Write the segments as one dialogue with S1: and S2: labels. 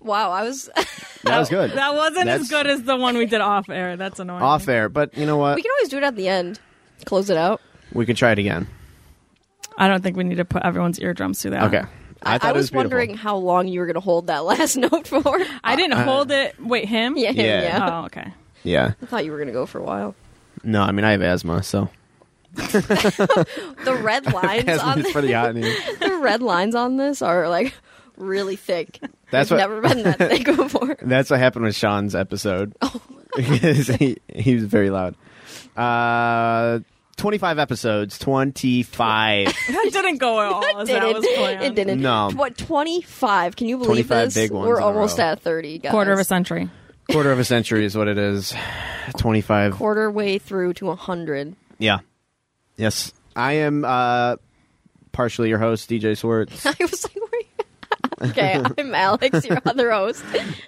S1: Wow, I was
S2: That was good.
S3: That wasn't
S2: That's-
S3: as good as the one we did off air. That's annoying.
S2: Off air, but you know what?
S1: We can always do it at the end. Close it out.
S2: We can try it again.
S3: I don't think we need to put everyone's eardrums through that.
S2: Okay.
S1: I,
S2: thought
S1: I
S2: it
S1: was,
S2: beautiful.
S1: wondering how long you were going to hold that last note for.
S3: I didn't hold it. Wait, him?
S1: yeah,
S2: Yeah.
S1: yeah.
S3: Oh, okay.
S2: Yeah.
S1: I thought you were going to go for a while.
S2: No, I mean I have asthma, so
S1: The red lines on
S2: asthma's
S1: this,
S2: pretty hot in here.
S1: the red lines on this are like really thick.
S2: That's
S1: I've never
S2: what-
S1: been that thick before.
S2: That's what happened with Sean's episode.
S1: Oh.
S2: Because he, he was very loud. Uh, 25 episodes. 25.
S3: That didn't go at all as that
S1: Didn't-
S3: was planned.
S1: It didn't.
S2: No.
S1: What, 25? Can you believe
S2: 25
S1: this?
S2: big ones
S1: We're
S2: in a
S1: almost
S2: row.
S1: at 30, guys.
S3: Quarter of a century.
S2: Quarter of a century is what it is. 25.
S1: Quarter way through to 100.
S2: Yeah. Yes. I am uh, partially your host, DJ Swartz.
S1: I was like, wait. okay, I'm Alex, your other host.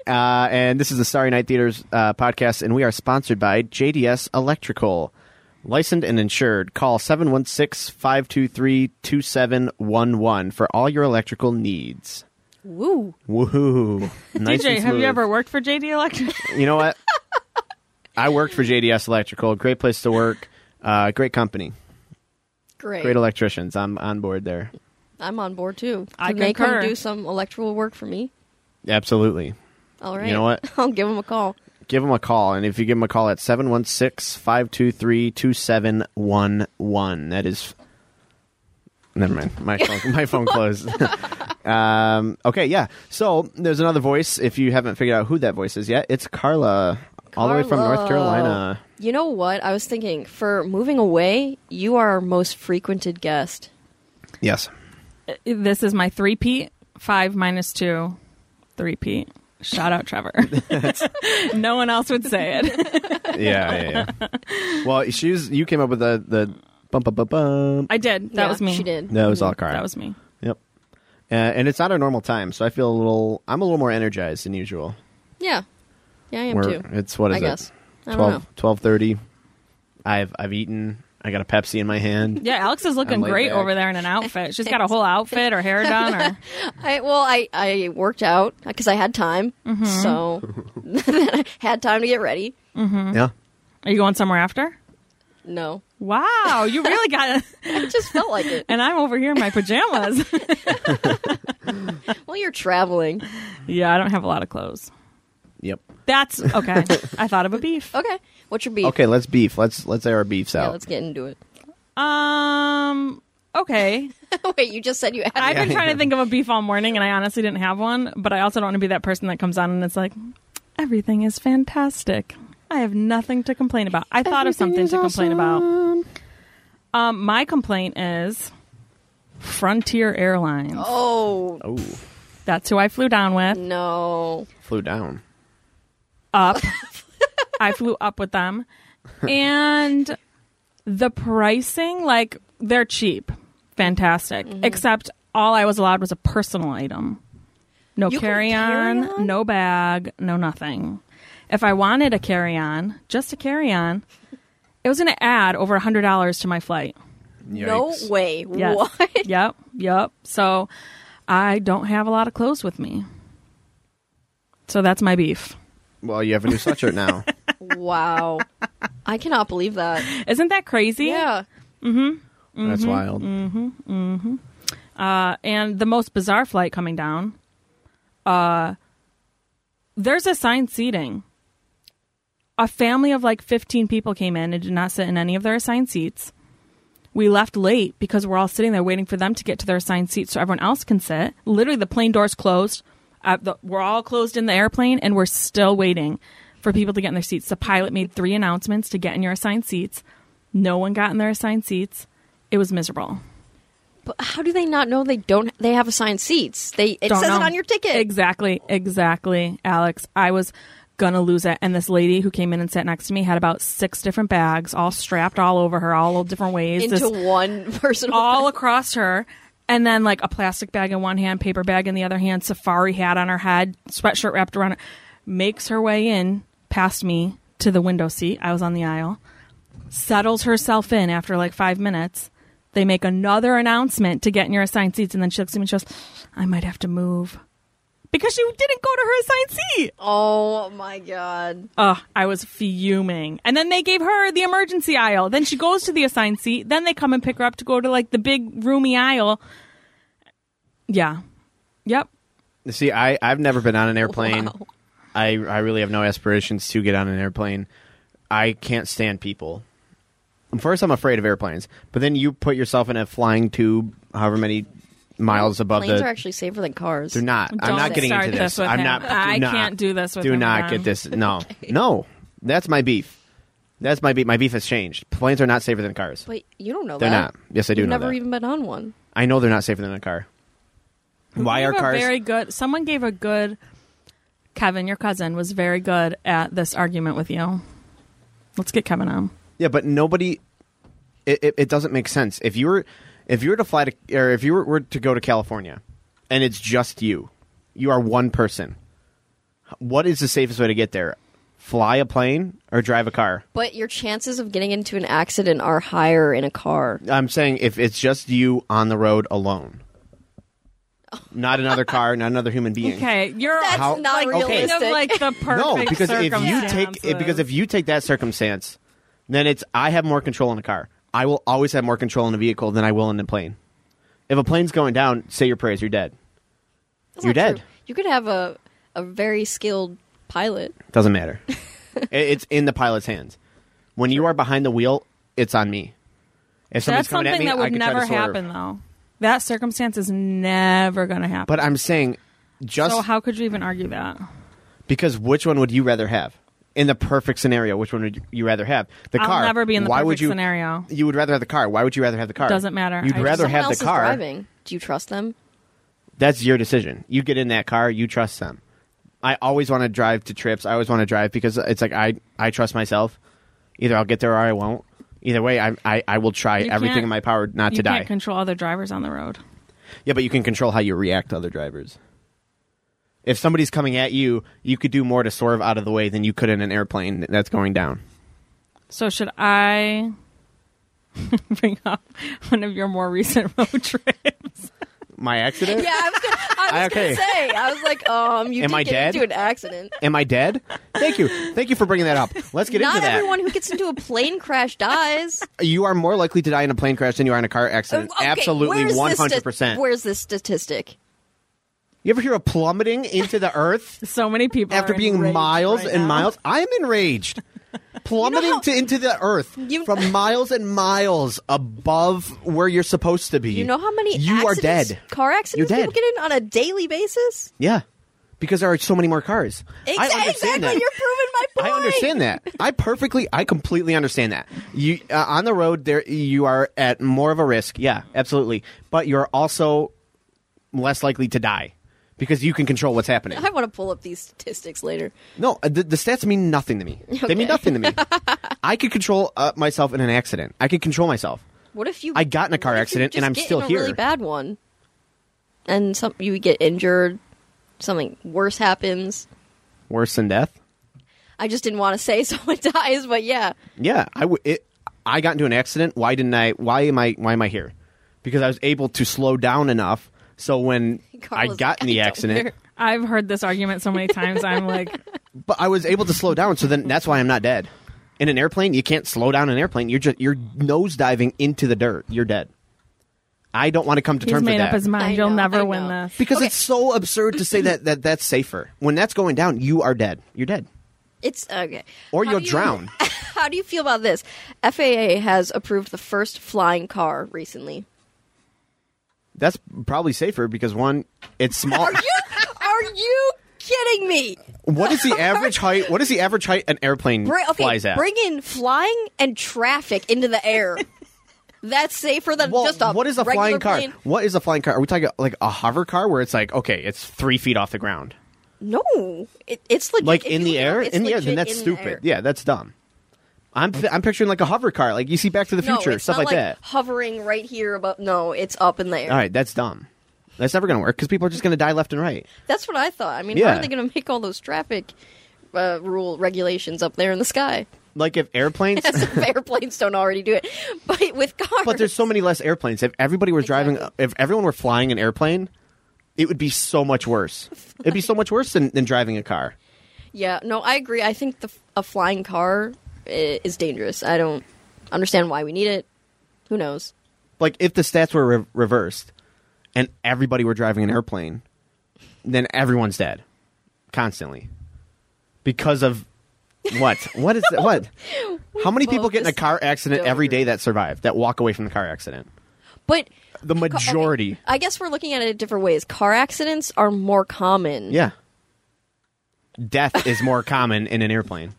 S2: Uh, and this is the Starry Night Theaters uh, podcast, and we are sponsored by JDS Electrical. Licensed and insured. Call 716 523 2711 for all your electrical needs.
S1: Woo.
S2: Woohoo. Nice
S3: DJ,
S2: and
S3: have you
S2: smooth.
S3: ever worked for JD Electric?
S2: You know what? I worked for JDS Electrical. Great place to work. Uh, great company.
S1: Great.
S2: Great electricians. I'm on board there.
S1: I'm on board too. Can
S3: I
S1: they come
S3: concur.
S1: do some electrical work for me?
S2: Absolutely.
S1: All right.
S2: know what?
S1: I'll give them a call.
S2: Give them a call. And if you give them a call at 716 523 2711, that is. Never mind. My phone, my phone closed. um, okay, yeah. So there's another voice. If you haven't figured out who that voice is yet, it's Carla, all the way from North
S1: Carlo.
S2: Carolina.
S1: You know what? I was thinking for moving away, you are our most frequented guest.
S2: Yes.
S3: this is my three peat. Five minus two, three peat. Shout out Trevor. no one else would say it.
S2: yeah, yeah, yeah. well, she's you came up with the the bum bum bum bum.
S3: I did. That
S1: Yeah,
S3: was me.
S1: She did.
S2: That was all Carl.
S3: That was me.
S2: Yep. Uh, and it's not our normal time, so I feel a little. I'm a little more energized than usual.
S1: Yeah. Yeah, I am
S2: We're-
S1: too.
S2: It's what is
S1: I guess. I
S2: it?
S1: don't know.
S2: 12, 12.30. I've I've eaten. I got a Pepsi in my hand.
S3: Yeah, Alex is looking
S2: laid
S3: great
S2: back.
S3: over there in an outfit. She's got a whole outfit, her hair done. Or...
S1: I well, I I worked out because I had time,
S3: Mm-hmm.
S1: so then I had time to get ready. Mm-hmm.
S2: Yeah.
S3: Are you going somewhere after?
S1: No,
S3: Wow, you really got
S1: I just felt like it.
S3: And I'm over here in my pajamas.
S1: Well, you're traveling.
S3: yeah, I don't have a lot of clothes.
S2: Yep.
S3: That's okay. I thought of a beef.
S1: Okay, what's your beef?
S2: Okay, let's beef. Let's let's air our beefs
S1: yeah,
S2: out.
S1: let's get into it.
S3: Um, okay.
S1: Wait, you just said you had.
S3: I've been trying to think of a beef all morning, and I honestly didn't have one. But I also don't want to be that person that comes on and it's like, everything is fantastic. I have nothing to complain about. I thought of something to complain about. Um, my complaint is Frontier Airlines.
S1: oh
S2: oh,
S3: That's who I flew down with.
S1: no!
S2: flew down.
S3: Up, I flew up with them, and the pricing, like they're cheap, fantastic.
S1: Mm-hmm.
S3: Except all I was allowed was a personal item. No
S1: You can
S3: carry on,
S1: carry-on?
S3: no bag, no nothing. If I wanted a carry on, just a carry on, it was going to add over $100 to my flight.
S1: No
S2: Yikes.
S1: way!
S3: Yes.
S1: What?
S3: Yep. Yep. So I don't have a lot of clothes with me. So that's my beef.
S2: Well, you have a new sweatshirt now.
S1: Wow. I cannot believe that.
S3: Isn't that crazy?
S1: Yeah. Mm-hmm,
S2: That's wild.
S3: Uh, and the most bizarre flight coming down. Uh, there's assigned seating. A family of like 15 people came in and did not sit in any of their assigned seats. We left late because we're all sitting there waiting for them to get to their assigned seats so everyone else can sit. Literally, the plane doors closed. Uh, the, we're all closed in the airplane and we're still waiting for people to get in their seats. The pilot made three announcements to get in your assigned seats. No one got in their assigned seats. It was miserable.
S1: But how do they not know they don't they have assigned seats? They it
S3: Don't
S1: says it
S3: know.
S1: on your ticket.
S3: Exactly, exactly, Alex. I was gonna lose it, and this lady who came in and sat next to me had about six different bags, all strapped all over her, all different ways,
S1: into
S3: this-
S1: one person.
S3: all across her, and then like a plastic bag in one hand, paper bag in the other hand, safari hat on her head, sweatshirt wrapped around her, makes her way in past me to the window seat. I was on the aisle, settles herself in after like five minutes. They make another announcement to get in your assigned seats, and then she looks at me and she goes, I might have to move. Because she didn't go to her assigned seat.
S1: Oh my god.
S3: Ugh, I was fuming. And then they gave her the emergency aisle. Then she goes to the assigned seat. Then they come and pick her up to go to like the big roomy aisle. Yeah. Yep.
S2: See, I I've never been on an airplane.
S1: Wow.
S2: I I really have no aspirations to get on an airplane. I can't stand people. First, I'm afraid of airplanes, but then you put yourself in a flying tube, however many miles above
S1: Planes
S2: the.
S1: are actually safer than cars.
S2: do not. I'm
S3: Don't
S2: not getting
S3: start
S2: into
S3: this
S2: this.
S3: with
S2: I'm
S3: him.
S2: not. do
S3: I
S2: not-
S3: can't do this with
S2: Do
S3: him,
S2: not
S3: Ron.
S2: get this. No, no. That's my beef. That's my beef. My beef has changed. Planes are not safer than cars.
S1: But you don't know
S2: They're
S1: that.
S2: not. Yes, I do
S1: You've
S2: know
S1: never
S2: that.
S1: even been on one.
S2: I know they're not safer than a car. Why
S3: You
S2: are
S3: were
S2: cars?
S3: very good. Someone gave a good. Kevin, your cousin, was very good at this argument with you. Let's get Kevin on.
S2: Yeah, but nobody. It, it, it doesn't make sense. If you were, if you were to fly to, or if you were, were to go to California, and it's just you, you are one person. What is the safest way to get there? Fly a plane or drive a car?
S1: But your chances of getting into an accident are higher in a car.
S2: I'm saying if it's just you on the road alone, not another car, not another human being.
S3: Okay, you're
S1: That's
S2: How-
S1: not
S2: like, okay.
S1: realistic.
S3: kind of like the perfect
S2: No, because if you take
S3: circumstances.
S2: it, because if you take that circumstance, then it's I have more control in a car. I will always have more control in a vehicle than I will in a plane. If a plane's going down, say your prayers. You're dead.
S1: That's
S2: You're
S1: not
S2: dead.
S1: true. You could have a a very skilled pilot.
S2: Doesn't matter. It- it's in the pilot's hands. When you are behind the wheel, it's on me. If somebody's
S3: that's
S2: coming
S3: something
S2: at me,
S3: that
S2: I
S3: would
S2: can
S3: never
S2: try to swerve.
S3: happen, though. That circumstance is never going to happen.
S2: But I'm saying, just
S3: so how could you even argue that?
S2: because which one would you rather have? In the perfect scenario, which one would you rather have? The
S3: I'll
S2: car.
S3: never be in the
S2: Why
S3: perfect
S2: would you,
S3: scenario.
S2: You would rather have the car. Why would you rather have the car?
S3: Doesn't matter.
S2: You'd
S3: I just-
S2: rather
S1: Someone
S2: have the
S1: else is
S2: car.
S1: driving. Do you trust them?
S2: that's your decision. You get in that car, you trust them. I always want to drive to trips. I always want to drive because it's like I, I trust myself. Either I'll get there or I won't. Either way, I I, I will try
S3: You
S2: everything
S3: can't-
S2: in my power not
S3: you
S2: to die.
S3: can't control other drivers on the road.
S2: yeah, but you can control how you react to other drivers. If somebody's coming at you, you could do more to swerve out of the way than you could in an airplane that's going down.
S3: So should I bring up one of your more recent road trips?
S2: My accident?
S1: Yeah, I was gonna, I was
S2: Okay.
S1: gonna say. I was like, um, you
S2: Am
S1: did
S2: I
S1: get
S2: dead?
S1: into an accident.
S2: Am I dead? Thank you. Thank you for bringing that up. Let's get
S1: Not
S2: into that.
S1: everyone who gets into a plane crash dies.
S2: You are more likely to die in a plane crash than you are in a car accident.
S1: Oh, Okay,
S2: Absolutely,
S1: where's this
S2: one hundred
S1: sti-
S2: percent.
S1: Where's this statistic?
S2: You ever hear of plummeting into the earth
S3: So many people
S2: after
S3: are
S2: being
S3: enraged
S2: miles
S3: right
S2: and
S3: now.
S2: miles? I'm enraged. Plummeting
S1: how-
S2: to into the earth
S1: You-
S2: from miles and miles above where you're supposed to be.
S1: You know how many
S2: you are
S1: accidents-
S2: dead.
S1: car accidents
S2: You're dead.
S1: people get in on a daily basis?
S2: Yeah, because there are so many more cars.
S1: Exa-
S2: I understand
S1: exactly.
S2: that.
S1: You're proving my point.
S2: I understand that. I perfectly, I completely understand that. You uh, on the road, there you are at more of a risk. Yeah, absolutely. But you're also less likely to die because you can control what's happening.
S1: I want to pull up these statistics later.
S2: No, the, the stats mean nothing to me. They mean
S1: Okay.
S2: nothing to me. I could control uh, myself in an accident. I could control myself.
S1: What if you?
S2: I got in a car
S1: what if you
S2: accident and
S1: just
S2: I'm
S1: get
S2: still
S1: in a
S2: here.
S1: Really bad one, and some you get injured. Something worse happens.
S2: Worse than death.
S1: I just didn't want to say someone dies, but yeah,
S2: Yeah, I w- it, I got into an accident. Why didn't I? Why am I? Why am I here? Because I was able to slow down enough. So when
S1: Carla's
S2: I got
S1: like,
S2: in the
S1: "I don't
S2: accident,
S1: care."
S3: I've heard this argument so many times. I'm like,
S2: But I was able to slow down, so then that's why I'm not dead. In an airplane, you can't slow down an airplane. You're just you're nose diving into the dirt. You're dead. I don't want to come to
S3: He's
S2: terms
S3: made
S2: with
S3: up
S2: that
S3: his mind.
S1: I
S3: You'll
S1: know,
S3: never
S1: I
S3: win
S1: know.
S3: this.
S2: because it's so absurd to say that, that that's safer. When that's going down, you are dead. You're dead,
S1: It's okay.
S2: or
S1: How
S2: you'll
S1: do you-
S2: drown.
S1: How do you feel about this? FAA has approved the first flying car recently.
S2: That's probably safer because one, it's small.
S1: Are you kidding me?
S2: what is the average height? What is the average height an airplane
S1: Bring, okay,
S2: flies at?
S1: bring in flying and traffic into the air. That's safer than
S2: well,
S1: just a
S2: what is a
S1: regular
S2: flying car?
S1: plane.
S2: What is a flying car? Are we talking like a hover car where it's like okay, it's three feet off the ground,
S1: No, it, it's legit.
S2: like
S1: If
S2: in
S1: you
S2: the
S1: look it
S2: air?
S1: up, it's
S2: In the air, then
S1: legit
S2: that's
S1: in the
S2: stupid.
S1: air.
S2: Yeah, that's dumb. I'm I'm picturing like a hover car, like you see Back to the
S1: No,
S2: Future,
S1: it's
S2: stuff
S1: not
S2: like, that.
S1: Hovering right here above. No, it's up in the air.
S2: All right, that's dumb. That's never gonna work because people are just gonna die left and right.
S1: That's what I thought. I mean, how
S2: Yeah.
S1: are they going to make all those traffic uh, rule regulations up there in the sky?
S2: Like if airplanes,
S1: As if airplanes don't already do it, but with cars.
S2: but there's so many less airplanes. If everybody were driving, if everyone were flying an airplane, it would be so much worse. It'd be so much worse than, than driving a car.
S1: Yeah, no, I agree. I think the a flying car i- is dangerous. I don't understand why we need it. Who knows?
S2: Like if the stats were re- reversed, and everybody were driving an airplane, then everyone's dead constantly because of what? What is that? what? How many people
S1: both
S2: get in a
S1: just
S2: car accident
S1: don't
S2: every day
S1: agree.
S2: that survive that walk away from the car accident?
S1: But
S2: The
S1: okay,
S2: majority.
S1: I guess we're looking at it different ways. Car accidents are more common.
S2: Yeah. Death is more common in an airplane.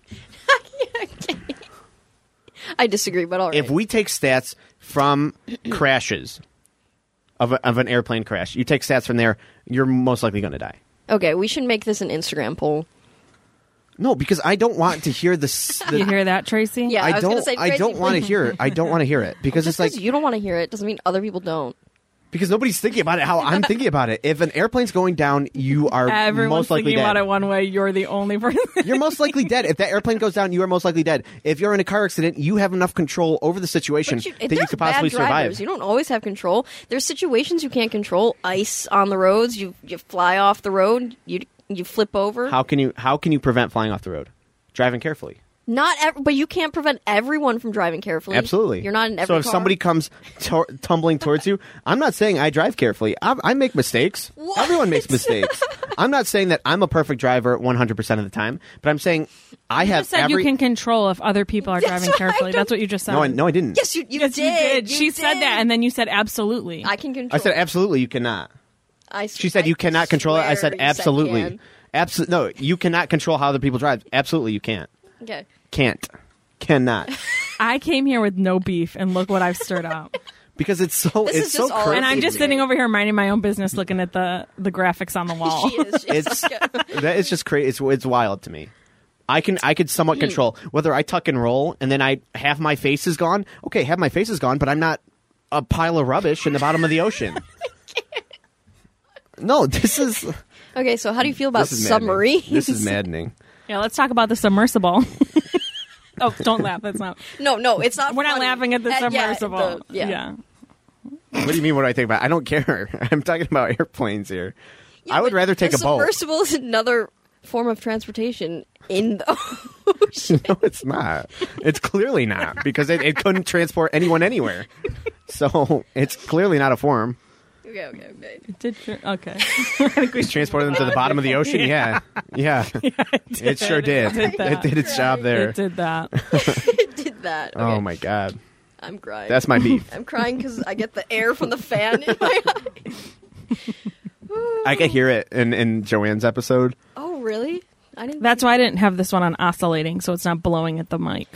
S1: I disagree, but all right.
S2: If we take stats from crashes of, a, of an airplane crash, you take stats from there, you're most likely going to die.
S1: okay, we should make this an Instagram poll.
S2: No, because I don't want to hear the. s- the
S3: You hear that, Tracy?
S1: Yeah, I,
S2: I
S1: was gonna
S2: don't.
S1: say,
S2: I don't
S1: Tracy,
S2: want to
S1: please.
S2: hear it. I don't want to hear it because
S1: Just
S2: it's like
S1: because you don't want to hear it doesn't mean other people don't.
S2: because nobody's thinking about it. How I'm thinking about it. If an airplane's going down, you are
S3: Everyone's
S2: most likely
S3: thinking
S2: dead.
S3: about it one way. You're the only person.
S2: You're most likely dead. If that airplane goes down, you are most likely dead. If you're in a car accident, you have enough control over the situation
S1: But you,
S2: that
S1: there's
S2: you could possibly
S1: bad drivers.
S2: survive.
S1: You don't always have control. There's situations you can't control. Ice on the roads. You you fly off the road. You you flip over.
S2: How can you how can you prevent flying off the road? Driving carefully.
S1: Not, ev- but you can't prevent everyone from driving carefully.
S2: Absolutely.
S1: you're not in every.
S2: So if
S1: car.
S2: somebody comes tor- tumbling towards you, I'm not saying I drive carefully. I, I make mistakes.
S1: What?
S2: Everyone makes mistakes. I'm not saying that I'm a perfect driver 100% of the time, but I'm saying I have
S3: said
S2: every
S3: you can control if other people are driving
S1: what I
S3: carefully.
S1: don't-
S3: That's what you just said.
S2: No, I, no I didn't.
S1: yes, you, you
S3: Yes,
S1: did.
S3: you did.
S1: You
S3: she said
S1: did.
S3: that, and then you said absolutely.
S1: I can control.
S2: I said absolutely you cannot.
S1: I,
S2: She said you cannot control it. I said absolutely.
S1: Absolutely.
S2: Absolutely. No, you cannot control how other people drive. Absolutely you can't.
S1: okay.
S2: Can't. Cannot.
S3: I came here with no beef, and look what I've stirred up.
S2: Because it's so
S1: This
S2: it's
S1: is
S2: so
S1: just all
S2: crazy.
S3: and I'm just
S1: Basically.
S3: sitting over here minding my own business, looking at the the graphics on the wall.
S1: She is. She's
S2: Oh. It's that is just crazy. It's it's wild to me. I can I could somewhat control whether I tuck and roll and then I half my face is gone. Okay, half my face is gone, but I'm not a pile of rubbish in the bottom of the ocean. No, this is
S1: okay. So how do you feel about
S2: this is maddening.
S1: submarines?
S2: This is maddening.
S3: Yeah, let's talk about the submersible. oh, don't laugh. That's not.
S1: No, no, it's not.
S3: We're not
S1: funny.
S3: laughing at the
S1: Uh, yeah,
S3: submersible.
S1: the- yeah.
S2: What do you mean? What do I think about? I don't care. I'm talking about airplanes here.
S1: Yeah,
S2: I would
S1: but
S2: rather take
S1: the
S2: a boat.
S1: Submersible is another form of transportation in the ocean.
S2: No, it's not. It's clearly not because it, it couldn't transport anyone anywhere. So it's clearly not a form.
S1: okay, okay, okay.
S3: Did you, okay.
S2: Just transported them to the bottom of the ocean. Yeah, yeah, it, sure did.
S3: It did
S2: It did,
S3: that.
S2: its job there.
S3: It did that.
S1: It did that. Okay.
S2: Oh my god,
S1: I'm crying.
S2: that's my beef.
S1: I'm crying because I get the air from the fan in my eye.
S2: I could hear it in in Joanne's episode.
S1: Oh, really? I didn't.
S3: That's why I didn't have this one on oscillating, so it's not blowing at the mic.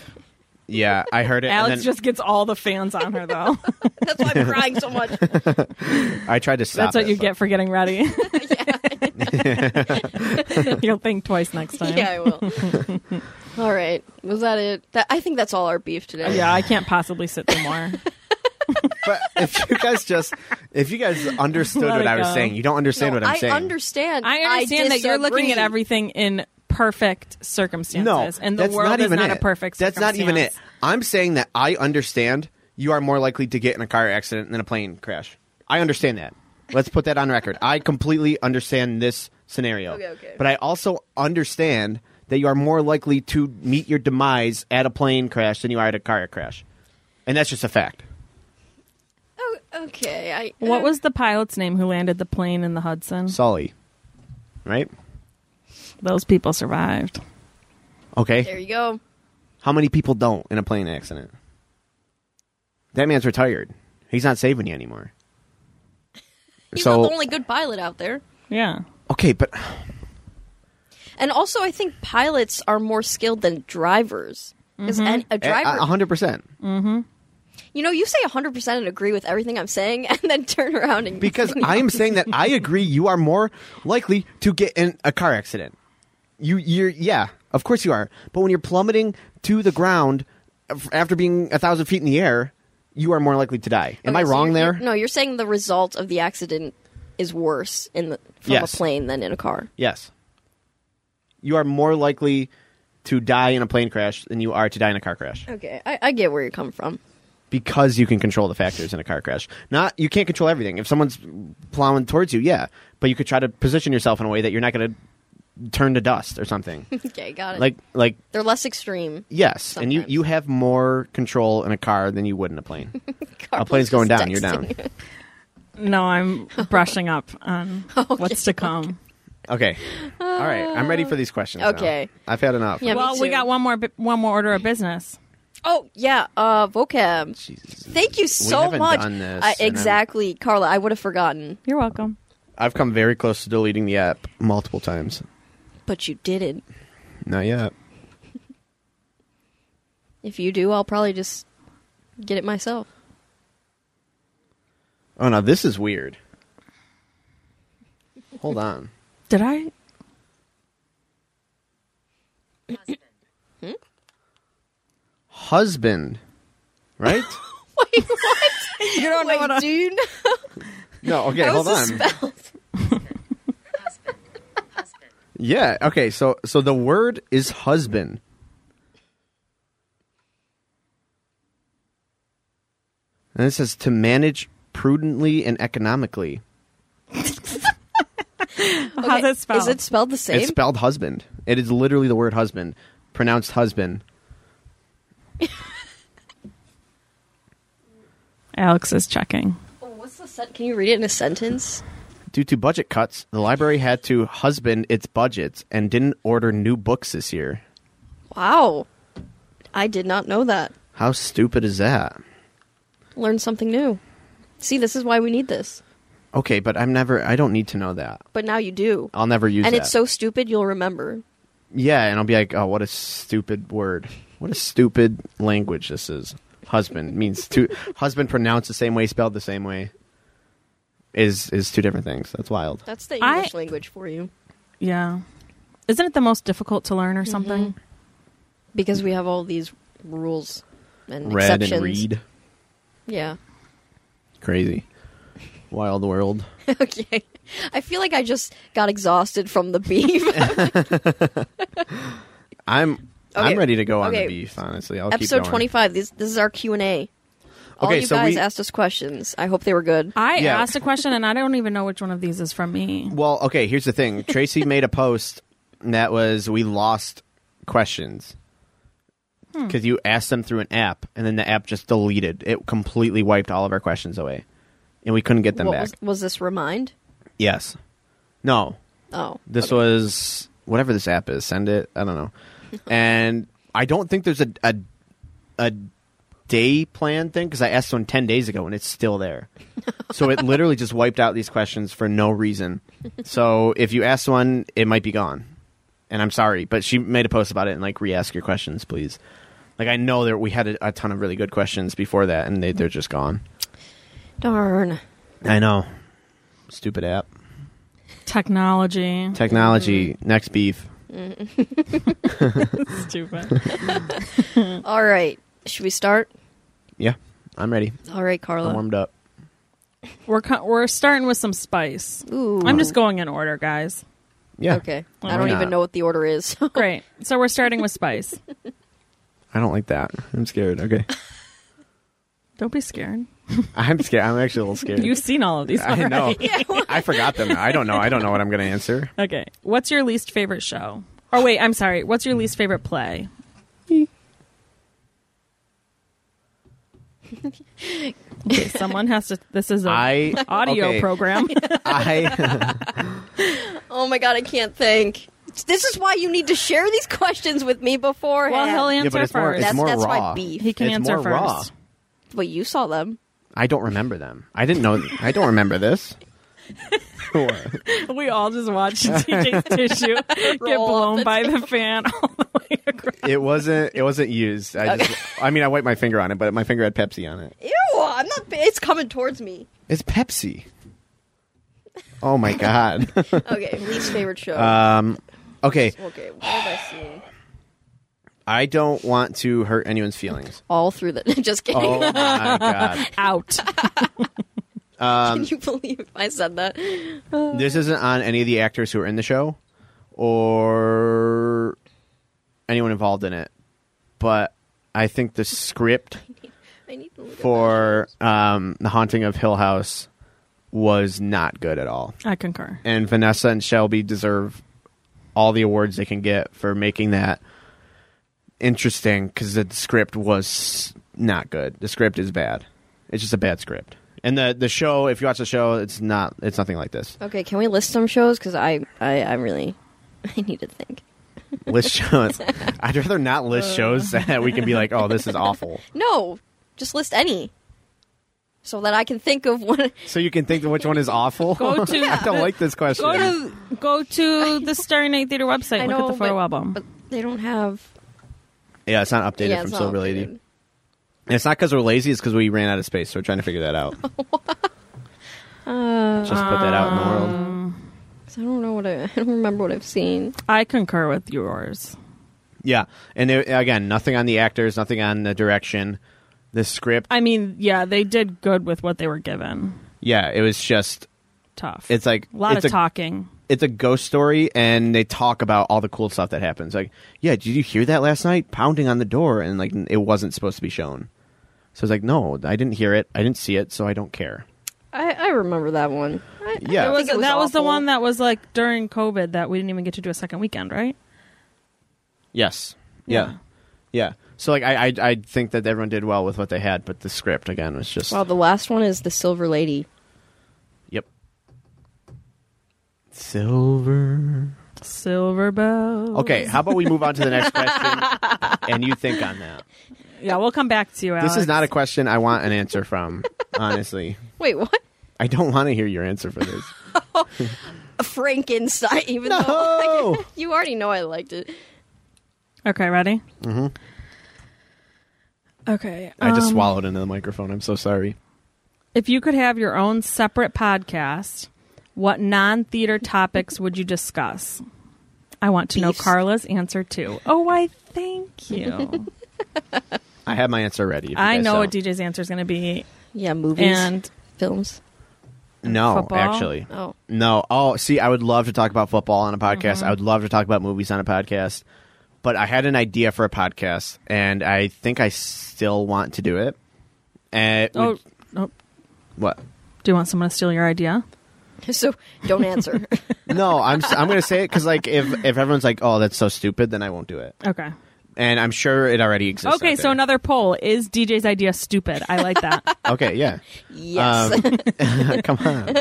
S2: Yeah, I heard it. and
S3: Alex
S2: then
S3: just gets all the fans on her, though.
S1: That's why I'm crying so much.
S2: I tried to stop.
S3: That's what
S2: it,
S3: you
S2: but-
S3: get for getting ready. You'll think twice next time.
S1: yeah, I will. all right. Was that it? That, I think that's all our beef today.
S3: Yeah, I can't possibly sit through more.
S2: But if you guys just, if you guys understood
S3: Let
S2: what
S3: it
S2: I was
S3: go.
S2: saying, you don't understand
S1: No,
S2: what I'm
S1: I
S2: saying.
S1: understand.
S3: I understand that you're looking at
S1: disagree.
S3: everything in perfect
S2: no,
S3: circumstances, and the
S2: that's
S3: world
S2: not even
S3: is not
S2: it.
S3: a perfect.
S2: That's not even it.
S3: circumstance.
S2: I'm saying that I understand you are more likely to get in a car accident than a plane crash. I understand that. Let's put that on record. I completely understand this scenario.
S1: Okay, okay.
S2: But I also understand that you are more likely to meet your demise at a plane crash than you are at a car crash, and that's just a fact.
S1: Oh, okay. I, uh,
S3: What was the pilot's name who landed the plane in the Hudson?
S2: Sully, right?
S3: Those people survived.
S2: Okay.
S1: There you go.
S2: How many people don't in a plane accident? That man's retired. He's not saving you anymore.
S1: He's
S2: so
S1: not the only good pilot out there.
S3: Yeah.
S2: okay, but
S1: And also, I think pilots are more skilled than drivers. Because
S2: Eh,
S1: a driver, Mm.
S2: hundred percent.
S1: you know, you say 100% and agree with everything I'm saying, and then turn around and
S2: Because I am saying that I agree you are more likely to get in a car accident. You, you're, yeah, of course you are. But when you're plummeting to the ground af- after being a thousand feet in the air, you are more likely to die. Am I
S1: Okay, so
S2: wrong
S1: you're-
S2: there?
S1: you're- no, you're saying the result of the accident is worse in the, from
S2: Yes.
S1: a plane than in a car.
S2: Yes. You are more likely to die in a plane crash than you are to die in a car crash
S1: Okay, I, I get where you're coming from.
S2: because you can control the factors in a car crash. Not you can't control everything. If someone's plowing towards you, yeah, but you could try to position yourself in a way that you're not going to turn to dust or something.
S1: Okay, got it.
S2: like like
S1: they're less extreme.
S2: Yes, and
S1: Sometimes.
S2: you you have more control in a car than you would in a plane. a
S1: Carlos
S2: plane's going
S1: is
S2: down, you're down.
S1: texting.
S3: No, I'm brushing up on what's to come.
S2: Okay, all right, I'm ready for these questions. now.
S1: Okay.
S2: I've had enough.
S1: Yeah. me
S3: Well, we
S1: too.
S3: got one more bi- one more order of business.
S1: Oh yeah, uh, vocab.
S2: Jesus.
S1: Thank you so
S2: haven't
S1: much.
S2: done this,
S1: I-
S2: and I'm-
S1: exactly, Carla. I would have forgotten,
S3: You're welcome.
S2: I've come very close to deleting the app multiple times.
S1: but you didn't.
S2: Not yet.
S1: If you do, I'll probably just get it myself.
S2: Oh no, this is weird. Hold on.
S3: Did I?
S2: Husband, right?
S3: You don't know
S1: Wait,
S3: what I-
S1: do you know?
S2: no. Okay,
S1: That
S2: hold on.
S1: was the spell.
S2: yeah. Okay. So so the word is husband. And it says to manage prudently and economically.
S3: How's it spelled?
S1: Is it spelled the same?
S2: It's spelled husband. It is literally the word husband, pronounced husband.
S3: Alex is checking.
S1: Oh, What's the sen- Can you read it in a sentence?
S2: Due to budget cuts, the library had to husband its budgets and didn't order new books this year.
S1: Wow, I did not know that.
S2: How stupid is that?
S1: Learn something new. See, this is why we need this.
S2: Okay, but I'm never. I don't need to know that.
S1: But now you do,
S2: I'll never use.
S1: and
S2: that.
S1: it's so stupid you'll remember.
S2: yeah, and I'll be like, oh, what a stupid word. What a stupid language this is. Husband means two. husband pronounced the same way, spelled the same way. Is is two different things. That's wild.
S1: That's the
S3: I-
S1: English language for you.
S3: Yeah. Isn't it the most difficult to learn or something?
S1: because we have all these rules and
S2: Read
S1: exceptions.
S2: and read.
S1: Yeah.
S2: Crazy. Wild world.
S1: Okay. I feel like I just got exhausted from the beef.
S2: I'm I'm
S1: Okay.
S2: ready to go on
S1: Okay.
S2: the beef. Honestly, I'll keep
S1: Episode
S2: going.
S1: twenty five. This this is our Q and A. All
S2: Okay,
S1: you
S2: so
S1: guys
S2: we-
S1: asked us questions. I hope they were good.
S3: I
S2: Yeah.
S3: asked a question and I don't even know which one of these is from me.
S2: Well, okay. Here's the thing. Tracy made a post that was we lost questions
S1: Hmm.
S2: because you asked them through an app, and then the app just deleted it. Completely wiped all of our questions away, and we couldn't get them
S1: what
S2: back.
S1: was was this remind?
S2: Yes. No.
S1: Oh.
S2: This was whatever this app is. Send it. I don't know. and I don't think there's a a, a day plan thing because I asked someone ten days ago and it's still there. so it literally just wiped out these questions for no reason. So if you ask one, it might be gone. And I'm sorry, but she made a post about it and like re-ask your questions, please. Like I know that we had a, a ton of really good questions before that, and they, they're just gone.
S1: Oh, Darn.
S2: I know. Stupid app.
S3: Technology.
S2: Technology. Next beef.
S3: Stupid.
S1: All right. Should we start?
S2: Yeah, I'm ready.
S1: All right,
S2: I'm
S1: Carla.
S2: warmed up.
S3: we're co- we're starting with some spice.
S1: Ooh.
S3: I'm just going in order, guys.
S2: Yeah.
S1: Okay.
S3: Why
S1: I don't
S2: not?
S1: even know what the order is.
S3: Great. So we're starting with spice.
S2: I don't like that. I'm scared. Okay.
S3: Don't be scared.
S2: I'm scared. I'm actually a little scared.
S3: You've seen all of these.
S2: I know. I forgot them. I don't know. I don't know what I'm going to answer.
S3: Okay. What's your least favorite show? Or wait, I'm sorry. What's your least favorite play? okay, someone has to. This is an
S2: I
S3: audio
S2: okay,
S3: program.
S2: I
S1: Oh my god, I can't think. This is why you need to share these questions with me beforehand.
S3: well, he'll
S2: yeah,
S3: answer
S2: but it's
S3: first.
S2: more it's
S1: That's-
S2: more
S1: that's why
S2: raw.
S1: beef.
S3: he can
S2: it's
S3: answer
S2: more
S3: first.
S2: raw.
S1: Well, you saw them.
S2: I don't remember them. I didn't know. I don't remember this.
S3: We all just watched TJ's tissue get
S1: Roll off
S3: blown
S1: the
S3: by the fan all the way across.
S2: It wasn't. It wasn't used. I just. I mean, I wiped my finger on it, but my finger had Pepsi on it.
S1: Ew, I'm not. It's coming towards me.
S2: It's Pepsi. Oh my god.
S1: Okay, least favorite show.
S2: um. Okay.
S1: okay, what have I seen?
S2: I don't want to hurt anyone's feelings.
S1: All through the. Just kidding.
S2: Oh my god.
S3: Out.
S1: Can
S2: um,
S1: you believe I said that?
S2: This isn't on any of the actors who are in the show or anyone involved in it. But I think the script
S1: I need to look at
S2: for um, The Haunting of Hill House was not good at all.
S3: I concur.
S2: And Vanessa and Shelby deserve all the awards they can get for making that interesting because the script was not good. The script is bad. It's just a bad script. And the, the show, if you watch the show, it's not it's nothing like this.
S1: that. Okay, can we list some shows? Because I, I, I really, I need to think.
S2: list shows. I'd rather not list shows
S3: Uh.
S2: that we can be like, oh, this is awful.
S1: No, just list any, so that I can think of one.
S2: So you can think which one is awful.
S3: Go to-
S2: I don't like this question.
S3: Go to go to the Star Night Theater website.
S1: I
S3: and
S1: know,
S3: look at the photo
S1: but,
S3: album.
S1: but they don't have.
S2: yeah, it's not updated
S1: yeah,
S2: from
S1: it's not
S2: Silver Lady.
S1: updated.
S2: And it's not because we're lazy; it's because we ran out of space. So we're trying to figure that out.
S3: Uh,
S2: Just put that out in the world.
S1: 'Cause I don't know what I, I don't remember what I've seen.
S3: I concur with yours.
S2: Yeah, and there, again, nothing on the actors, nothing on the direction, the script.
S3: I mean, yeah, they did good with what they were given.
S2: yeah, it was just.
S3: Tough.
S2: It's like
S3: a lot
S2: it's
S3: of talking.
S2: it's a ghost story and they talk about all the cool stuff that happens like yeah did you hear that last night pounding on the door and like it wasn't supposed to be shown so it's like no i didn't hear it i didn't see it so i don't care
S1: I, I remember that one. I,
S2: Yeah.
S1: I
S2: It
S1: don't
S2: was-
S1: think it was
S3: that was the
S1: awful.
S3: one that was like during COVID that we didn't even get to do a second weekend, right?
S2: yes yeah yeah, so like I, I i think that everyone did well with what they had but the script again was just
S1: Well, the last one is the Silver Lady.
S2: yep silver
S3: Silver Bow.
S2: okay how about we move on to the next question and you think on that
S3: Yeah, we'll come back to you.
S2: this is
S3: Alex.
S2: not a question i want an answer from honestly
S1: Wait, what?
S2: i don't want to hear your answer for this
S1: Frankenstein. Even though
S2: no
S1: you already know I liked it.
S3: okay. Ready? Mm-hmm. Okay.
S2: I just
S3: um,
S2: swallowed into the microphone. I'm so sorry.
S3: If you could have your own separate podcast, what non-theater topics would you discuss? I want to know
S1: Beefs.
S3: Carla's answer too. Oh, why? Thank you.
S2: I have my answer ready. if you
S3: I
S2: guys
S3: know what
S2: don't.
S3: DJ's answer is going to be,
S1: Yeah, movies
S3: and
S1: films.
S2: No,
S3: Football?
S2: actually,
S1: Oh,
S2: no. Oh, see, I would love to talk about football on a podcast.
S3: Mm-hmm.
S2: I would love to talk about movies on a podcast. But I had an idea for a podcast, and I think I still want to do it. And it
S3: oh,
S2: would-
S3: oh,
S2: what?
S3: do you want someone to steal your idea?
S1: so don't answer.
S2: No, I'm s- I'm going to say it because like if if everyone's like, oh, that's so stupid, then I won't do it.
S3: Okay.
S2: And I'm sure it already exists.
S3: okay.
S2: out
S3: So
S2: there.
S3: another poll is DJ's idea stupid. I like that.
S2: Okay, yeah.
S1: yes.
S2: Um, come on.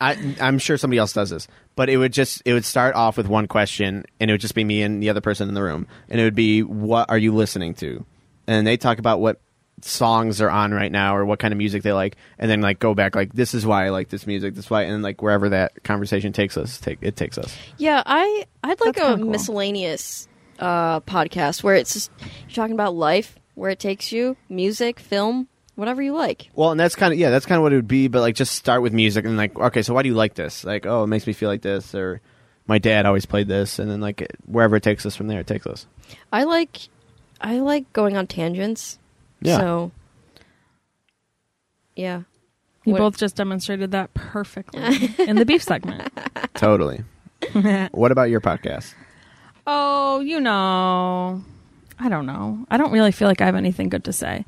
S2: I, I'm sure somebody else does this, but it would just it would start off with one question, and it would just be me and the other person in the room, and it would be, "What are you listening to?" And they talk about what songs are on right now or what kind of music they like, and then like go back like, "This is why I like this music. This is why," and then like wherever that conversation takes us, take it takes us.
S1: yeah, I I'd like
S3: That's kinda
S1: a
S3: cool.
S1: miscellaneous uh, podcast where it's just you're talking about life, where it takes you, music, film, whatever you like.
S2: Well, and that's kind of yeah, that's kind of what it would be. But like, just start with music and like, okay, so why do you like this? Like, oh, it makes me feel like this, or my dad always played this, and then like it- wherever it takes us from there, it takes us.
S1: I like I like going on tangents.
S2: Yeah.
S1: So Yeah.
S3: You
S1: What-
S3: both just demonstrated that perfectly in the beef segment.
S2: Totally. what about your podcast?
S3: Oh, you know, I don't know. I don't really feel like I have anything good to say.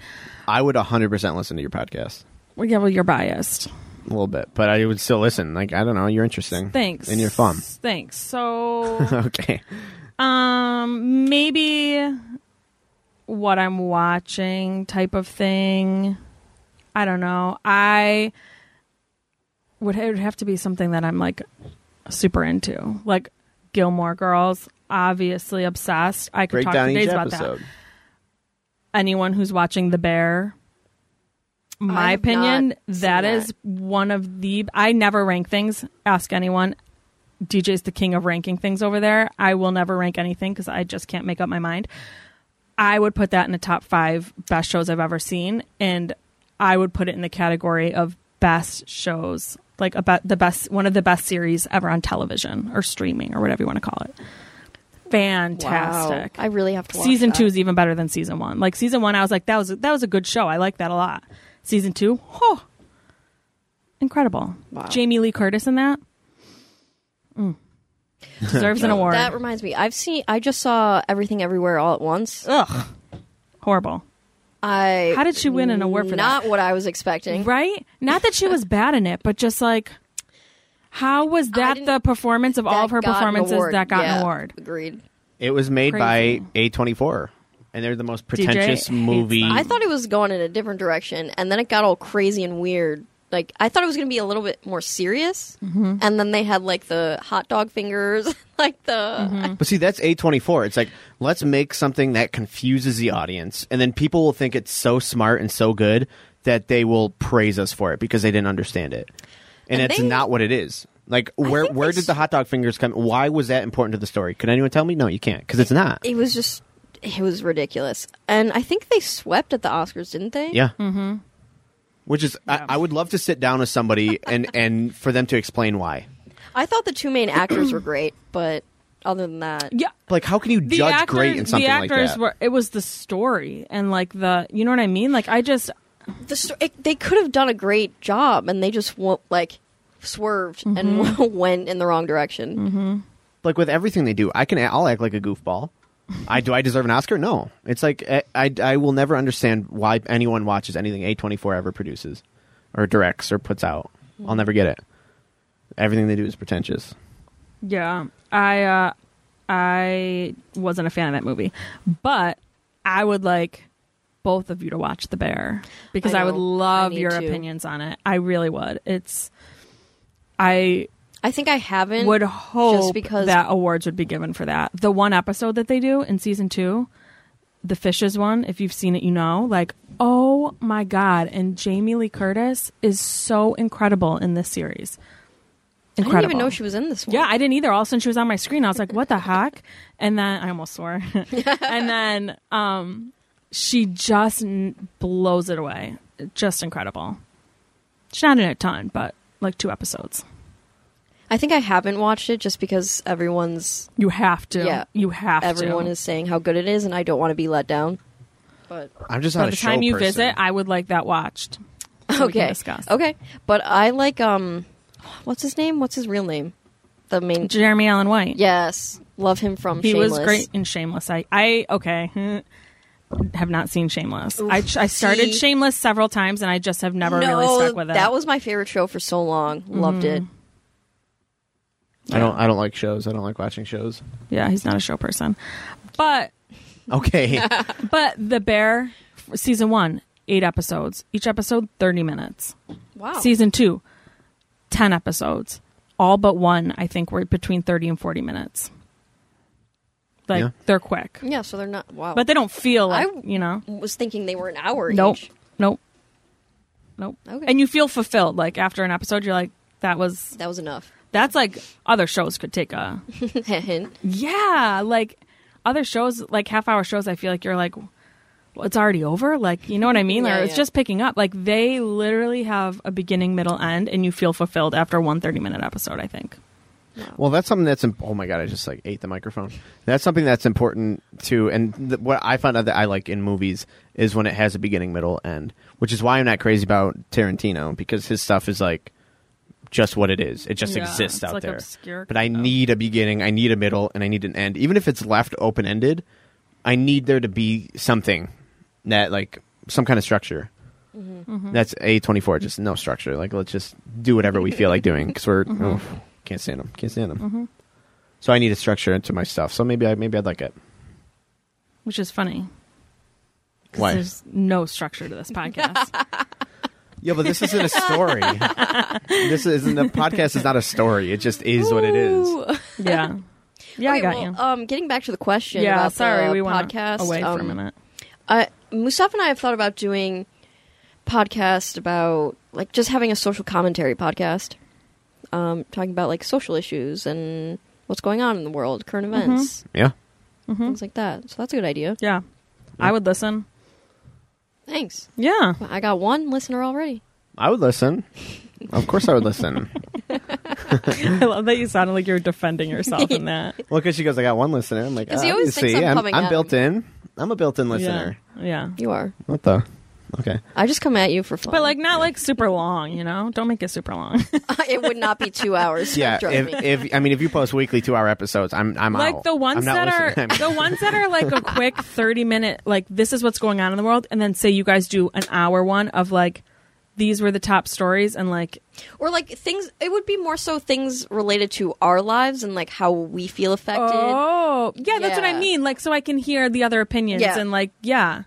S2: I would 100% listen to your podcast.
S3: Well, yeah, well, you're biased.
S2: A little bit, but I would still listen. Like, I don't know. You're interesting.
S3: Thanks.
S2: And you're fun.
S3: Thanks. So
S2: Okay.
S3: Um, maybe what I'm watching type of thing. I don't know. I would it would have to be something that I'm like super into, like Gilmore Girls. Obviously obsessed. I could
S2: Break
S3: talk
S2: down
S3: for
S2: each
S3: days about that.
S2: episode.
S3: Anyone who's watching The Bear, my
S1: have not
S3: opinion,
S1: seen
S3: that
S1: that.
S3: is one of the. I never rank things. Ask anyone. DJ's the king of ranking things over there. I will never rank anything because I just can't make up my mind. I would put that in the top five best shows I've ever seen, and I would put it in the category of best shows, like about the best one of the best series ever on television or streaming or whatever you want to call it. Fantastic!
S1: Wow. I really have to watch
S3: season
S1: that.
S3: two is even better than season one. Like season one, I was like, that was that was a good show. I like that a lot. Season two, oh, incredible!
S1: Wow.
S3: Jamie Lee Curtis in that Mm. deserves an award.
S1: That reminds me. I've seen. I just saw Everything Everywhere All at Once.
S3: Ugh, horrible.
S1: I.
S3: How did she win an award for
S1: Not what I was expecting.
S3: Right? Not that she was bad in it, but just like how was that
S1: didn't-
S3: the performance of all
S1: That
S3: of her
S1: got an
S3: performances
S1: award.
S3: that got
S1: Yeah,
S3: an award?
S1: Agreed.
S2: It was made
S3: Crazy.
S2: by A24, and they're the most pretentious
S3: hates
S2: movie.
S3: that.
S1: I thought it was going in a different direction, and then it got all crazy and weird. Like I thought it was going to be a little bit more serious,
S3: Mm-hmm.
S1: and then they had like the hot dog fingers, like the
S3: Mm-hmm.
S2: Mm-hmm. But see, that's A24. It's like, let's make something that confuses the audience, and then people will think it's so smart and so good that they will praise us for it because they didn't understand it. And,
S1: And
S2: it's
S1: they-
S2: not what it is. Like, where
S1: think
S2: where
S1: they
S2: did the hot dog fingers come? Why was that important to the story? Can anyone tell me? No, you can't, because it's not.
S1: it was just it was ridiculous. And I think they swept at the Oscars, didn't they?
S2: Yeah. Mm-hmm. Which is, I, I would love to sit down with somebody and and for them to explain why.
S1: I thought the two main actors were great, but other than that,
S3: Yeah.
S2: Like, how can you
S3: The
S2: judge
S3: actors,
S2: great in something
S3: the
S2: like
S3: actors
S2: that?
S3: were it was the story and like the you know what I mean? Like I just
S1: the sto- it, they could have done a great job, and they just won't like swerved
S3: Mm-hmm.
S1: and went in the wrong direction.
S2: like with everything they do, I can I'll act like a goofball. I do I deserve an Oscar? No. It's like I, I, I will never understand why anyone watches anything A24 ever produces or directs or puts out. I'll never get it. Everything they do is pretentious.
S3: Yeah, I uh, I wasn't a fan of that movie, but I would like both of you to watch The Bear because
S1: I
S3: I, would
S1: know. I
S3: love
S1: need
S3: your
S1: to.
S3: opinions on it. I really would. It's I
S1: I think I haven't.
S3: would hope
S1: because-
S3: that awards would be given for that. The one episode that they do in season two, the fishes one, if you've seen it, you know, like, oh my God. And Jamie Lee Curtis is so incredible in this series.
S1: I
S3: Incredible.
S1: didn't even know she was in this one.
S3: Yeah, I didn't either. All of a sudden, she was on my screen. I was like, "What the heck?" And then I almost swore. and then um, she just n- blows it away. Just incredible. She's not in a ton, but like two episodes.
S1: I think I haven't watched it just because everyone's
S3: You have to.
S1: Yeah.
S3: you have
S1: everyone
S3: to.
S1: is saying how good it is, and I don't want to be let down. But
S2: I'm just
S3: By
S2: not a
S3: the
S2: show
S3: time you
S2: person.
S3: visit, I would like that watched. So we can
S1: okay,
S3: discuss.
S1: okay. But I like um, what's his name? What's his real name? The main.
S3: Jeremy Allen White.
S1: yes, love him from.
S3: he
S1: Shameless.
S3: was great in Shameless. I, I okay. Have not seen Shameless. I, I started
S1: see.
S3: Shameless several times and I just have never
S1: no,
S3: really stuck with Mm-hmm. it.
S1: that was my favorite show for so long. Loved it.
S2: I don't I don't like shows. I don't like watching shows.
S3: yeah, he's not a show person. But
S2: Okay.
S3: But The Bear, f- season one, eight episodes. Each episode, 30 minutes.
S1: Wow.
S3: Season two, 10 episodes. All but one, I think, were between 30 and 40 minutes. Like,
S2: Yeah.
S3: they're quick.
S1: Yeah, so they're not. Wow.
S3: But they don't feel like,
S1: I-
S3: you know.
S1: was thinking they were an hour
S3: Nope.
S1: each.
S3: Nope. Nope.
S1: Okay.
S3: And you feel fulfilled. Like, after an episode, you're like, that was,
S1: That was enough.
S3: that's like other shows could take a,
S1: Hint.
S3: yeah. Like, other shows, like half hour shows, I feel like you're like, well, it's already over. Like, you know what I mean?
S1: Yeah,
S3: or it's
S1: yeah.
S3: just picking up. Like, they literally have a beginning, middle, end, and you feel fulfilled after one 30 minute episode, I think.
S2: Well, that's something that's imp- oh my god, I just like ate the microphone. That's something that's important too. And th- what I found out that I like in movies is when it has a beginning, middle, end, which is why I'm not crazy about Tarantino because his stuff is like just what it is. It just
S3: Yeah,
S2: exists
S3: it's
S2: out
S3: like
S2: there.
S3: obscure
S2: but I
S3: kind of-
S2: need a beginning, I need a middle, and I need an end. Even if it's left open ended, I need there to be something that like some kind of structure.
S3: Mm-hmm.
S2: That's a twenty four. Just no
S3: Mm-hmm.
S2: structure. Like let's just do whatever we feel like doing because we're oh, can't stand them. Can't stand them. So I need a structure into my stuff. So maybe I maybe I'd like it.
S3: which is funny. 'Cause
S2: Why?
S3: There's no structure to this podcast.
S2: Yeah, but this isn't a story. this isn't the podcast is not a story. It just is what it is.
S1: Ooh.
S3: yeah. Yeah, I
S1: Okay,
S3: got
S1: well,
S3: you.
S1: Um, getting back to the question.
S3: yeah,
S1: about
S3: sorry,
S1: the
S3: we went
S1: podcast
S3: away for a
S1: um,
S3: minute.
S1: I, Mustafa and I have thought about doing podcast about like just having a social commentary podcast, um, talking about like social issues and what's going on in the world, current
S3: Mm-hmm.
S1: events,
S2: Yeah.
S1: things like that. So that's a good idea.
S3: Yeah. I would listen.
S1: Thanks.
S3: Yeah.
S1: Well, I got one listener already.
S2: I would listen. Of course I would listen.
S3: I love that you sounded like you were defending yourself in that.
S2: well, because she goes, I got one listener. I'm like,
S1: 'Cause he
S2: ah,
S1: always thinks
S2: see,
S1: I'm
S2: I'm,
S1: coming
S2: I'm
S1: at
S2: built in. I'm a built-in listener.
S3: Yeah. yeah.
S1: You are.
S2: What the? Okay.
S1: I just come at you for fun.
S3: But like not like super long, you know? Don't make it super long.
S1: it would not be two hours.
S2: Yeah.
S1: trust me.
S2: If, if I mean, if you post weekly two-hour episodes, I'm I'm
S3: like
S2: out.
S3: the ones
S2: I'm not
S3: that are
S2: listening.
S3: the ones that are like a quick 30 minute like this is what's going on in the world and then say you guys do an hour one of like these were the top stories and like
S1: or like things. It would be more so things related to our lives and like how we feel affected.
S3: oh yeah, that's what i
S1: Yeah.
S3: mean like so i can hear the other opinions
S1: Yeah.
S3: and like yeah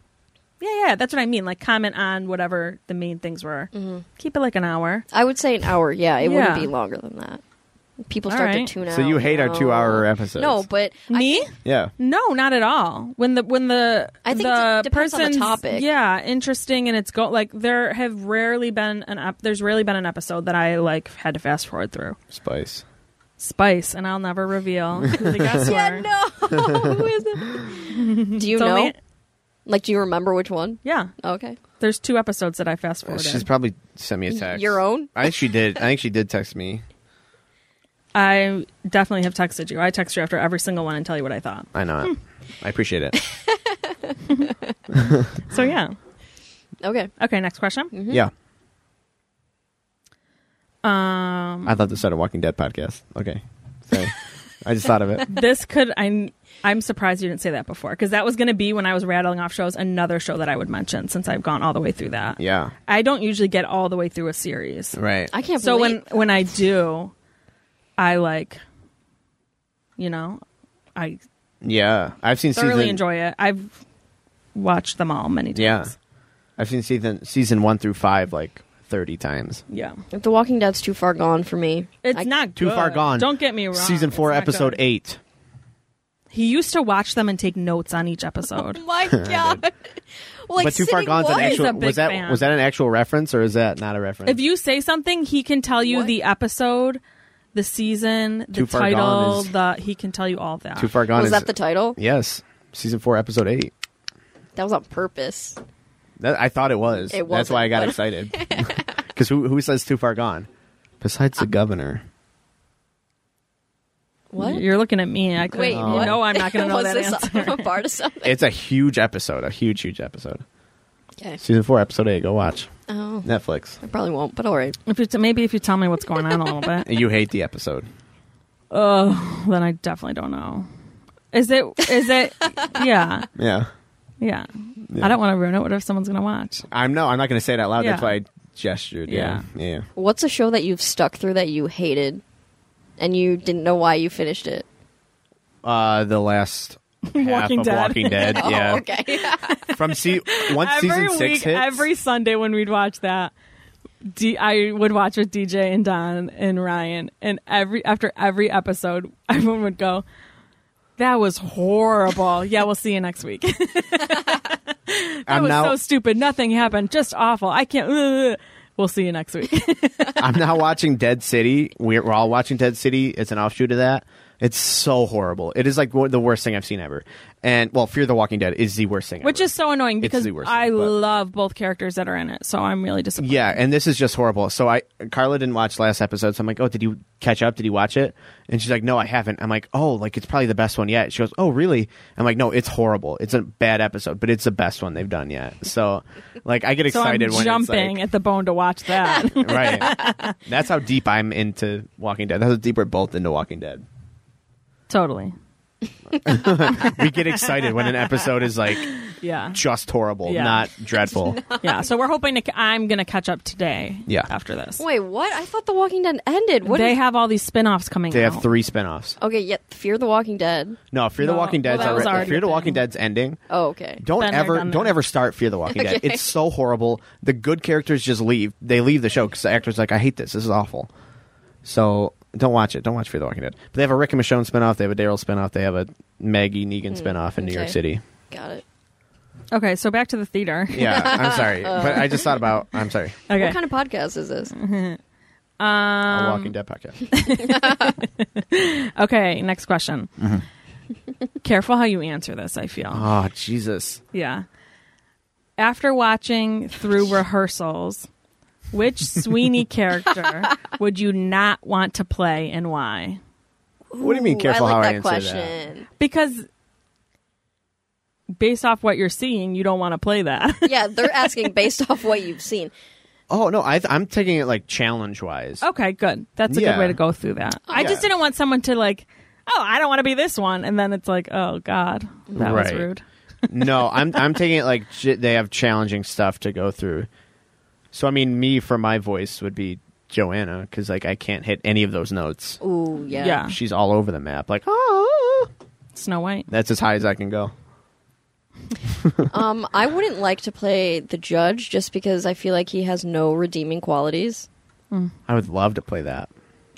S3: yeah yeah that's what i mean like comment on whatever the main things were
S1: Mm-hmm.
S3: keep it like an hour
S1: I would say an hour. Yeah, it wouldn't
S3: Yeah.
S1: be longer than that. People
S3: All
S1: start
S3: right.
S1: to tune out.
S2: So you hate our
S1: now.
S2: two-hour episodes?
S1: No, but I
S3: me
S1: think-
S2: yeah.
S3: no not at all when the when the
S1: I think
S3: the
S1: it depends on the
S3: person's-
S1: topic.
S3: yeah interesting and it's go like there have rarely been an ep- there's rarely been an episode that i like had to fast forward through
S2: Spice.
S3: Spice, and I'll never reveal who the guests
S1: yeah,
S3: were.
S1: no. Who is it? Do you
S3: It's
S1: know?
S3: only-
S1: Like, do you remember which one?
S3: yeah,
S1: Okay.
S3: there's two episodes that I fast forwarded.
S2: Uh, She's probably sent me a text.
S1: Your own?
S2: I think she did. I think she did text me.
S3: I definitely have texted you. I text you after every single one and tell you what I thought.
S2: I know it. I appreciate it.
S3: So
S1: Mm-hmm.
S3: yeah.
S1: Okay.
S3: Okay, next question.
S1: Mm-hmm.
S2: Yeah.
S3: Um,
S2: I thought this started Walking Dead podcast. Okay. Sorry. I just thought of it.
S3: this could I'm I'm surprised you didn't say that before because that was going to be when I was rattling off shows another show that I would mention since I've gone all the way through that.
S2: Yeah.
S3: I don't usually get all the way through a series.
S2: Right.
S1: I can't.
S3: so
S1: believe-
S3: when when i do i like you know i
S2: yeah. I've seen
S3: thoroughly
S2: season
S3: enjoy it i've watched them all many
S2: Yeah.
S3: times
S2: I've seen season season 1 through 5 like 30 times.
S3: yeah
S1: The Walking Dead's too far gone for me.
S3: it's
S1: I-
S3: not
S2: Too far
S3: good.
S2: gone.
S3: don't get me wrong
S2: Season 4
S3: It's not
S2: episode
S3: good.
S2: 8.
S3: he used to watch them and take notes on each episode
S1: Oh my god. well, like,
S2: but Too Far
S1: sitting
S2: Gone's an
S1: what?
S2: actual
S3: a big
S2: was that
S3: fan.
S2: was that an actual reference or is that not a reference?
S3: if you say something he can tell you
S1: What?
S3: the episode the season the
S2: Too Far Gone
S3: title
S2: is-
S3: the he can tell you all that
S2: Too Far Gone
S1: Was
S2: is
S1: that the title?
S2: Yes. Season 4 episode 8.
S1: That was on purpose.
S2: That, I thought it was.
S1: It
S2: That's why I
S1: wasn't,
S2: got
S1: but-
S2: excited. Because who who says too far gone? Besides
S3: Um,
S2: the governor.
S1: What?
S3: you're looking at me i could
S1: Wait. what?
S3: no i'm not gonna know
S1: was
S3: that
S1: this
S3: answer
S1: a part of something?
S2: It's a huge episode. A huge huge episode.
S1: Okay.
S2: Season four episode eight. Go watch
S1: Oh,
S2: Netflix.
S1: I probably won't. But all right.
S3: if you t- maybe if you tell me what's going on a little bit
S2: You hate the episode.
S3: Oh, then I definitely don't know. Is it? Is it? yeah,
S2: Yeah.
S3: yeah,
S2: Yeah.
S3: I don't want to ruin it. What if someone's gonna watch?
S2: I'm no. I'm not going to say it out loud. That's
S3: Yeah.
S2: why I gestured. Yeah. Yeah.
S1: What's a show that you've stuck through that you hated, and you didn't know why you finished it?
S2: Uh, the last half
S3: Walking
S2: of
S3: Dead.
S2: Walking Dead. yeah.
S1: Oh, okay.
S2: From se- once
S3: every
S2: season six
S3: week,
S2: hits.
S3: every Sunday when we'd watch that, D- I would watch with DJ and Don and Ryan, and every after every episode, everyone would go, "That was horrible." yeah, we'll see you next week. that
S2: I'm
S3: was
S2: now.
S3: so stupid. Nothing happened. Just awful. I can't. ugh. We'll see you next week.
S2: I'm now watching Dead City. We're, we're all watching Dead City. It's an offshoot of that. It's so horrible. It is like one- the worst thing I've seen ever. And well, Fear the Walking Dead is the worst thing.
S3: Which
S2: ever.
S3: is so annoying because
S2: the worst
S3: I
S2: thing, but-
S3: love both characters that are in it, so I'm really disappointed.
S2: Yeah, and this is just horrible. So I Carla didn't watch last episode, so I'm like, "Oh, did you catch up? Did you watch it?" And she's like, "No, I haven't." I'm like, "Oh, like it's probably the best one yet." She goes, "Oh, really?" I'm like, "No, it's horrible. It's a bad episode, but it's the best one they've done yet." So, like, I get
S3: so I'm
S2: excited when
S3: jumping at the bone to watch that.
S2: It's like, right. That's how deep I'm into Walking Dead. That's how deep we're both into Walking Dead.
S3: totally.
S2: we get excited when an episode is like
S3: Yeah.
S2: just horrible,
S3: Yeah.
S2: not dreadful.
S3: Yeah. So we're hoping to. I'm going to catch up today.
S2: Yeah.
S3: After this,
S1: Wait, what? I thought The Walking Dead ended. What?
S3: they
S1: is-
S3: have all these spin-offs coming.
S2: They
S3: out.
S2: have three spin-offs.
S1: okay, yet Fear the Walking Dead.
S2: No, Fear the
S3: No.
S2: Walking Dead's
S3: Well, that was
S2: already,
S3: already
S2: Fear
S3: a
S2: the
S3: thing.
S2: Walking Dead's ending.
S1: Oh, okay.
S2: Don't
S3: Been there,
S2: ever
S3: done
S2: don't
S3: that.
S2: ever start Fear the Walking Dead.
S1: Okay.
S2: It's so horrible. The good characters just leave. They leave the show because the actor's like, I hate this. This is awful. So don't watch it. Don't watch Fear the Walking Dead. But they have a Rick and Michonne spinoff. They have a Daryl spinoff. They have a Maggie
S3: Hmm.
S2: Negan spinoff in New York
S1: okay.
S2: City.
S1: Got it.
S3: Okay. So back to the theater.
S2: Yeah, I'm sorry, but I just thought about. I'm sorry.
S3: Okay.
S1: What kind of podcast is this?
S2: a
S3: Um,
S2: Walking Dead podcast.
S3: Okay, next question.
S2: Mm-hmm.
S3: Careful how you answer this, I feel.
S2: oh Jesus!
S3: yeah. After watching through rehearsals, which Sweeney character would you not want to play and why?
S2: What do you mean?
S1: Ooh,
S2: Careful
S1: I like
S2: how
S1: that
S2: I answer that.
S1: question.
S3: Because based off what you're seeing, you don't want to play that.
S1: yeah, they're asking based off what you've seen.
S2: Oh no, I th- I'm taking it like challenge wise.
S3: okay, good. That's a
S2: Yeah.
S3: good way to go through that. I just
S2: Yeah.
S3: didn't want someone to like, oh, I don't want to be this one, and then it's like, oh God, that was
S2: Right.
S3: rude.
S2: no, I'm I'm taking it like j- they have challenging stuff to go through. So I mean, me for my voice would be Joanna because like I can't hit any of those notes.
S1: Ooh, yeah.
S3: Yeah.
S2: She's all over the map. Like oh,
S3: Snow White.
S2: that's as high as I can go.
S1: Um, I wouldn't like to play the judge just because I feel like he has no redeeming qualities.
S2: I would love to play that.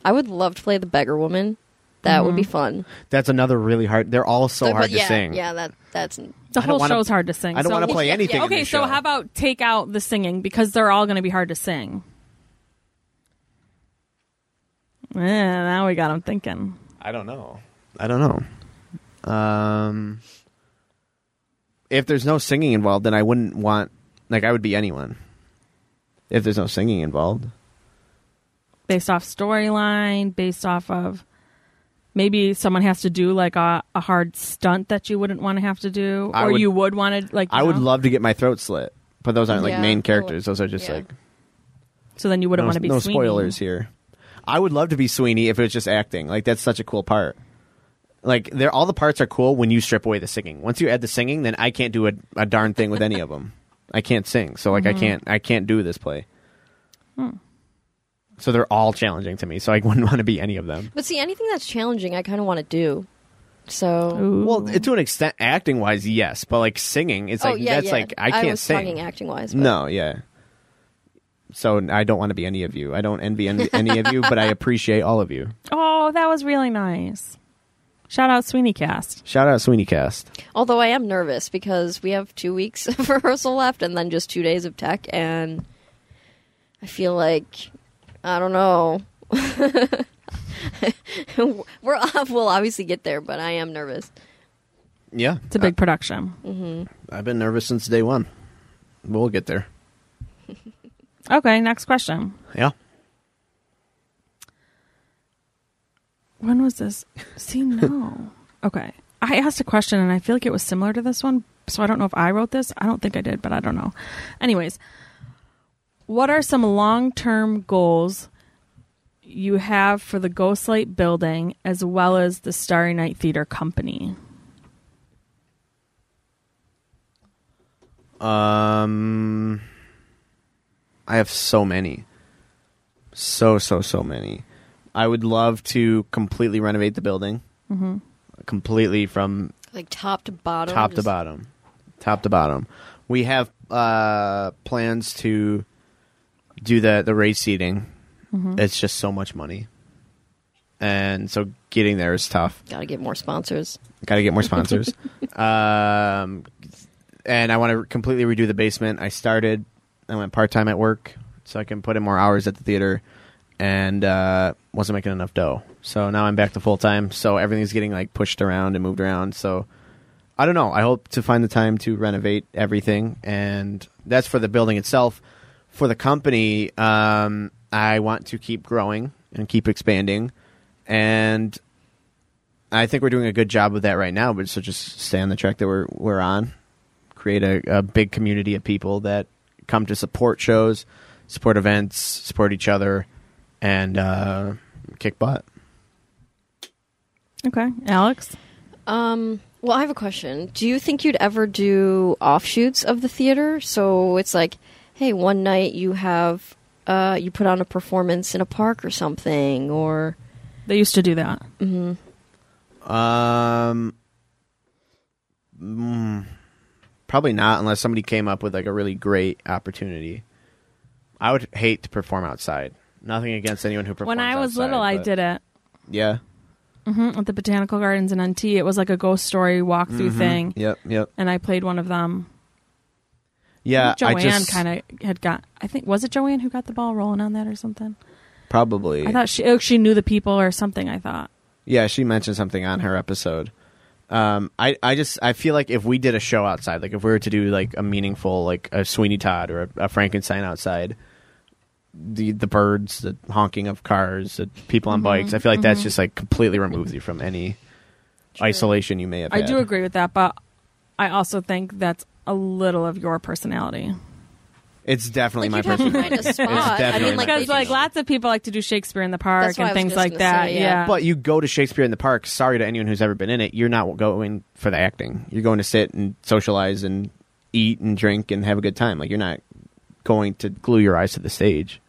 S1: I would love to play the beggar woman. That would be fun.
S2: That's another really hard. They're all Mm-hmm. so
S1: But- but
S2: hard
S1: yeah,
S2: to sing.
S1: Yeah, that that's
S3: The
S2: I don't
S3: whole
S2: wanna-
S3: show's hard to sing.
S2: I don't
S3: so-
S2: want to play anything. in
S3: Okay,
S2: this
S3: so
S2: show.
S3: how about take out the singing because they're all going to be hard to sing. Eh, now we got them thinking.
S2: I don't know. I don't know. Um, if there's no singing involved, then I wouldn't want. Like, I would be anyone. If there's no singing involved,
S3: Based off storyline, based off of maybe someone has to do like a, a hard stunt that you wouldn't want to have to do,
S2: I
S3: or
S2: would-
S3: you would want to like. you
S2: I would
S3: know?
S2: love to get my throat slit. But those aren't like
S1: Yeah. Oh,
S2: main characters. Those are just
S1: Yeah.
S2: like
S3: So then you wouldn't
S2: no,
S3: want to be
S2: no
S3: Sweeney.
S2: spoilers here. I would love to be Sweeney if it was just acting. Like that's such a cool part. Like they're all the parts are cool when you strip away the singing. Once you add the singing, then I can't do a, a darn thing with any of them. I can't sing, so like
S1: Mm-hmm.
S2: I can't I can't do this play.
S1: Hmm.
S2: So they're all challenging to me. So I wouldn't want to be any of them.
S1: But see, anything that's challenging, I kind of want to do. So,
S3: Ooh.
S2: Well, to an extent, acting wise, yes, but like singing, it's
S1: oh
S2: like
S1: yeah,
S2: that's
S1: yeah.
S2: like I can't
S1: was
S2: sing.
S1: Talking acting wise,
S2: No, yeah. So I don't want to be any of you. I don't envy any, any of you, but I appreciate all of you.
S3: Oh, that was really nice. Shout out Sweeney Cast.
S2: Shout out Sweeney Cast.
S1: Although I am nervous because we have two weeks of rehearsal left and then just two days of tech, and I feel like I don't know. We're we'll obviously get there, but I am nervous.
S2: Yeah,
S3: It's a big production.
S2: I've been nervous since day one. We'll get there.
S3: Okay, next question.
S2: Yeah.
S3: when was this? See, no. okay. I asked a question and I feel like it was similar to this one. So I don't know if I wrote this. I don't think I did, but I don't know. Anyways, what are some long term goals you have for the Ghostlight building as well as the Starry Night Theater Company?
S2: Um, I have so many, so so so many. I would love to completely renovate the building, mm-hmm. completely from
S1: Like top to bottom,
S2: top to
S1: just-
S2: bottom top to bottom we have uh plans to do the the race seating
S1: Mm-hmm.
S2: it's just so much money and so getting there is tough
S1: Gotta get more sponsors.
S2: gotta get more sponsors um and i want to completely redo the basement i started i went part-time at work so i can put in more hours at the theater and uh wasn't making enough dough so now i'm back to full-time so everything's getting like pushed around and moved around so I don't know. I hope to find the time to renovate everything, and that's for the building itself. For the company, um, I want to keep growing and keep expanding, and I think we're doing a good job of that right now. But so just stay on the track that we're we're on, create a, a big community of people that come to support shows, support events, support each other, and uh, kick butt.
S3: Okay, Alex?
S1: Um, well, I have a question. Do you think you'd ever do offshoots of the theater? So it's like, hey, one night you have uh, you put on a performance in a park or something, or
S3: They used to do that.
S2: Um, mm, probably not, unless somebody came up with like a really great opportunity. I would hate to perform outside. Nothing against anyone who performs.
S3: When I was
S2: outside,
S3: little, I
S2: but-
S3: did it.
S2: Yeah.
S3: hmm at the botanical gardens in NT. It was like a ghost story walkthrough
S2: Mm-hmm.
S3: thing,
S2: Yep. Yep.
S3: and I played one of them.
S2: Yeah.
S3: I think
S2: I
S3: Joanne
S2: just
S3: kind of had got. I think was it Joanne who got the ball rolling on that or something.
S2: probably.
S3: I thought she oh, she knew the people or something. I thought
S2: Yeah, she mentioned something on her episode. Um, I, I just I feel like if we did a show outside, like if we were to do like a meaningful like a Sweeney Todd or a, a Frankenstein outside, the the birds, the honking of cars, the people
S1: Mm-hmm,
S2: on bikes, I feel like that's just like completely removes you from any isolation you may have.
S3: I do
S2: had.
S3: agree with that, but I also think that's a little of your personality
S2: It's definitely
S1: like
S2: my
S1: you'd have to
S2: personality.
S1: find a spot. I
S2: definitely
S1: mean,
S2: my
S1: like,
S3: because
S1: they
S3: like
S1: just-
S3: lots of people like to do Shakespeare in the park
S1: That's what
S3: and
S1: I was
S3: things
S1: just
S3: like
S1: gonna
S3: that.
S1: say,
S3: yeah,
S1: yeah.
S2: But you go to Shakespeare in the Park. Sorry to anyone who's ever been in it. You're not going for the acting. You're going to sit and socialize and eat and drink and have a good time. Like you're not going to glue your eyes to the stage.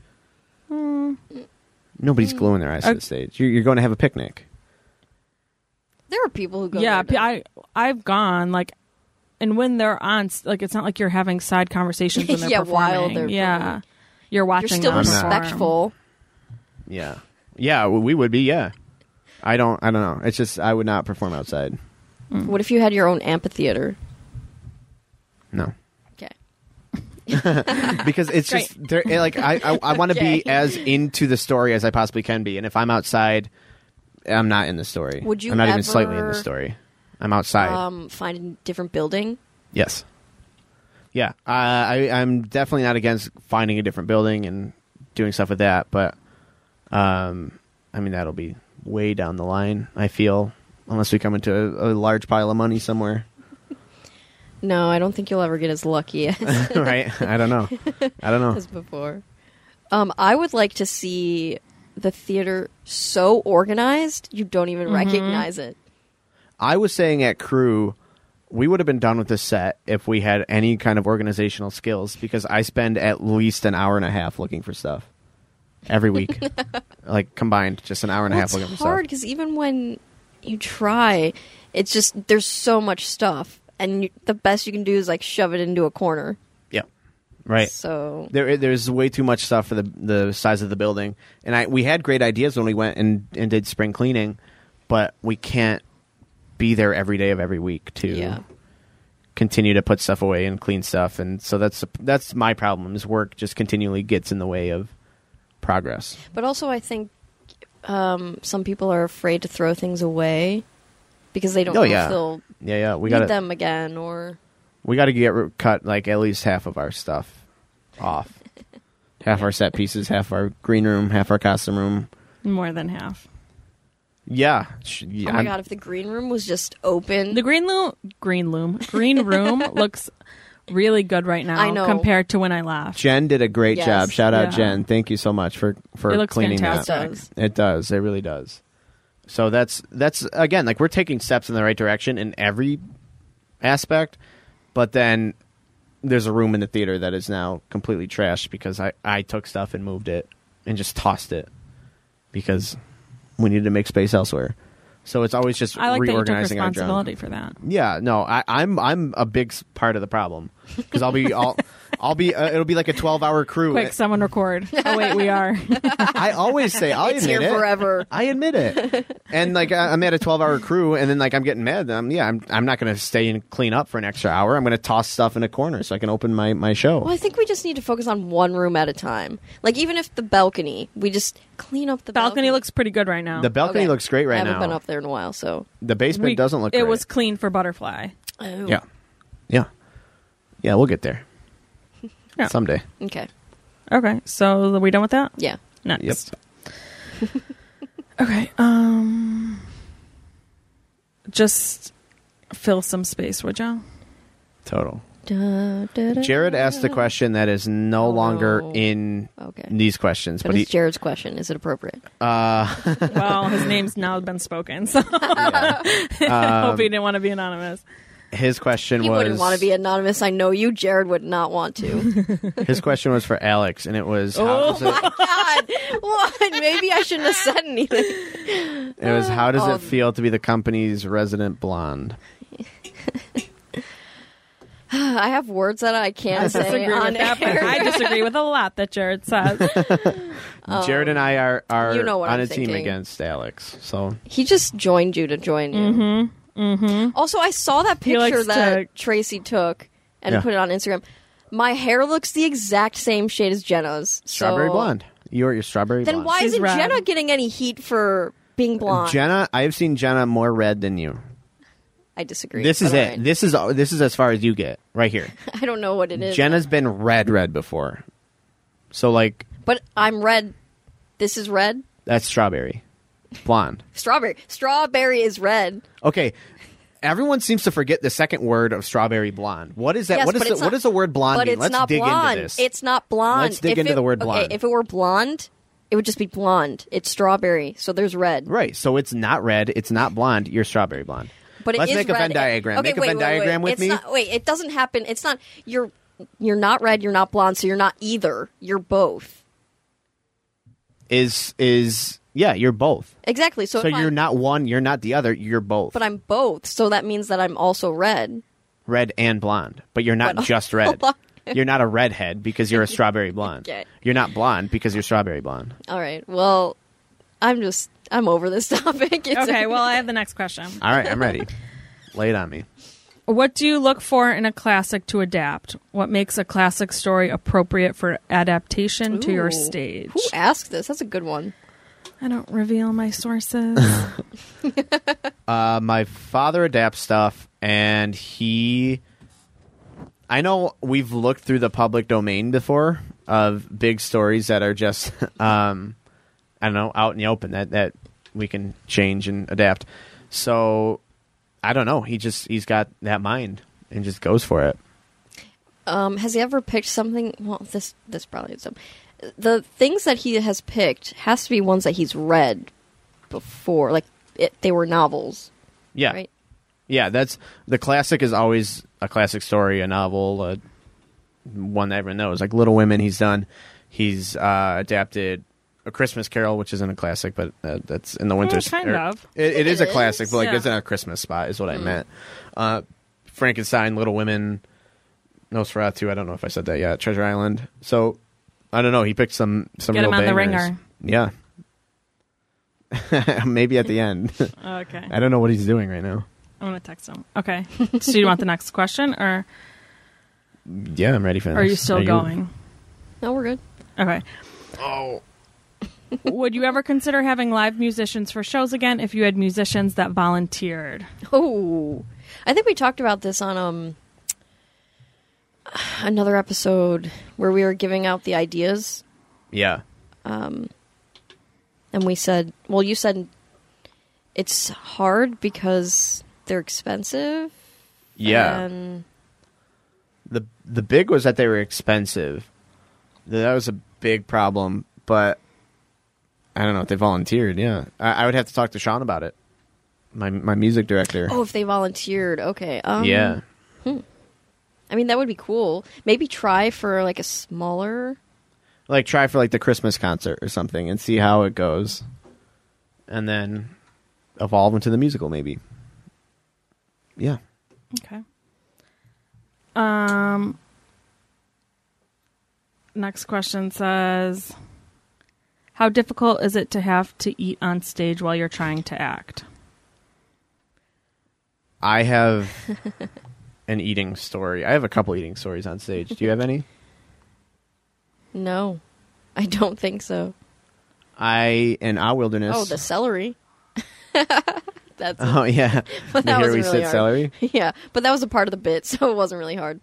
S2: Nobody's gluing their eyes to
S3: Okay.
S2: the stage. You're, you're going to have a picnic.
S1: there are people who go.
S3: yeah,
S1: there to-
S3: I I've gone like. And when they're on, s- like it's not like you're having side conversations when they're
S1: Yeah,
S3: performing.
S1: while they're
S3: yeah, you're
S1: performing. you're
S3: watching.
S1: still
S3: them perform.
S1: respectful.
S2: Yeah, yeah, w- we would be. Yeah, I don't. I don't know. It's just I would not perform outside.
S3: Mm.
S1: What if you had your own amphitheater?
S2: No.
S1: Okay.
S2: because it's
S3: Great.
S2: just there, eh, like I I, I want to
S1: Okay.
S2: be as into the story as I possibly can be, and if I'm outside, I'm not in the story.
S1: Would you
S2: I'm not even slightly in
S1: ever-
S2: the story. I'm outside.
S1: Um, find a different building.
S2: yes. Yeah, uh, I I'm definitely not against finding a different building and doing stuff with that, but um, I mean that'll be way down the line. I feel unless we come into a, a large pile of money somewhere.
S1: No, I don't think you'll ever get as lucky as,
S2: right? I don't know. I don't know.
S1: as before. Um, I would like to see the theater so organized you don't even recognize it.
S2: I was saying at crew, we would have been done with this set if we had any kind of organizational skills because I spend at least an hour and a half looking for stuff every week, like combined, just an hour and a
S1: Well,
S2: half looking
S1: it's
S2: for
S1: hard
S2: stuff.
S1: because even when you try, it's just there's so much stuff, and you, the best you can do is like shove it into a corner.
S2: Yeah, right.
S1: So
S2: There, there's way too much stuff for the the size of the building, and I we had great ideas when we went and and did spring cleaning, but we can't be there every day of every week to
S1: Yeah.
S2: continue to put stuff away and clean stuff, and so that's that's my problem is work just continually gets in the way of progress.
S1: But also, I think um, some people are afraid to throw things away because they don't
S2: Oh,
S1: know
S2: yeah.
S1: if they'll
S2: Yeah, yeah, we
S1: need
S2: got to
S1: them again. Or oh
S2: we got to get rid- cut like at least half of our stuff off, half our set pieces, half our green room, half our costume room.
S3: More than half.
S2: Yeah, sh- yeah
S1: oh my
S2: I'm-
S1: god, if the green room was just open,
S3: The green loom, green loom, green room looks really good right now.
S1: I know.
S3: compared to when I left.
S2: Jen did a great
S1: Yes.
S2: job. Shout out
S3: Yeah.
S2: Jen. Thank you so much for for
S3: It looks
S2: cleaning
S3: fantastic.
S1: It
S2: that.
S1: does.
S2: It does. It really does. So that's that's again like we're taking steps in the right direction in every aspect, but then there's a room in the theater that is now completely trashed because I I took stuff and moved it and just tossed it because we needed to make space elsewhere. So it's always just
S3: I like that you took
S2: reorganizing our junk.
S3: responsibility for that.
S2: Yeah, no, I, I'm I'm a big s- part of the problem because I'll be I'll, I'll be uh, it'll be like a 12 hour crew.
S3: Quick, someone record. Oh wait, we are.
S2: I always say I'll
S1: it's
S2: admit
S1: here
S2: it.
S1: forever.
S2: I admit it, and like I- I'm at a 12 hour crew, and then like I'm getting mad. That I'm yeah, I'm I'm not gonna stay and clean up for an extra hour. I'm gonna toss stuff in a corner so I can open my my show.
S1: Well, I think we just need to focus on one room at a time. Like even if the balcony, we just clean up the
S3: Balcony
S1: balcony.
S3: looks pretty good right now.
S2: The balcony
S1: Okay.
S2: looks great
S1: I
S2: right
S1: haven't
S2: now.
S1: been up there in a while, so
S2: The basement
S3: We-
S2: doesn't look.
S3: It
S2: great.
S3: was clean for butterfly.
S1: oh.
S2: yeah, yeah, yeah. We'll get there
S3: Yeah.
S2: someday.
S1: Okay,
S3: Okay, so are we done with that?
S1: yeah.
S3: Next. Okay. Um. Just fill some space, would you?
S2: Total.
S1: Da, da, da,
S2: Jared asked the question that is no
S1: Oh,
S2: longer
S1: no.
S2: in
S1: Okay.
S2: these questions,
S1: But
S2: but he,
S1: it's Jared's question. Is it appropriate?
S3: Well, his name's now been spoken, so
S2: Um,
S3: I hope he didn't want to be anonymous.
S2: his question
S1: He
S2: was
S1: wouldn't want to be anonymous. I know you. Jared would not want to.
S2: his question was for Alex, and it was how
S1: Oh
S2: does it,
S1: God, what? Maybe I shouldn't have said anything.
S2: It was how does
S1: Oh.
S2: it feel to be the company's resident blonde?
S1: I have words that I can't say
S3: Disagree with
S1: on
S3: that, but
S1: air.
S3: I disagree with a lot that Jared says.
S2: Jared and I are are
S1: Oh. You know what
S2: on
S1: I'm
S2: a team
S1: thinking.
S2: against Alex. So
S1: He just joined you to join you. Mm-hmm. Mm-hmm. Also, I saw that
S3: He likes
S1: picture that
S3: to-
S1: Tracy took and
S2: Yeah.
S1: put it on Instagram. My hair looks the exact same shade as Jenna's. so-
S2: strawberry blonde. You're your strawberry
S1: Then
S2: blonde.
S1: why
S3: She's
S1: isn't
S3: red.
S1: Jenna getting any heat for being blonde?
S2: Jenna, I have seen Jenna more red than you.
S1: I disagree.
S2: This
S1: but
S2: is
S1: all
S2: it.
S1: right.
S2: This is this is as far as you get right here.
S1: I don't know what it is.
S2: Jenna's been red red before. So like
S1: But I'm red. This is red.
S2: that's strawberry blonde.
S1: Strawberry. Strawberry is red.
S2: Okay. Everyone seems to forget the second word of strawberry blonde. What is that?
S1: Yes,
S2: what is
S1: but
S2: the,
S1: it's
S2: what
S1: not-
S2: does the word blonde
S1: but
S2: mean?
S1: it's
S2: Let's
S1: not
S2: dig
S1: blonde.
S2: into this.
S1: It's not blonde.
S2: Let's dig
S1: If
S2: into
S1: it-
S2: the word blonde.
S1: Okay, if it were blonde, it would just be blonde. It's strawberry. So there's red.
S2: Right. So it's not red. It's not blonde. You're strawberry blonde.
S1: But it
S2: let's
S1: is
S2: make a
S1: red.
S2: Venn diagram.
S1: Okay,
S2: make a
S1: wait,
S2: Venn
S1: wait, wait.
S2: diagram with
S1: It's
S2: me.
S1: not- wait, it doesn't happen. It's not you're you're not red. You're not blonde. So you're not either. You're both.
S2: Is is yeah? You're both.
S1: Exactly. So,
S2: So
S1: if I'm-
S2: you're not one. You're not the other. You're both.
S1: But I'm both. So that means that I'm also red.
S2: red and blonde. But you're not just red. You're not a redhead because you're a strawberry blonde.
S1: Okay.
S2: You're not blonde because you're strawberry blonde.
S1: All right. Well, I'm just I'm over this topic. It's
S3: Okay, well, I have the next question.
S2: All right, I'm ready. Lay it on me.
S3: What do you look for in a classic to adapt? What makes a classic story appropriate for adaptation to your
S1: Ooh.
S3: stage?
S1: Who asked this? That's a good one.
S3: I don't reveal my sources. Oh,
S2: Uh, my father adapts stuff, and he. I know we've looked through the public domain before of big stories that are just, um, I don't know, out in the open that that we can change and adapt. So, I don't know. He just he's got that mind and just goes for it.
S1: Um, has he ever picked something? Well, this this probably is some. The things that he has picked has to be ones that he's read before, like it, they were novels,
S2: Yeah,
S1: right?
S2: yeah. That's the classic is always a classic story, a novel, a one that everyone knows. Like Little Women, he's done. He's uh, adapted A Christmas Carol, which isn't a classic, but uh, that's in the winter.
S3: Mm, kind of.
S2: It, it is Hmm. a classic, but like
S3: Yeah.
S2: it's in a Christmas spot, is what I meant. Uh, Frankenstein, Little Women, Nosferatu. I don't know if I said that yet. Treasure Island. So I don't know. He picked some some
S3: Get
S2: real
S3: him on the
S2: bangers.
S3: ringer.
S2: Yeah. Maybe at the end.
S3: okay.
S2: I don't know what he's doing right now.
S3: I'm gonna text him. Okay. So you want the next question, or
S2: Yeah, I'm ready for this.
S3: are you still going?
S1: No, we're good.
S3: Okay. Oh. Would you ever consider having live musicians for shows again if you had musicians that volunteered?
S1: Oh, I think we talked about this on um another episode where we were giving out the ideas,
S2: Yeah.
S1: and we said, well, you said it's hard because they're expensive.
S2: Yeah.
S1: and
S2: the the big was that they were expensive. That was a big problem, but I don't know if they volunteered. Yeah, I, I would have to talk to Sean about it. My my music director.
S1: oh, if they volunteered, okay. Um,
S2: yeah,
S1: I mean, that would be cool. Maybe try for like a smaller.
S2: like try for like the Christmas concert or something and see how it goes, and then evolve into the musical maybe. Yeah,
S3: Okay. Um. Next question says, "How difficult is it to have to eat on stage while you're trying to act?"
S2: I have an eating story. I have a couple eating stories on stage. Do you have any?
S1: No, I don't think so.
S2: I in our wilderness.
S1: Oh, the celery. That's
S2: Oh yeah,
S1: But
S2: The
S1: that wasn't
S2: here we
S1: really
S2: sit
S1: hard.
S2: celery.
S1: yeah, but that was a part of the bit, so it wasn't really hard.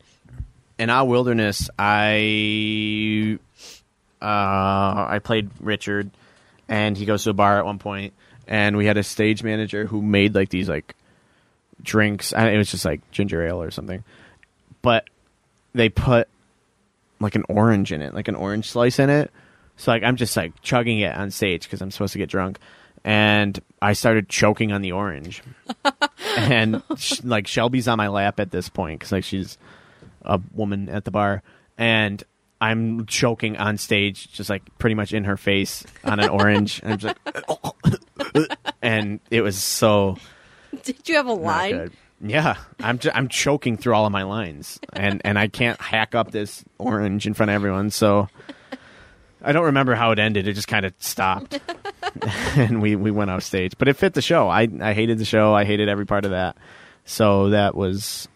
S2: In our wilderness, I uh, I played Richard, and he goes to a bar at one point, and we had a stage manager who made like these like drinks. I, it was just like ginger ale or something, but they put like an orange in it, like an orange slice in it. So like I'm just like chugging it on stage because I'm supposed to get drunk, and I started choking on the orange, and sh- like Shelby's on my lap at this point because like she's a woman at the bar, and I'm choking on stage, just like pretty much in her face on an orange, and I'm just like, and it was so
S1: Did you have a
S2: not
S1: line?
S2: good. Yeah, I'm j- I'm choking through all of my lines, and and I can't hack up this orange in front of everyone. So I don't remember how it ended. It just kind of stopped, and we we went off stage. But it fit the show. I I hated the show. I hated every part of that. So that was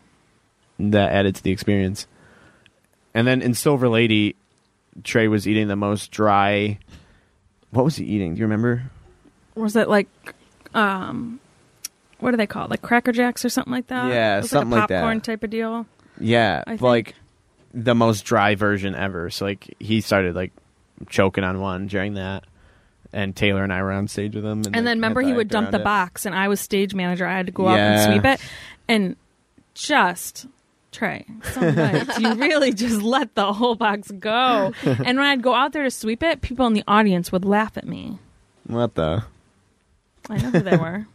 S2: that added to the experience. And then in Silver Lady, Trey was eating the most dry. What was he eating? Do you remember?
S3: was it like um what do they call it? Like Cracker Jacks or something like that?
S2: Yeah,
S3: It was
S2: something
S3: like,
S2: like
S3: a
S2: that.
S3: popcorn type of deal.
S2: Yeah,
S3: I think.
S2: like the most dry version ever. So like he started like choking on one during that, and Taylor and I were on stage with him. And,
S3: And
S2: like,
S3: then remember
S2: had
S3: he
S2: to
S3: would
S2: act
S3: dump
S2: around
S3: the
S2: it.
S3: box and I was stage manager. I had to go out
S2: Yeah.
S3: and sweep it. And just Trey, some nights you really just let the whole box go. And when I'd go out there to sweep it, people in the audience would laugh at me.
S2: What the?
S3: I know who they were.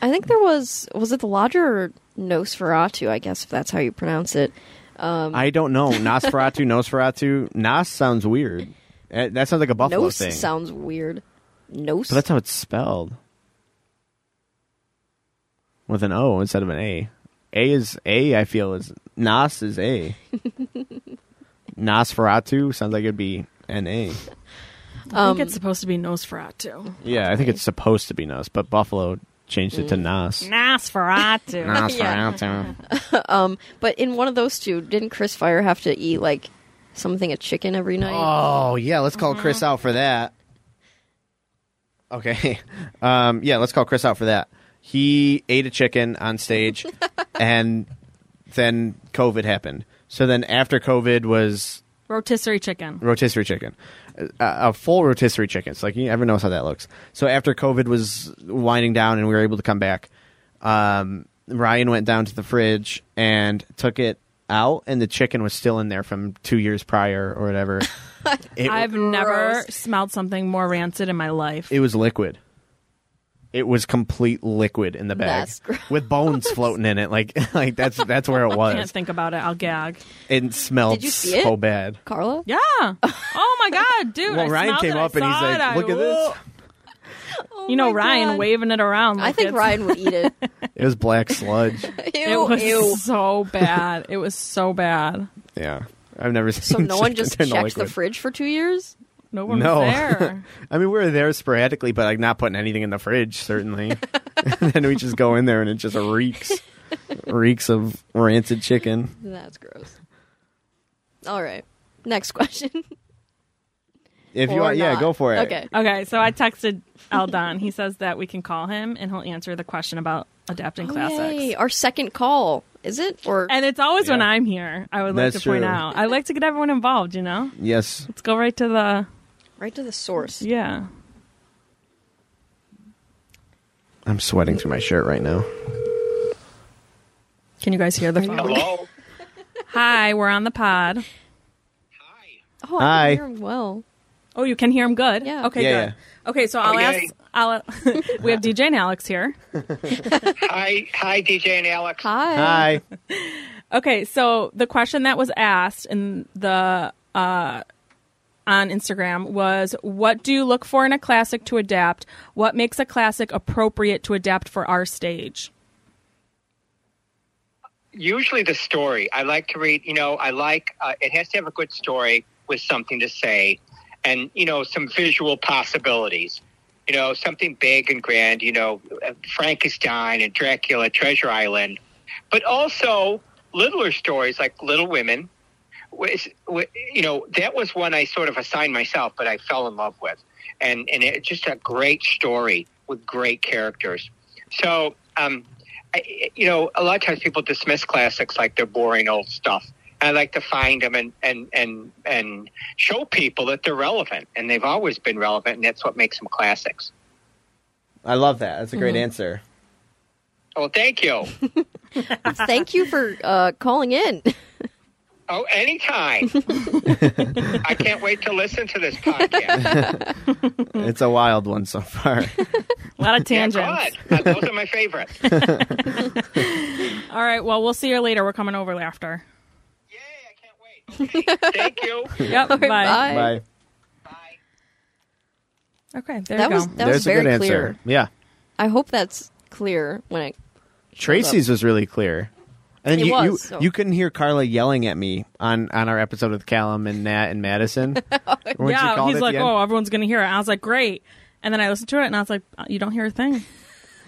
S1: I think there was was it the Lodger or Nosferatu? I guess if that's how you pronounce it. Um,
S2: I don't know. Nosferatu, Nosferatu. Nos sounds weird. Eh, That sounds like a buffalo
S1: Nos
S2: thing.
S1: sounds weird. Nos.
S2: but that's how it's spelled. With an O instead of an A. A is A. I feel is Nos is A. Nosferatu sounds like it'd be an A.
S3: I
S1: Um,
S3: think it's supposed to be Nosferatu.
S2: Yeah, I think it's supposed to be Nas, but Buffalo changed it to Nas.
S3: Nosferatu.
S1: but in one of those two, didn't Chris Fire have to eat like something a chicken every night?
S2: Oh yeah, let's call Chris out for that. Okay, um, yeah, let's call Chris out for that. He ate a chicken on stage, and then COVID happened. So then after COVID was
S3: Rotisserie chicken.
S2: rotisserie chicken, a, a full rotisserie chicken. So like you never knows how that looks. So after COVID was winding down and we were able to come back, um, Ryan went down to the fridge and took it out, and the chicken was still in there from two years prior or whatever. it,
S3: I've never
S1: Gross.
S3: smelled something more rancid in my life.
S2: it was liquid. It was complete liquid in the bag
S1: That's gross.
S2: with bones floating in it. Like like that's that's where it
S3: Can't
S2: was.
S3: think about it. I'll gag.
S2: It smelled
S1: Did you see
S2: so
S1: it?
S2: bad.
S1: Carla.
S3: Yeah. Oh my god, dude.
S2: Well,
S3: I
S2: Ryan
S3: smelled
S2: came
S3: it, I
S2: up and he's
S3: saw it,
S2: like,
S3: I-
S2: "Look at this."
S1: Oh
S3: You know,
S1: my
S3: Ryan
S1: God.
S3: waving it around.
S1: I
S3: like
S1: think
S3: it's-
S1: Ryan would eat it.
S2: It was black sludge.
S3: It
S1: Ew,
S3: was
S1: ew.
S3: so bad. It was so bad.
S2: Yeah, I've never seen.
S1: So no one
S2: chicken
S1: just
S2: turn to
S1: checks the
S2: liquid.
S1: fridge for two years.
S3: No one
S2: No.
S3: was there.
S2: I mean, we were there sporadically, but like not putting anything in the fridge. Certainly, and then we just go in there, and it just reeks, reeks of rancid chicken.
S1: That's gross. All right. Next question.
S2: If you
S1: Or
S2: want, yeah,
S1: not.
S2: go for it.
S1: Okay.
S3: Okay, so I texted Eldon. He says that we can call him and he'll answer the question about adapting
S1: Oh,
S3: classics.
S1: yay. Our second call. Is it? Or
S3: And it's always when
S2: Yeah.
S3: I'm here. I would like
S2: That's
S3: to point
S2: true.
S3: out. I like to get everyone involved. You know,
S2: Yes.
S3: let's go right to the
S1: right to the source.
S3: yeah.
S2: I'm sweating through my shirt right now.
S3: Can you guys hear the phone?
S4: Hello.
S3: Hi, we're on the pod.
S1: Oh,
S2: Hi.
S1: I can hear him well.
S3: Oh, you can hear him good.
S1: Yeah.
S3: Okay.
S2: Yeah,
S3: good. Okay, so I'll
S4: Okay.
S3: ask. I'll, we have DJ and Alex here.
S4: hi, hi, DJ and Alex.
S1: Hi.
S2: Hi.
S3: Okay, so the question that was asked in the uh, on Instagram was, "What do you look for in a classic to adapt? What makes a classic appropriate to adapt for our stage?"
S4: Usually the story. I like to read. You know, I like. Uh, it has to have a good story with something to say, and you know, some visual possibilities. You know, something big and grand. You know, uh, Frankenstein and Dracula, Treasure Island, but also littler stories like Little Women. was, wa- you know, that was one I sort of assigned myself, but I fell in love with, and and it's just a great story with great characters. So, um, I, you know, a lot of times people dismiss classics like they're boring old stuff. And I like to find them and and and and show people that they're relevant, and they've always been relevant, and that's what makes them classics.
S1: Mm-hmm.
S2: I love that. That's a great answer.
S4: Well, thank you.
S1: Thank you for uh, calling in.
S4: Oh, anytime. I can't wait to listen to this podcast.
S1: Mm.
S2: It's a wild one so far.
S3: A lot of
S4: Yeah,
S3: tangents.
S4: good. Uh, Those are my favorites. Yay,
S3: All right. Well, we'll see you later. We're coming over after.
S4: I can't wait. Okay, thank you.
S3: Yep. bye.
S1: Bye.
S2: Bye.
S4: Bye.
S3: Okay. There
S1: That
S3: you
S1: was
S3: go.
S1: that was
S2: There's a good
S1: very
S2: answer.
S1: clear.
S2: Yeah.
S1: I hope that's clear when it.
S2: Tracy's was really clear. And
S1: It
S2: you, you,
S1: was, so-
S2: you couldn't hear Carla yelling at me on, on our episode with Callum and Nat and Madison. when she
S3: yeah.
S2: called
S3: He's
S2: at
S3: like,
S2: the end,
S3: oh, everyone's gonna hear it. I was like, great. And then I listened to it, and I was like, uh, you don't hear a thing.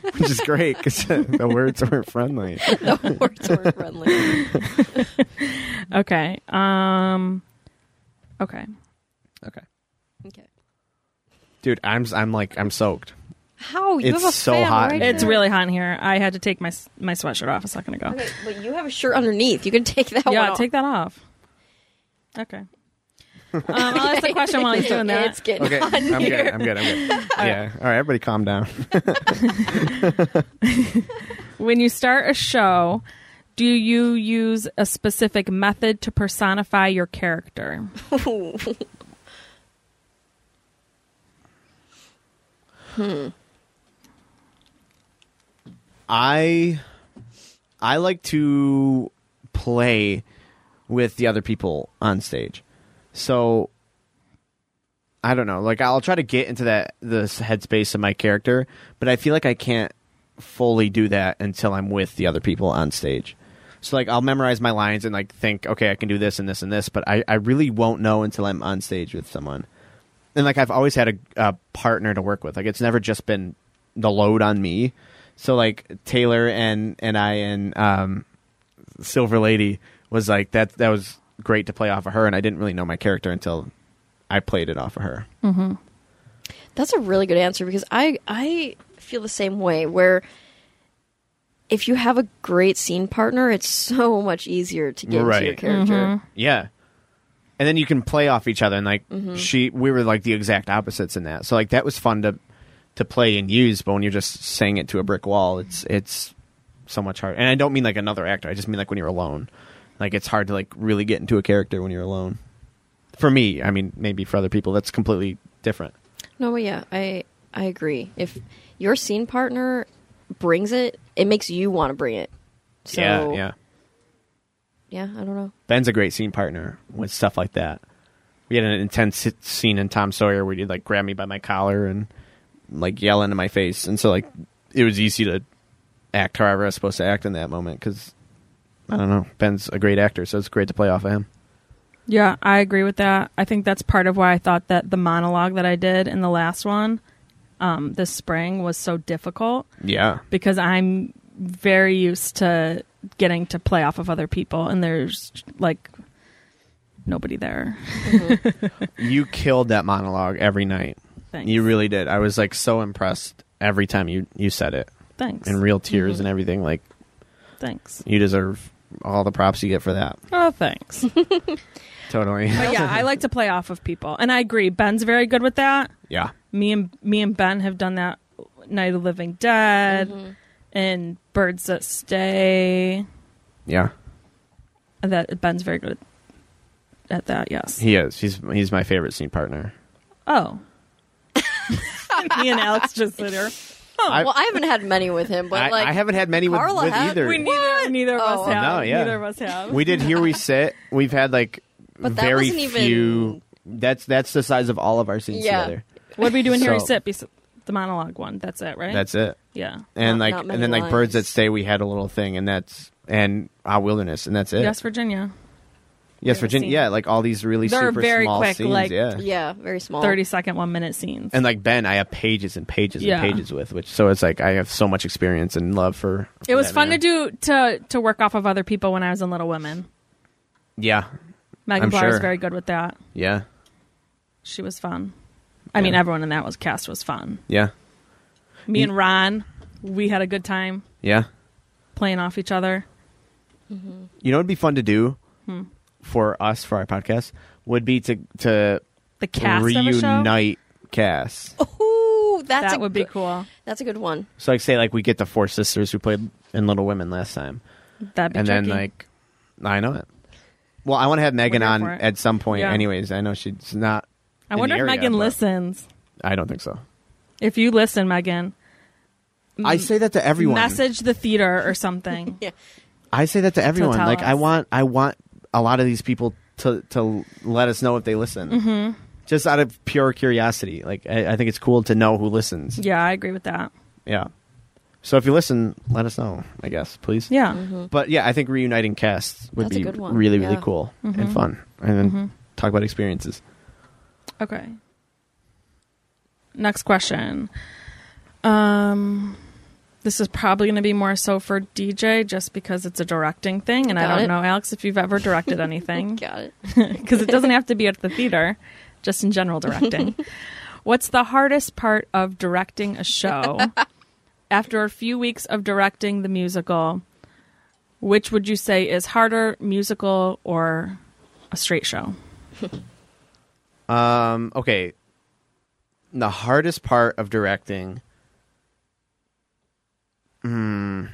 S2: which is great because the words weren't friendly.
S1: The words were friendly.
S3: Okay. Um. Okay.
S2: Okay,
S1: Okay.
S2: dude, I'm s- I'm like I'm soaked.
S1: How you
S2: It's
S1: have a
S2: so
S1: fan
S2: hot in
S1: Right
S2: here.
S3: It's
S1: there.
S3: really hot in here. I had to take my s- my sweatshirt off a second ago.
S1: Okay, but you have a shirt underneath. You can take that one.
S3: yeah,
S1: off.
S3: take that off. Okay. Um, I'll ask the question while he's doing that.
S1: It's getting
S2: Okay,
S1: hot
S2: I'm
S1: in here.
S2: good. I'm good. I'm good. yeah. All right, everybody, calm down.
S3: When you start a show, do you use a specific method to personify your character?
S2: I I like to play with the other people on stage. So I don't know. Like I'll try to get into that this headspace of my character, but I feel like I can't fully do that until I'm with the other people on stage. So like I'll memorize my lines and like think, okay, I can do this and this and this, but I, I really won't know until I'm on stage with someone. And like I've always had a, a partner to work with. Like it's never just been the load on me. So like Taylor and and I and um, Silver Lady was like that. That was great to play off of her, and I didn't really know my character until I played it off of her.
S1: That's a really good answer because I I feel the same way where if you have a great scene partner, it's so much easier to get into your
S2: Right.
S1: character.
S3: Mm-hmm.
S2: Yeah. And then you can play off each other and like she we were like the exact opposites in that. So like that was fun to to play and use, but when you're just saying it to a brick wall, it's it's so much harder. And I don't mean like another actor. I just mean like when you're alone. Like it's hard to like really get into a character when you're alone. For me, I mean maybe for other people that's completely different.
S1: No, but yeah, I I agree. If your scene partner brings it, it makes you want to bring it. So,
S2: yeah, yeah.
S1: yeah, I don't know.
S2: Ben's a great scene partner with stuff like that. We had an intense s- scene in Tom Sawyer where he like grab me by my collar and like yell into my face, and so like it was easy to act however I was supposed to act in that moment because I don't know. Ben's a great actor, so it's great to play off of him.
S3: Yeah, I agree with that. I think that's part of why I thought that the monologue that I did in the last one um, this spring was so difficult
S2: Yeah,
S3: because I'm very used to getting to play off of other people, and there's like nobody there.
S2: you killed that monologue every night.
S3: Thanks.
S2: You really did. I was like so impressed every time you you said it,
S3: Thanks. Mm-hmm.
S2: and real tears and everything. Like
S3: thanks.
S2: you deserve all the props you get for that.
S3: Oh, thanks.
S2: Totally.
S3: But yeah, I like to play off of people, and I agree. Ben's very good with that.
S2: yeah.
S3: Me and me and Ben have done that. Night of the Living Dead and Birds That Stay.
S2: Yeah.
S3: That Ben's very good at that. Yes.
S2: He is. He's he's my favorite scene partner.
S3: oh. me and Alex just sit here.
S2: I,
S1: Oh, well, I haven't had many with him, but
S2: I,
S1: like
S2: I haven't had many with,
S1: Carla
S2: with
S1: had-
S2: either.
S3: We
S2: We,
S3: neither neither of us
S1: Oh.
S3: have.
S2: No, yeah.
S3: Neither of us have.
S2: did here we sit. We've had like
S1: But that
S2: very
S1: wasn't even-
S2: few. That's that's the size of all of our scenes
S1: Yeah.
S2: together.
S3: what are we doing here? We
S2: So-
S3: sit bes- the monologue one. That's it, right?
S2: That's it.
S3: yeah.
S2: And
S1: Not-
S2: like
S1: not
S2: and
S1: many
S2: then like
S1: lines.
S2: birds that stay. We had a little thing, and that's and our wilderness, and that's it.
S3: Yes, Virginia.
S2: yes,
S3: I've
S2: Virginia.
S3: seen-
S2: Yeah, like all these really
S3: They're
S2: super
S3: very
S2: small
S3: quick,
S2: scenes.
S3: like-
S2: yeah.
S1: yeah, very
S2: Oh.
S1: small.
S3: Thirty second, one minute scenes.
S2: And like Ben, I have pages and pages
S3: Yeah.
S2: and pages with, which so it's like I have so much experience and love for.
S3: it
S2: for
S3: was
S2: that
S3: fun
S2: man.
S3: to do to to work off of other people when I was in Little Women.
S2: Yeah,
S3: Megan
S2: I'm
S3: Barr was
S2: sure.
S3: very good with that.
S2: yeah,
S3: She was fun. I mean,
S2: Yeah.
S3: everyone in that was cast was fun.
S2: yeah,
S3: Me
S2: You-
S3: and Ron, we had a good time
S2: yeah.
S3: playing off each other.
S2: You know, it'd be fun to do
S3: Hmm.
S2: for us for our podcast would be to to
S3: The cast of a show.
S2: reunite casts.
S1: Ooh, that's
S3: that
S1: a
S3: would be
S1: good-
S3: cool.
S1: That's a good one.
S2: So like say like we get the four sisters who played in Little Women last time,
S3: That'd be
S2: and
S3: tricky.
S2: then like I know it. Well, I want to have Megan
S3: here
S2: on
S3: for it.
S2: at some point.
S3: Yeah.
S2: Anyways, I know she's not.
S3: I
S2: in the
S3: wonder if
S2: area,
S3: Megan
S2: but
S3: listens.
S2: I don't think so.
S3: If you listen, Megan,
S2: I say that to everyone.
S3: Mm. message the theater or something.
S2: I say that to everyone.
S3: tell
S2: like I
S3: us.
S2: want I want a lot of these people to to let us know if they listen. Mm-hmm. Just out of pure curiosity. Like I, I think it's cool to know who listens.
S3: yeah, I agree with that.
S2: Yeah. So if you listen, let us know. I guess please.
S3: Yeah.
S1: Mm-hmm.
S2: But yeah, I think reuniting casts would
S1: That's a
S2: be
S1: good one.
S2: really really
S1: Yeah.
S2: cool and fun, and then talk about experiences.
S3: Okay. Next question. Um, this is probably going to be more so for DJ, just because it's a directing thing, and I
S1: Got
S3: don't
S1: it.
S3: know, Alex, if you've ever directed anything,
S1: Got it.
S3: because it doesn't have to be at the theater, just in general directing. What's the hardest part of directing a show? After a few weeks of directing the musical, which would you say is harder, musical or a straight show?
S2: Um, okay. The hardest part of directing. Hmm.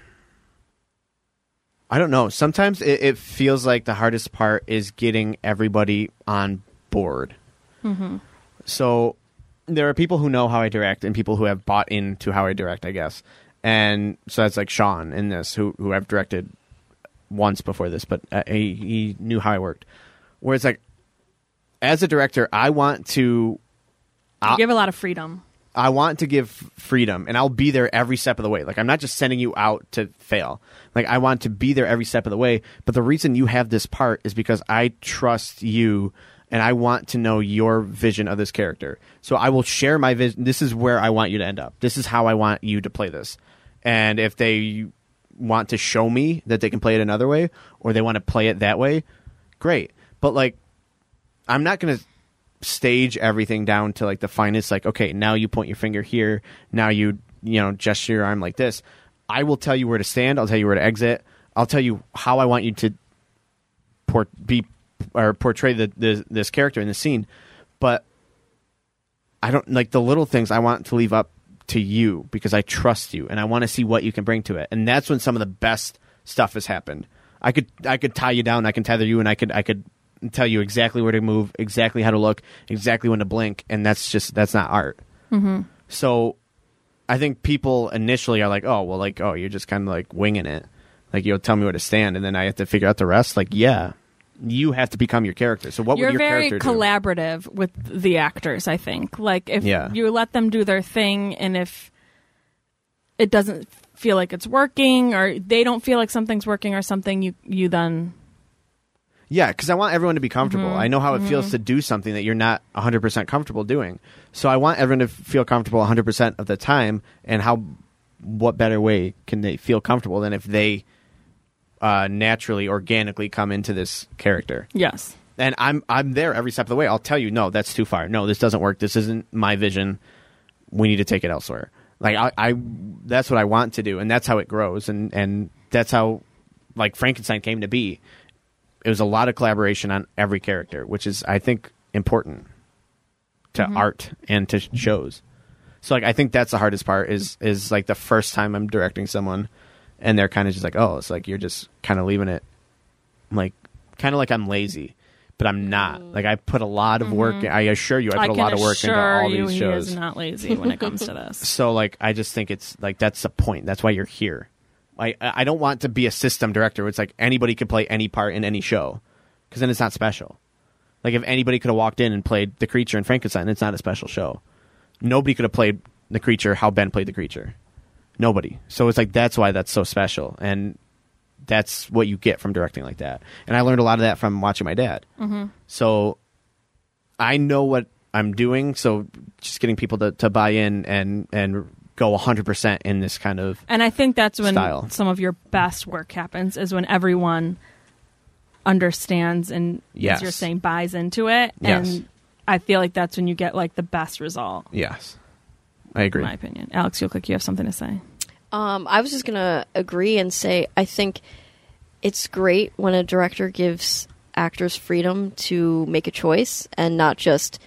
S2: I don't know. Sometimes it, it feels like the hardest part is getting everybody on board. So there are people who know how I direct and people who have bought into how I direct, I guess. And so that's like Sean in this, who who I've directed once before this, but uh, he, he knew how I worked. Where it's like, as a director, I want to
S3: You give a lot of freedom.
S2: I want to give freedom and I'll be there every step of the way. Like I'm not just sending you out to fail. Like I want to be there every step of the way, but the reason you have this part is because I trust you and I want to know your vision of this character. So I will share my vision. This is where I want you to end up. This is how I want you to play this. And if they want to show me that they can play it another way or they want to play it that way, great. But like I'm not going to stage everything down to like the finest like okay now you point your finger here now you you know gesture your arm like this i will tell you where to stand i'll tell you where to exit i'll tell you how i want you to port- be or portray the, the this character in the scene but i don't like the little things i want to leave up to you because i trust you and i want to see what you can bring to it and that's when some of the best stuff has happened i could i could tie you down i can tether you and i could i could tell you exactly where to move exactly how to look exactly when to blink and that's just that's not art mm-hmm. so I think people initially are like, oh, well, like, oh, you're just kind of like winging it. Like, you'll tell me where to stand, and then I have to figure out the rest. Like, yeah, you have to become your character. So, what
S3: you're
S2: would your
S3: very
S2: character
S3: collaborative with the actors i think like if
S2: Yeah.
S3: you let them do their thing and if it doesn't feel like it's working or they don't feel like something's working or something you you then
S2: do? Yeah, because I want everyone to be comfortable. I know how it feels to do something that you're not 100% comfortable doing. So, I want everyone to f- feel comfortable 100% of the time. And how, what better way can they feel comfortable than if they uh, naturally, organically come into this character?
S3: yes
S2: and I'm I'm there every step of the way. I'll tell you, no, that's too far. No, this doesn't work. This isn't my vision. We need to take it elsewhere. Like I, I that's what I want to do, and that's how it grows, and and that's how like Frankenstein came to be. It was a lot of collaboration on every character, which is I think important to
S3: Mm-hmm.
S2: art and to shows. So like I think that's the hardest part is is like the first time I'm directing someone, and they're kind of just like, oh, it's like you're just kind of leaving it I'm like kind of like I'm lazy, but I'm not.
S3: Mm.
S2: Like I put a lot of
S3: Mm-hmm.
S2: work. I assure you, I put a lot of work into all
S3: you
S2: these
S3: he
S2: shows.
S3: is not lazy when it comes to this
S2: so like I just think it's like that's the point. That's why you're here. I I don't want to be a system director. Where it's like anybody could play any part in any show, because then it's not special. Like if anybody could have walked in and played the creature in Frankenstein, it's not a special show. Nobody could have played the creature how Ben played the creature. Nobody. So it's like that's why that's so special, and that's what you get from directing like that. And I learned a lot of that from watching my dad. Mm-hmm. So I know what I'm doing. So just getting people to, to buy in and and go 100 percent in this kind of
S3: and i think that's when
S2: Style.
S3: some of your best work happens is when everyone understands and
S2: Yes.
S3: as you're saying buys into it
S2: Yes.
S3: and i feel like that's when you get like the best result
S2: yes. I
S3: in
S2: agree.
S3: my opinion alex you look like you have something to say
S1: Um, I was just gonna agree and say I think it's great when a director gives actors freedom to make a choice and not just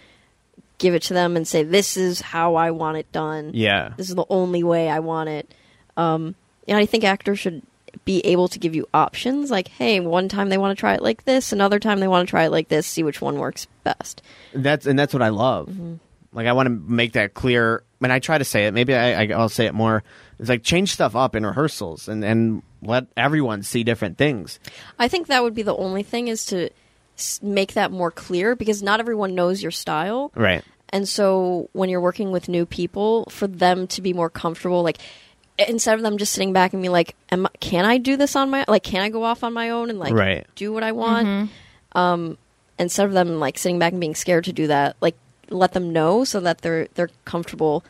S1: give it to them and say, "This is how I want it done.
S2: Yeah.
S1: This is the only way I want it." Um, and I think actors should be able to give you options, like, "Hey, one time they want to try it like this, another time they want to try it like this. See which one works best."
S2: That's and that's what I love.
S1: Mm-hmm.
S2: Like I want to make that clear. And I try to say it. Maybe I, I, I'll say it more. It's like change stuff up in rehearsals and and let everyone see different things.
S1: I think that would be the only thing is to s- make that more clear because not everyone knows your style.
S2: Right.
S1: And so when you're working with new people, for them to be more comfortable, like instead of them just sitting back and being like, Am, "Can I do this on my like? Can I go off on my own and like
S2: Right.
S1: do what I want?" Um, instead of them like sitting back and being scared to do that, like let them know so that they're they're comfortable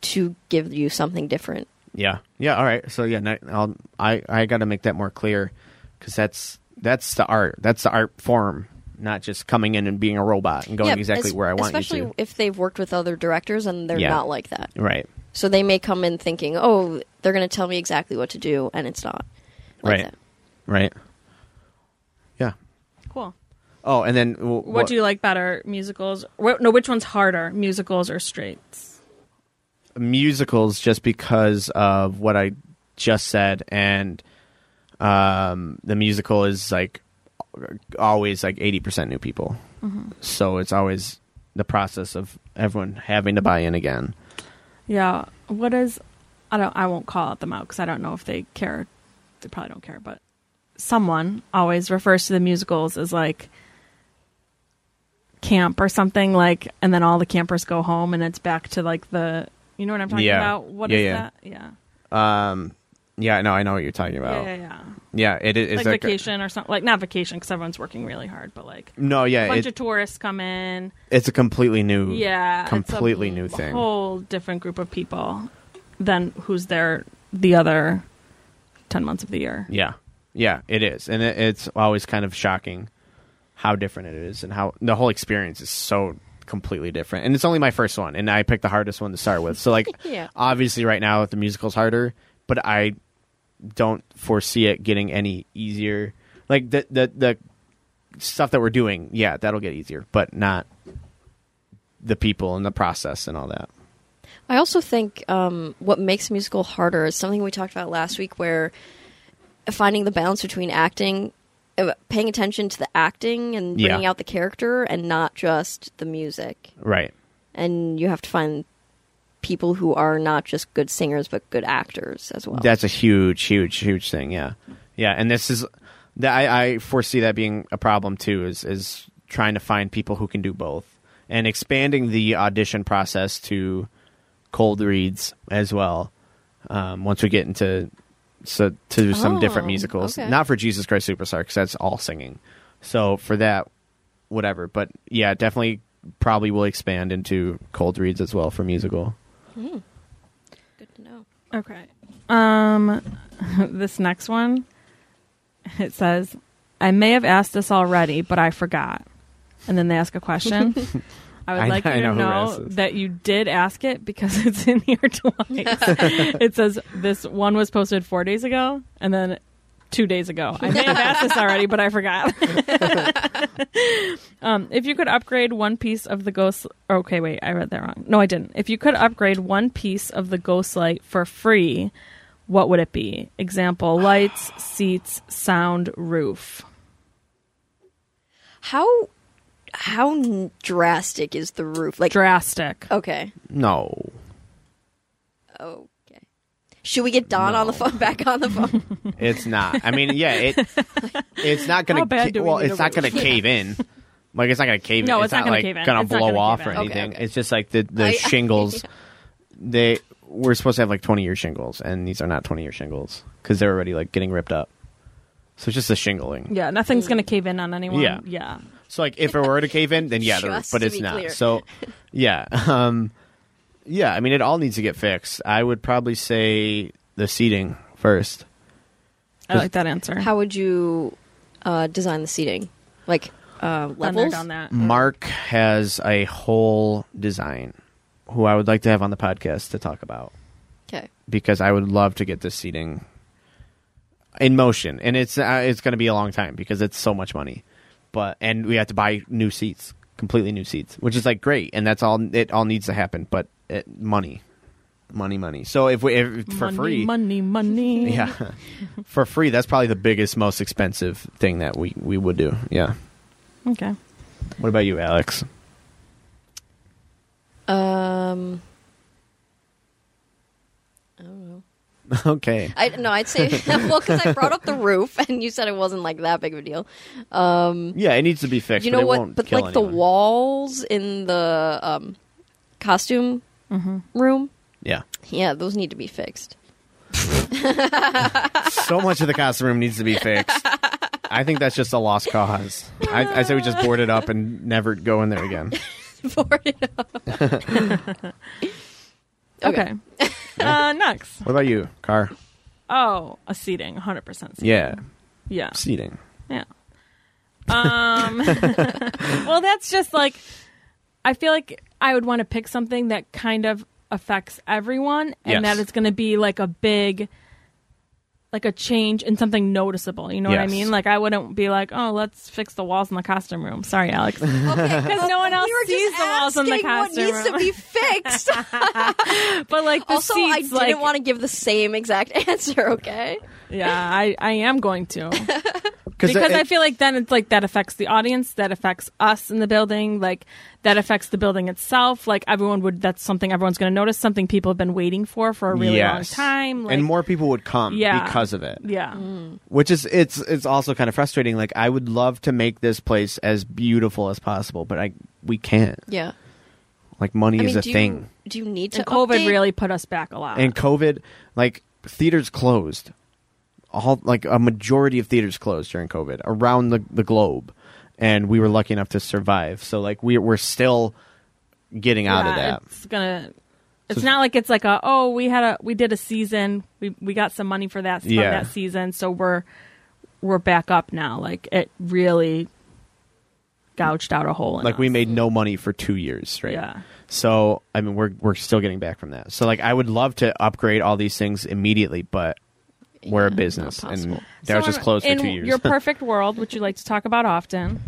S1: to give you something different.
S2: Yeah. Yeah. All right. So yeah, no- I'll, I I got to make that more clear because that's that's the art. That's the art form, not just coming in and being a robot and going
S1: Yeah,
S2: exactly
S1: es-
S2: where I want you
S1: especially
S2: to.
S1: if they've worked with other directors and they're
S2: Yeah.
S1: not like that.
S2: Right.
S1: So they may come in thinking, "Oh, they're going to tell me exactly what to do," and it's not. Like
S2: right.
S1: that.
S2: Right. Yeah.
S3: Cool.
S2: Oh, and then w-
S3: What, do you like better, musicals? Wh- no, which one's harder, musicals or straights?
S2: musicals just because of what I just said, and um, the musical is like always like eighty percent new people,
S3: Mm-hmm.
S2: so it's always the process of everyone having to buy in again.
S3: Yeah. What is? I don't. I won't call out them out because I don't know if they care. They probably don't care, but someone always refers to the musicals as like camp or something like, and then all the campers go home, and it's back to like the. You know what I'm talking
S2: Yeah.
S3: about? What is
S2: Yeah, yeah.
S3: that? Yeah.
S2: Yeah, no, I know what you're talking about.
S3: Yeah, yeah, yeah.
S2: Yeah, it Oh. is
S3: Like vacation or something. Like not vacation because everyone's working really hard, but like
S2: A, no,
S3: a
S2: yeah,
S3: bunch of
S2: it,
S3: tourists come in.
S2: it's a completely new,
S3: yeah it's a
S2: completely new thing.
S3: whole different group of people than who's there the other 10 months of the year
S2: Yeah, yeah, it is, and it, it's always kind of shocking how different it is, and how the whole experience is so completely different. And it's only my first one, and I picked the hardest one to start with. So, like,
S1: Yeah.
S2: obviously, right now the musical's harder, but I don't foresee it getting any easier. Like the the the stuff that we're doing, yeah, that'll get easier, but not the people and the process and all that.
S1: I also think um, what makes a musical harder is something we talked about last week, where finding the balance between acting, uh, paying attention to the acting, and
S2: Yeah.
S1: bringing out the character, and not just the music.
S2: Right.
S1: And you have to find people who are not just good singers but good actors as well.
S2: That's a huge, huge, huge thing. Yeah, yeah. And this is that I, I foresee that being a problem too. Is is trying to find people who can do both and expanding the audition process to cold reads as well. Um, once we get into so to some different
S1: Oh,
S2: musicals,
S1: okay.
S2: not for Jesus Christ Superstar because that's all singing. So for that, whatever. But yeah, definitely probably will expand into cold reads as well for musical.
S1: good to know.
S3: okay um this next one it says i may have asked this already but i forgot and then they ask a question I would
S2: I-
S3: like
S2: I
S3: you to
S2: know who
S3: know
S2: asked this.
S3: that you did ask it because it's in here twice. it says this one was posted four days ago and then two days ago. I may have asked this already, but I forgot. um, if you could upgrade one piece of the ghost, okay, wait, I read that wrong. No, I didn't. If you could upgrade one piece of the ghost light for free, what would it be? Example: lights, seats, sound, roof.
S1: How how n- drastic is the roof? Like
S3: Drastic.
S1: okay,
S2: No.
S1: okay. Should we get Don on the phone? Back on the phone.
S2: It's not. I mean, yeah, it it's not
S3: How
S2: gonna.
S3: bad
S2: Ca-
S3: do we
S2: well,
S3: need a
S2: it's not gonna
S3: roof?
S2: cave in. Like it's not gonna cave in.
S3: No, it's not gonna
S2: like
S3: cave in.
S2: gonna
S3: It's not
S2: blow
S3: gonna
S2: off
S3: cave
S2: or
S3: in.
S1: Okay,
S2: anything.
S1: okay.
S2: It's just like the the
S1: I-
S2: shingles.
S1: yeah.
S2: They we're supposed to have like twenty year shingles, and these are not twenty year shingles because they're already like getting ripped up. So it's just the shingling.
S3: Yeah, nothing's
S1: Mm.
S3: gonna cave in on anyone.
S2: Yeah.
S3: yeah.
S2: So like if it were to cave in, then yeah, the roof,
S1: Just
S2: but
S1: to
S2: it's
S1: be
S2: not.
S1: clear.
S2: So yeah, um, yeah. I mean, it all needs to get fixed. I would probably say the seating first.
S3: I like that answer.
S1: How would you uh, design the seating? Like
S3: Done
S1: uh,
S3: there,
S1: levels?
S3: done that.
S2: Mark has a whole design who I would like to have on the podcast to talk about
S1: Okay.
S2: because I would love to get this seating in motion and it's uh, it's going to be a long time because it's so much money. But and we have to buy new seats completely new seats, which is like great, and that's all it all needs to happen. But it, money, money, money. So if we if, for
S3: Mm. money,
S2: free,
S3: money, money.
S2: yeah, for free, that's probably the biggest, most expensive thing that we we would do. Yeah.
S3: Okay.
S2: What about you, Alex?
S1: Um, I don't know. Um,
S2: okay.
S1: I no, I'd say well because I brought up the roof and you said it wasn't like that big of a deal. Um,
S2: Yeah, it needs to be fixed.
S1: you
S2: but
S1: know
S2: it
S1: what?
S2: Won't
S1: But
S2: kill
S1: like the
S2: anyone.
S1: walls in the um, costume
S3: Mm-hmm.
S1: room,
S2: Yeah.
S1: yeah, those need to be fixed.
S2: so much of the costume room needs to be fixed. I think that's just a lost cause. I, I say we just board it up and never go in there again.
S1: Board it up.
S3: Okay. uh, next.
S2: What about you, Car?
S3: Oh, a seating, 100% seating.
S2: Yeah,
S3: Yeah.
S2: seating.
S3: Yeah. Um. well, that's just like I feel like I would want to pick something that kind of affects everyone, and
S2: Yes.
S3: that it's going to be like a big, like a change in something noticeable. You know what I
S2: Yes.
S3: mean? Like I wouldn't be like, oh, let's fix the walls in the costume room. Sorry, Alex, because no one else
S1: we were
S3: sees
S1: just
S3: the walls in the
S1: asking what
S3: costume
S1: needs
S3: room.
S1: to be fixed.
S3: but like the
S1: also, I
S3: seats,
S1: didn't
S3: like
S1: want to give the same exact answer. Okay,
S3: yeah, I I am going to. because I feel like then it's like that affects the audience, that affects us in the building, like that affects the building itself. Like everyone would, that's something everyone's going to notice. Something people have been waiting for for a really
S2: yes.
S3: long time. Like,
S2: and more people would come
S3: Yeah.
S2: because of it.
S3: yeah,
S1: Mm.
S2: Which is it's it's also kind of frustrating. Like I would love to make this place as beautiful as possible, but I we can't.
S1: yeah.
S2: Like money
S1: I
S2: is
S1: mean,
S2: a
S1: do
S2: thing.
S1: you Ah. do you need to
S3: and COVID
S1: update?
S3: really put us back a lot.
S2: and COVID, like theaters closed, all like a majority of theaters closed during COVID around the, the globe, and we were lucky enough to survive. So like we we're still getting out of
S3: Yeah,
S2: that.
S3: It's gonna. It's not like it's like a oh we had a we did a season we we got some money for that from
S2: Yeah.
S3: that season so we're we're back up now like it really gouged out a hole in
S2: Like we
S3: us.
S2: made no money for two years straight.
S3: yeah
S2: So I mean we're we're still getting back from that. So like I would love to upgrade all these things immediately, but we're a
S1: Yeah,
S2: business
S1: not
S2: and
S1: possible.
S2: that was
S3: So
S2: just closed for
S3: in
S2: two years.
S3: Your perfect world, which you like to talk about often,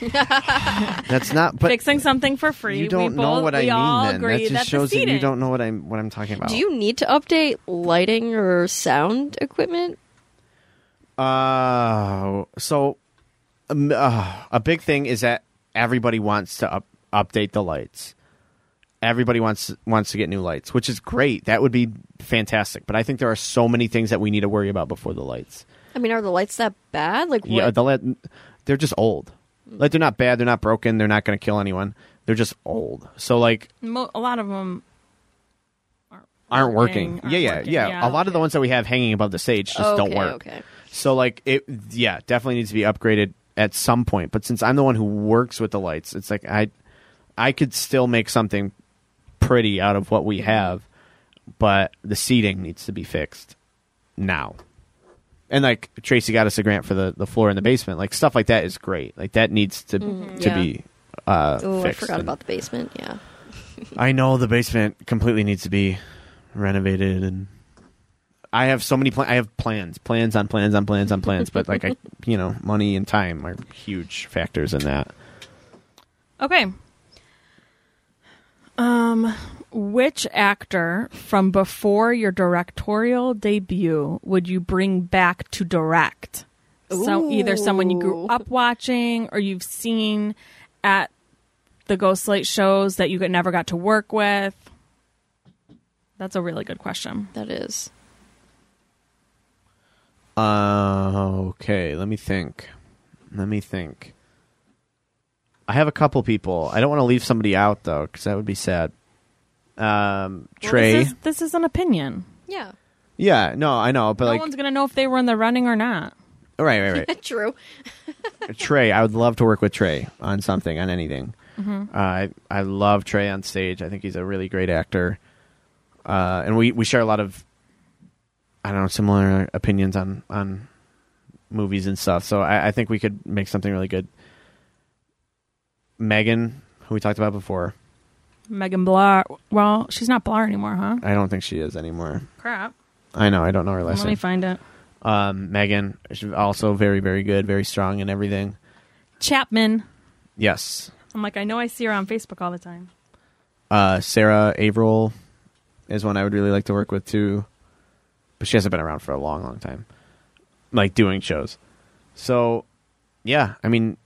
S2: That's not but
S3: fixing something for free.
S2: you don't
S3: we
S2: know
S3: both,
S2: what I
S3: we all
S2: mean. Then
S3: agree
S2: that just
S3: that's
S2: shows
S3: the
S2: that you
S3: seating.
S2: don't know what I'm what I'm talking about.
S1: Do you need to update lighting or sound equipment?
S2: Uh, so um, uh, a big thing is that everybody wants to up, update the lights. Everybody wants wants to get new lights, which is great. That would be fantastic. But I think there are so many things that we need to worry about before the lights.
S1: I mean, are the lights that bad? Like, what?
S2: Yeah, the light, they're just old. Like they're not bad. They're not broken. They're not going to kill anyone. They're just old. So like
S3: Mo- a lot of them.
S2: aren't working.
S3: Aren't
S2: yeah, yeah,
S3: working,
S2: yeah,
S3: yeah.
S2: A lot of the ones that we have hanging above the stage just don't
S1: Okay,
S2: work.
S1: okay.
S2: So like it yeah, definitely needs to be upgraded at some point. But since I'm the one who works with the lights, it's like I I could still make something pretty out of what we have, but the seating needs to be fixed now. And like Tracy got us a grant for the, the floor in the basement. Like stuff like that is great. Like that needs to to
S1: Yeah.
S2: be uh
S1: Oh, I
S2: fixed.
S1: forgot
S2: And
S1: about the basement. Yeah.
S2: I know the basement completely needs to be renovated and I have so many plans. I have plans, plans on plans on plans on plans, but like I, you know, money and time are huge factors in that.
S3: Okay. Um, which actor from before your directorial debut would you bring back to direct? So either someone you grew
S1: Ooh.
S3: up watching or you've seen at the Ghostlight shows that you never got to work with. That's a really good question.
S1: That is.
S2: Uh, okay, let me think. Let me think. I have a couple people. I don't want to leave somebody out though, because that would be sad. Um,
S3: Well,
S2: Trey.
S3: this is, this is an opinion.
S1: Yeah.
S2: yeah, no, I know, but
S3: no
S2: like,
S3: one's gonna know if they were in the running or not.
S2: right, right, right.
S1: True.
S2: Trey, I would love to work with Trey on something, on anything.
S3: Mm-hmm.
S2: Uh, I I love Trey on stage. I think he's a really great actor, uh, and we, we share a lot of I don't know similar opinions on on movies and stuff. So I, I think we could make something really good. Megan, who we talked about before,
S3: Megan Blar. Well, she's not Blar anymore, huh?
S2: I don't think she is anymore.
S3: Crap.
S2: I know Oh, I don't know her last
S3: Let me
S2: name.
S3: find it.
S2: um, Megan, she's also very very good, very strong and everything.
S3: Chapman.
S2: Yes,
S3: I'm like, I know I see her on Facebook all the time.
S2: Uh, Sarah Averill is one I would really like to work with too, but she hasn't been around for a long, long time, like doing shows. So, yeah, I mean,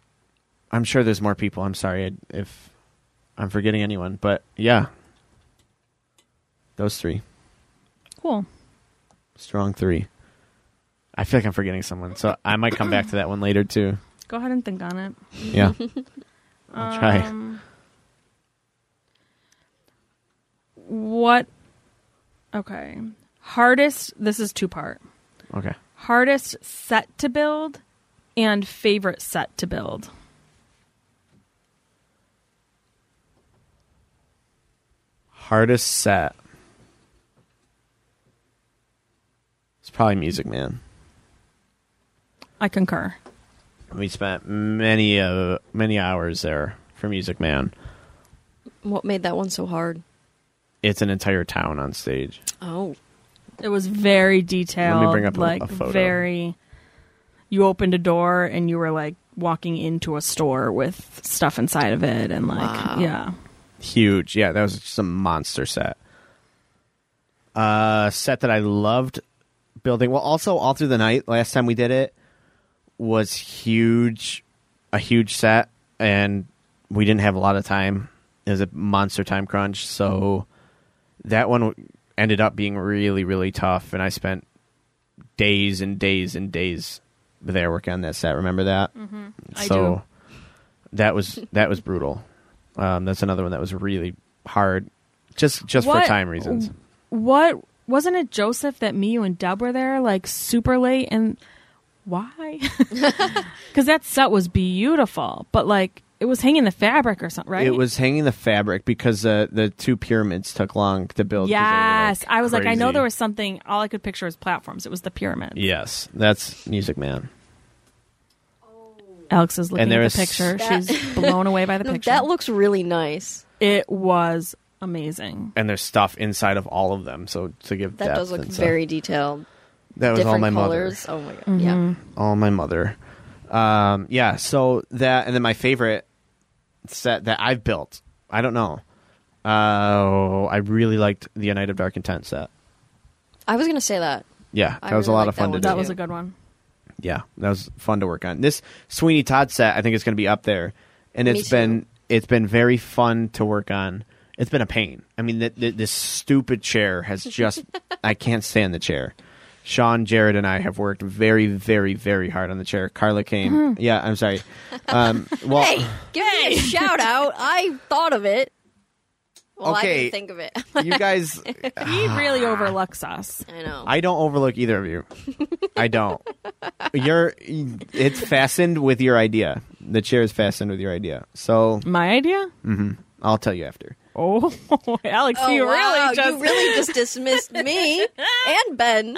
S2: I'm sure there's more people. I'm sorry I'd- if I'm forgetting anyone, but yeah, those three,
S3: Cool.
S2: strong three. I feel like I'm forgetting someone, so I might come back to that one later too.
S3: Go ahead and think on it.
S2: Yeah, I'll try.
S3: What? Okay. Hardest. This is two part.
S2: Okay.
S3: Hardest set to build and favorite set to build.
S2: Hardest set. It's probably Music Man.
S3: I concur.
S2: We spent many uh, many hours there for Music Man.
S1: What made that one so hard?
S2: It's an entire town on stage.
S1: Oh,
S3: It was very detailed.
S2: Let me bring up a-
S3: like
S2: a photo.
S3: very. You opened a door and you were like walking into a store with stuff inside of it and like
S1: Wow.
S3: yeah.
S2: Huge. Yeah, that was just a monster set. Uh set that I loved building. Well, also all through the night last time we did it was huge a huge set and we didn't have a lot of time. It was a monster time crunch, so that one w- ended up being really really tough and I spent days and days and days there working on that set. Remember that? Mm-hmm.
S3: I
S2: So
S3: do.
S2: that was that was brutal. Um, that's another one that was really hard, just just
S3: What-
S2: for time reasons.
S3: What wasn't it Joseph that me, you, and Deb were there like super late and why? Because that set was beautiful, but like it was hanging the fabric or something, right?
S2: It was hanging the fabric because uh, the two pyramids took long to build. 'cause they were, like,
S3: Yes, I was like, I know
S2: crazy.
S3: there was something. All I could picture was platforms. It was the pyramid.
S2: Yes, that's Music Man.
S3: Alex is looking
S2: And there
S3: at
S2: is-
S3: the picture.
S1: That-
S3: She's blown away by the
S1: no,
S3: picture.
S1: that looks really nice.
S3: it was amazing.
S2: And there's stuff inside of all of them, so to give
S1: That
S2: depth
S1: does look
S2: and stuff.
S1: very detailed.
S2: That was all
S1: Different
S2: my mother.
S1: colors. Oh my god. Yeah.
S2: all my mother. Um, yeah, so that and then my favorite set that I've built. I don't know. Uh, I really liked the United of Dark Intent set.
S1: I was gonna say that.
S2: Yeah, that
S1: I
S2: was a
S1: really
S2: lot
S1: like
S2: of
S1: that
S2: fun to
S1: one
S2: do.
S3: That was a good one.
S2: yeah, that was fun to work on. This Sweeney Todd set, I think it's going to be up there, and
S1: Me
S2: it's
S1: too.
S2: been it's been very fun to work on. It's been a pain. I mean, th th this stupid chair has just I can't stand the chair. Sean, Jared, and I have worked very, very, very hard on the chair. Carla came. Yeah, I'm sorry. Um, well,
S1: Mm-hmm. Hey, give me a shout out. I thought of it. Well, I didn't
S2: Okay.
S1: think of it.
S2: you guys,
S3: He really overlooks us.
S1: I know.
S2: I don't overlook either of you. I don't. You're. It's fastened with your idea. The chair is fastened with your idea. So
S3: My idea?
S2: I'll tell you after.
S3: Oh, Alex,
S1: Oh,
S3: you
S1: wow,
S3: really just
S1: you really just dismissed me and Ben.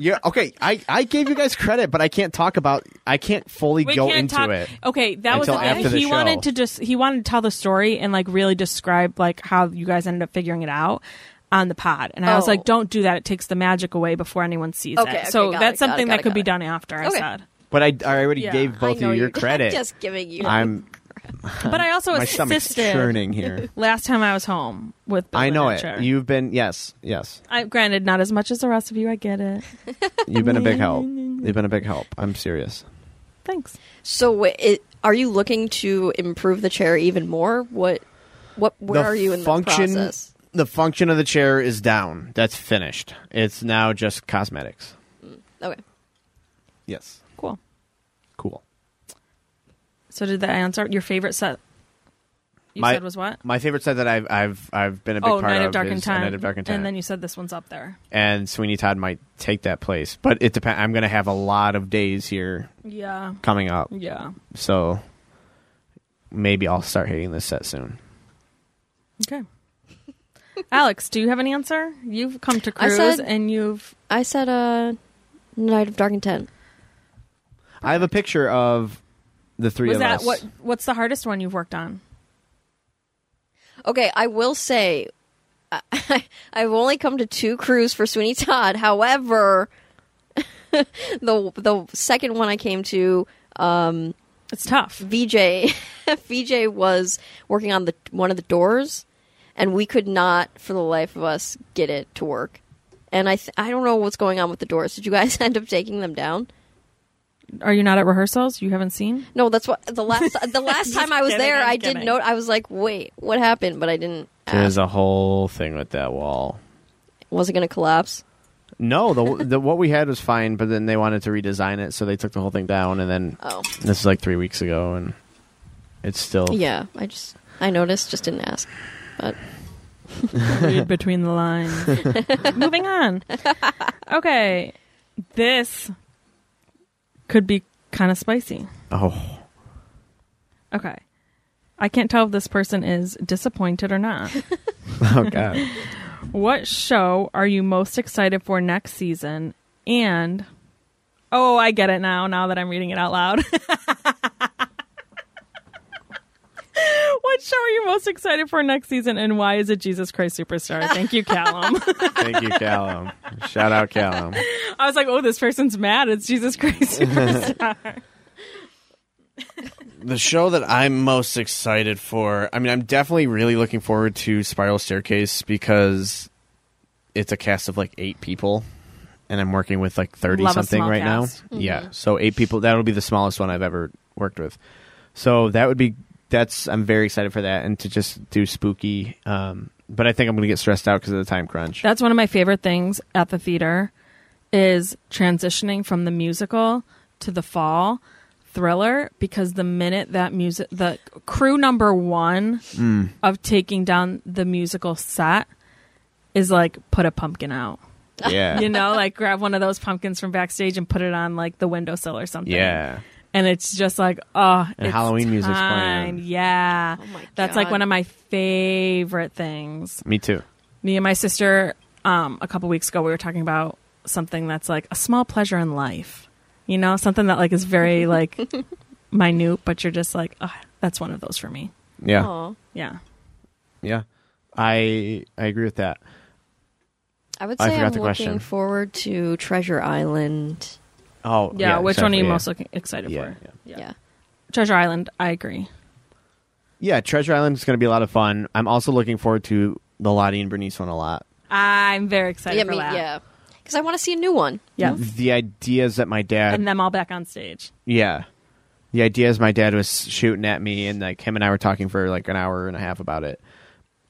S2: Yeah. Okay. I, I gave you guys credit, but I can't talk about. I can't fully go into it.
S3: Okay, that was
S2: until
S3: the thing.
S2: after the
S3: he
S2: show.
S3: wanted to just he wanted to tell the story and like really describe like how you guys ended up figuring it out on the pod. And I was
S1: Oh.
S3: like, don't do that. It takes the magic away before anyone sees
S1: Okay,
S3: it.
S1: okay,
S3: So that's
S1: got it, got it,
S3: something
S1: got
S3: that
S1: it,
S3: could be
S1: got
S3: done after. I
S1: Okay.
S3: said,
S2: But I, I already
S3: Yeah.
S2: gave
S1: I
S2: both of
S1: know
S2: you your
S1: you-
S2: credit.
S1: just giving you.
S2: I'm
S3: but I also
S2: my stomach's
S3: assisted
S2: churning here.
S3: last time I was home with. Bill
S2: I know
S3: and
S2: it.
S3: Richard.
S2: You've been yes, yes.
S3: I, granted, not as much as the rest of you. I get it.
S2: You've been a big help. You've been a big help. I'm serious.
S3: Thanks.
S1: So, wait, it, are you looking to improve the chair even more? What, what, where
S2: the
S1: are you in
S2: function,
S1: the process?
S2: The function of the chair is down. That's finished. It's now just cosmetics.
S1: Okay.
S2: Yes.
S3: Cool.
S2: Cool.
S3: So did that answer your favorite set? You
S2: My-
S3: said was what?
S2: My favorite set that I've I've I've been a big
S3: oh,
S2: part
S3: Night
S2: of
S3: of Dark
S2: is
S3: and Time.
S2: Night of Dark and Time.
S3: And then you said this one's up there.
S2: and Sweeney Todd might take that place. But it depends. I'm going to have a lot of days here
S3: Yeah.
S2: coming up,
S3: Yeah.
S2: so maybe I'll start hitting this set soon.
S3: Okay. Alex, do you have an answer? You've come to
S1: I
S3: cruise
S1: said-
S3: and you've
S1: I said uh, Night of Dark Intent.
S2: I have a picture of the three
S3: was
S2: of
S3: that
S2: us.
S3: what what's the hardest one you've worked on?
S1: Okay, I will say, I, I've only come to two crews for Sweeney Todd. However, the the second one I came to, um,
S3: It's tough.
S1: VJ VJ was working on the one of the doors, and we could not, for the life of us, get it to work. And I th- I don't know what's going on with the doors. Did you guys end up taking them down?
S3: Are you not at rehearsals? You haven't seen?
S1: No, that's what the last the last time I was
S3: kidding,
S1: there,
S3: I'm
S1: I did
S3: kidding.
S1: note. I was like, wait, what happened? But I didn't.
S2: There's
S1: Ask.
S2: a whole thing with that wall.
S1: Was it going to collapse?
S2: No, the, the what we had was fine, but then they wanted to redesign it, so they took the whole thing down, and then
S1: Oh,
S2: this is like three weeks ago, and it's still
S1: yeah. I just I noticed, just didn't ask. But
S3: Read between the lines. Moving on. Okay. This could be kind of spicy.
S2: oh
S3: Okay. I can't tell if this person is disappointed or not.
S2: oh god.
S3: What show are you most excited for next season? And oh, I get it now. Now that I'm reading it out loud. What show are you most excited for next season, and why is it Jesus Christ Superstar? Thank you, Callum.
S2: Thank you, Callum. Shout out, Callum.
S3: I was like, oh, this person's mad. It's Jesus Christ Superstar.
S2: The show that I'm most excited for, I mean, I'm definitely really looking forward to Spiral Staircase because it's a cast of like eight people, and I'm working with like 30
S3: Love a
S2: something
S3: small
S2: right
S3: cast. Mm-hmm.
S2: now. Yeah. So eight people, that'll be the smallest one I've ever worked with. So that would be, that's, I'm very excited for that and to just do spooky. Um, but I think I'm going to get stressed out because of the time crunch.
S3: That's one of my favorite things at the theater is transitioning from the musical to the fall thriller because the minute that music the crew number 1
S2: Hmm.
S3: of taking down the musical set is like put a pumpkin out.
S2: yeah.
S3: You know, like grab one of those pumpkins from backstage and put it on like the windowsill or something.
S2: Yeah.
S3: And it's just like, oh,
S2: And
S3: it's
S2: Halloween music's
S3: time.
S2: playing.
S3: Yeah.
S1: Oh my
S3: That's like
S1: God.
S3: one of my favorite things
S2: Me too.
S3: me and my sister um, a couple weeks ago we were talking about something that's like a small pleasure in life you know something that like is very like minute but you're just like oh, that's one of those for me
S2: Yeah.
S1: oh,
S3: yeah
S2: Yeah. I I agree with that.
S1: I would
S2: I
S1: say
S2: forgot
S1: I'm
S2: the
S1: looking
S2: question.
S1: forward to Treasure Island.
S2: Oh,
S3: yeah, which one are you
S2: exactly, yeah.
S3: most looking, excited
S2: Yeah,
S3: for
S2: yeah.
S1: Yeah.
S3: treasure island i agree
S2: Yeah, Treasure Island is going to be a lot of fun. I'm also looking forward to the Lottie and Bernice one a lot.
S3: i'm very excited
S1: Yeah,
S3: for
S1: me,
S3: that
S1: yeah. Because I want to see a new one.
S3: Yep.
S2: The idea is that my dad,
S3: and them all back on stage
S2: yeah, the idea is my dad was shooting at me, and like him and I were talking for like an hour and a half about it.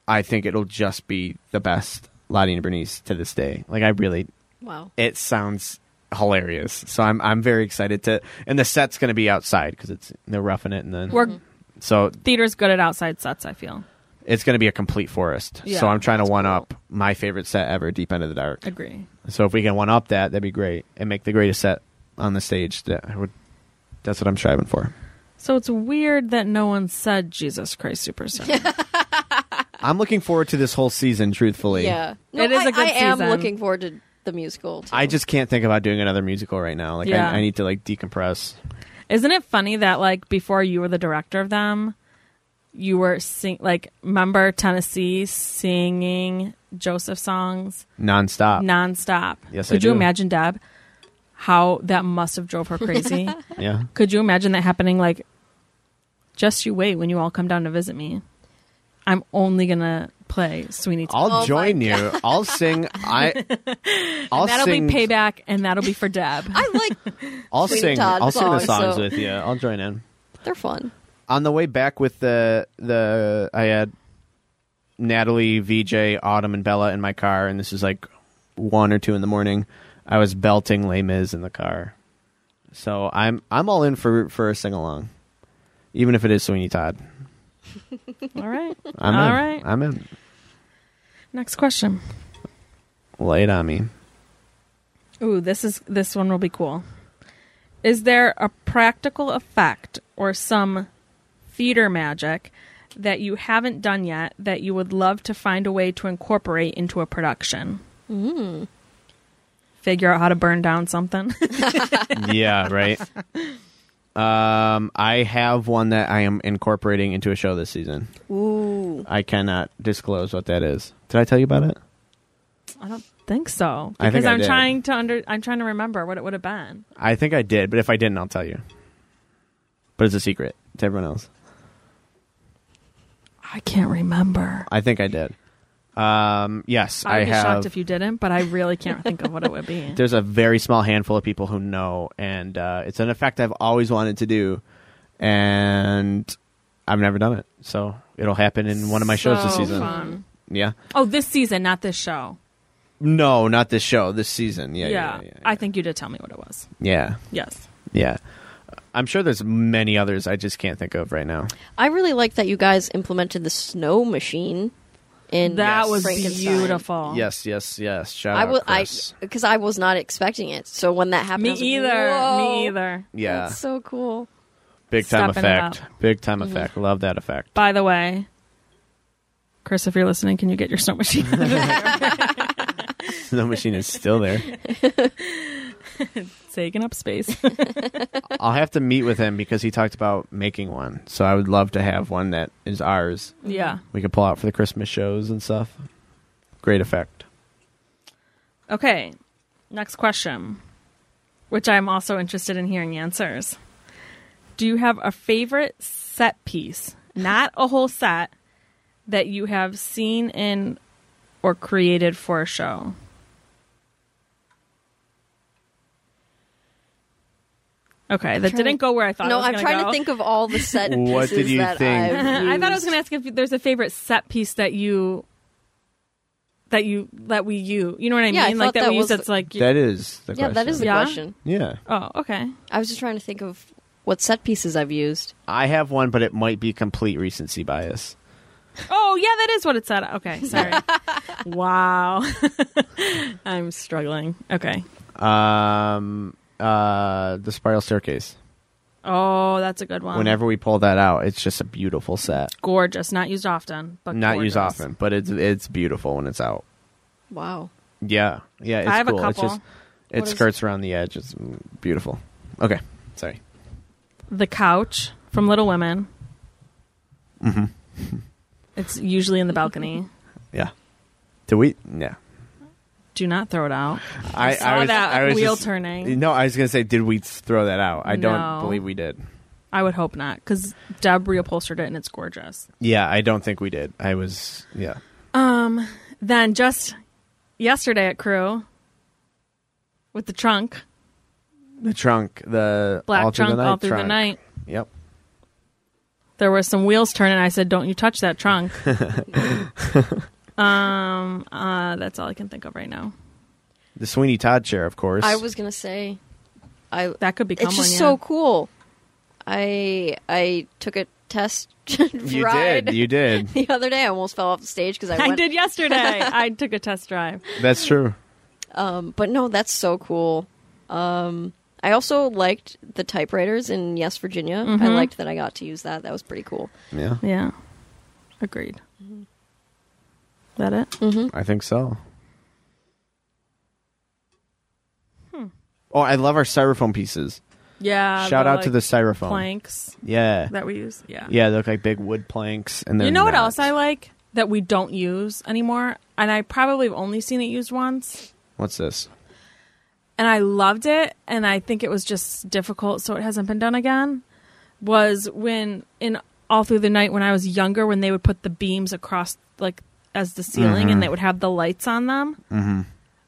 S2: I think it'll just be the best Lottie and Bernice to this day. Like I really,
S1: Wow.
S2: it sounds hilarious. So I'm I'm very excited to, and the set's going to be outside because it's they're roughing it, and then
S3: we're
S2: so
S3: theater's good at outside sets i feel
S2: it's going to be a complete forest.
S3: Yeah,
S2: so I'm trying to
S3: that's
S2: one up my favorite set ever, Deep End of the Dark.
S3: agree
S2: So if we can one up that, that'd be great, and make the greatest set on the stage. That I would. That's what I'm striving for.
S3: so it's weird that no one said jesus christ superstar
S2: I'm looking forward to this whole season, truthfully.
S1: Yeah. No,
S3: It is
S1: I-
S3: a good
S1: I am
S3: season.
S1: looking forward to the musical. Too.
S2: I just can't think about doing another musical right now. Like
S3: Yeah.
S2: I, I need to like decompress.
S3: Isn't it funny that like before you were the director of them, you were sing like remember Tennessee singing Joseph songs
S2: Nonstop.
S3: nonstop.
S2: Uh, Yes, I
S3: Could you
S2: do.
S3: imagine Deb how that must have drove her crazy?
S2: Yeah.
S3: Could you imagine that happening like just you wait when you all come down to visit me. I'm only gonna play Sweeney Todd.
S2: I'll
S1: my
S2: join you. I'll sing. I. I'll
S3: That'll
S2: sing.
S3: be payback and that'll be for Deb.
S1: I like.
S2: I'll
S1: Sweeney
S2: sing.
S1: Todd
S2: I'll sing the
S1: songs,
S2: songs
S1: so-
S2: with you. I'll join in.
S1: They're fun.
S2: on the way back with the the I had Natalie, VJ, Autumn, and Bella in my car, and this is like one or two in the morning. I was belting Les Mis in the car, so I'm I'm all in for for a sing along, even if it is Sweeney Todd.
S3: all right.
S2: I'm
S3: All
S2: in.
S3: right.
S2: I'm in.
S3: Next question.
S2: Lay it on me.
S3: Ooh, this is this one will be cool. Is there a practical effect or some theater magic that you haven't done yet that you would love to find a way to incorporate into a production? Mm. Figure out how to burn down something.
S2: yeah, right. Um, I have one that I am incorporating into a show this season.
S1: Ooh.
S2: I cannot disclose what that is. Did I tell you about it?
S3: I don't think so
S2: I
S3: because
S2: think I
S3: am
S2: did.
S3: trying to under I'm trying to remember what it would have been.
S2: I think I did, but if I didn't, I'll tell you. But it's a secret to everyone else.
S3: I can't remember.
S2: I think I did. Um, yes,
S3: I
S2: I
S3: would be shocked
S2: have.
S3: if you didn't, but I really can't think of what it would be.
S2: there's a very small handful of people who know, and uh, it's an effect I've always wanted to do, and I've never done it. So it'll happen in one of my shows this
S3: So
S2: season.
S3: fun.
S2: Yeah.
S3: Oh, this season, not this show.
S2: No, not this show. This season. Yeah.
S3: Yeah,
S2: Yeah. Yeah.
S3: I think you did tell me what it was.
S2: yeah.
S3: Yes.
S2: Yeah. I'm sure there's many others I just can't think of right now.
S1: I really like that you guys implemented the snow machine in
S3: That was
S1: Frankenstein.
S3: beautiful.
S2: Yes, yes, yes. Shout
S1: I
S2: out
S1: was I
S2: Oh, Chris.
S1: because I was not expecting it. So when that happened, I
S3: Me
S1: was like,
S3: either.
S1: "Whoa,
S3: Me either.
S2: yeah.
S1: that's so cool.
S2: Big time
S3: Stepping it Mm-hmm.
S2: effect. Big time effect. Love that effect.
S3: By the way, Chris, if you're listening, can you get your snow machine?
S2: the machine is still there.
S3: Taking up space.
S2: I'll have to meet with him because he talked about making one. So I would love to have one that is ours.
S3: yeah.
S2: We could pull out for the Christmas shows and stuff. Great effect.
S3: Okay. Next question, which I'm also interested in hearing answers. Do you have a favorite set piece, not a whole set, that you have seen in or created for a show? Okay, that
S1: trying
S3: didn't
S1: to-
S3: go where I thought. it
S1: no,
S3: was
S1: I'm
S3: gonna
S1: trying
S3: go.
S1: to think of all the set pieces
S2: What did you
S1: that
S2: think?
S1: I've
S3: I thought I was
S1: used.
S3: going to ask if there's a favorite set piece that you that you that we use. You know what I
S1: Yeah, I
S3: mean? like
S1: thought that
S3: we use.
S1: was-
S3: That's like
S2: That is the
S1: Yeah,
S2: question.
S1: that is the
S3: Yeah?
S1: question.
S2: Yeah.
S3: oh, okay.
S1: I was just trying to think of what set pieces I've used.
S2: I have one, but it might be complete recency bias.
S3: Oh yeah, that is what it said. Okay, sorry. wow, I'm struggling. Okay.
S2: Um, uh, the spiral staircase.
S3: Oh, that's a good one.
S2: Whenever we pull that out, it's just a beautiful set.
S3: gorgeous, not used often, but
S2: Not
S3: gorgeous.
S2: used often, but it's it's beautiful when it's out.
S1: Wow.
S2: Yeah, yeah. It's
S3: I have a
S2: cool. It's
S3: couple.
S2: just
S3: What
S2: it
S3: is-
S2: skirts around the edge. It's beautiful. Okay, sorry.
S3: The couch from Little Women. Mm-hmm.
S2: Mm-hmm.
S3: it's usually in the balcony.
S2: Yeah. Do we? Yeah.
S3: Do not throw it out.
S2: I,
S3: saw that wheel turning.
S2: No, I was gonna say, did we throw that out? I don't
S3: No.
S2: believe we did.
S3: I would hope not, because Deb reupholstered it and it's gorgeous.
S2: Yeah, I don't think we did. I was. Yeah.
S3: Um, then just yesterday at crew with the trunk,
S2: The trunk, the
S3: black
S2: all through
S3: trunk
S2: the night
S3: all through
S2: trunk.
S3: the night.
S2: Yep.
S3: There were some wheels turning. I said, "Don't you touch that trunk." um, uh, that's all I can think of right now.
S2: The Sweeney Todd chair, of course.
S1: I was going to say I
S3: That could become
S1: it's
S3: one.
S1: just
S3: yeah.
S1: so cool. I I took a test
S2: You
S1: ride
S2: did. You did.
S1: the other day. I almost fell off the stage because I,
S3: I
S1: went.
S3: did yesterday. I took a test drive.
S2: That's true.
S1: Um, but no, that's so cool. Um, I also liked the typewriters in Yes Virginia.
S3: Mm-hmm.
S1: I liked that I got to use that. That was pretty cool.
S2: Yeah,
S3: Yeah, agreed. That it?
S2: I think so.
S3: Hmm.
S2: Oh, I love our styrofoam pieces.
S3: Yeah.
S2: Shout out to the
S3: like,
S2: styrofoam.
S3: planks
S2: Yeah.
S3: that we use. Yeah.
S2: Yeah, they look like big wood planks. And
S3: You know what else I
S2: like?
S3: like that we don't use anymore, and I probably have only seen it used once.
S2: What's this?
S3: and I loved it, and I think it was just difficult, so it hasn't been done again. Was when in all through the night when I was younger, when they would put the beams across like as the ceiling,
S2: Mm-hmm.
S3: and they would have the lights on them. Mm-hmm.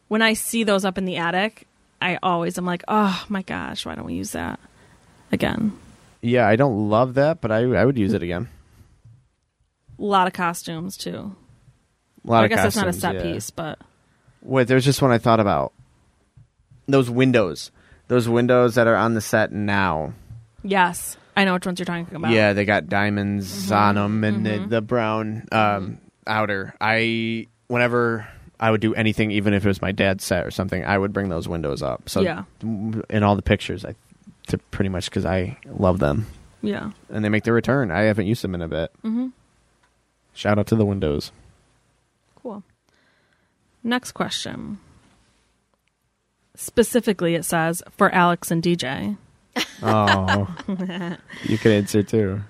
S3: When I see those up in the attic, I always am like, oh my gosh, why don't we use that again?
S2: Yeah, I don't love that, but I I would use it again.
S3: A lot of costumes too.
S2: A lot
S3: I
S2: of
S3: guess that's not a
S2: costumes,
S3: set
S2: yeah.
S3: piece, but
S2: Wait, there's just one I thought about. Those windows. Those windows that are on the set now.
S3: yes, I know which ones you're talking about.
S2: Yeah, they got diamonds
S3: Mm-hmm.
S2: on 'em on them and the, the brown um, outer. I whenever I would do anything, even if it was my dad's set or something, I would bring those windows up. So
S3: Yeah.
S2: in all the pictures, I to pretty much because I love them
S3: yeah.
S2: and they make their return. I haven't used them in a bit. Mm-hmm. Shout out to the windows.
S3: Cool. Next question. Specifically, it says for Alex and DJ.
S2: Oh, you could answer too.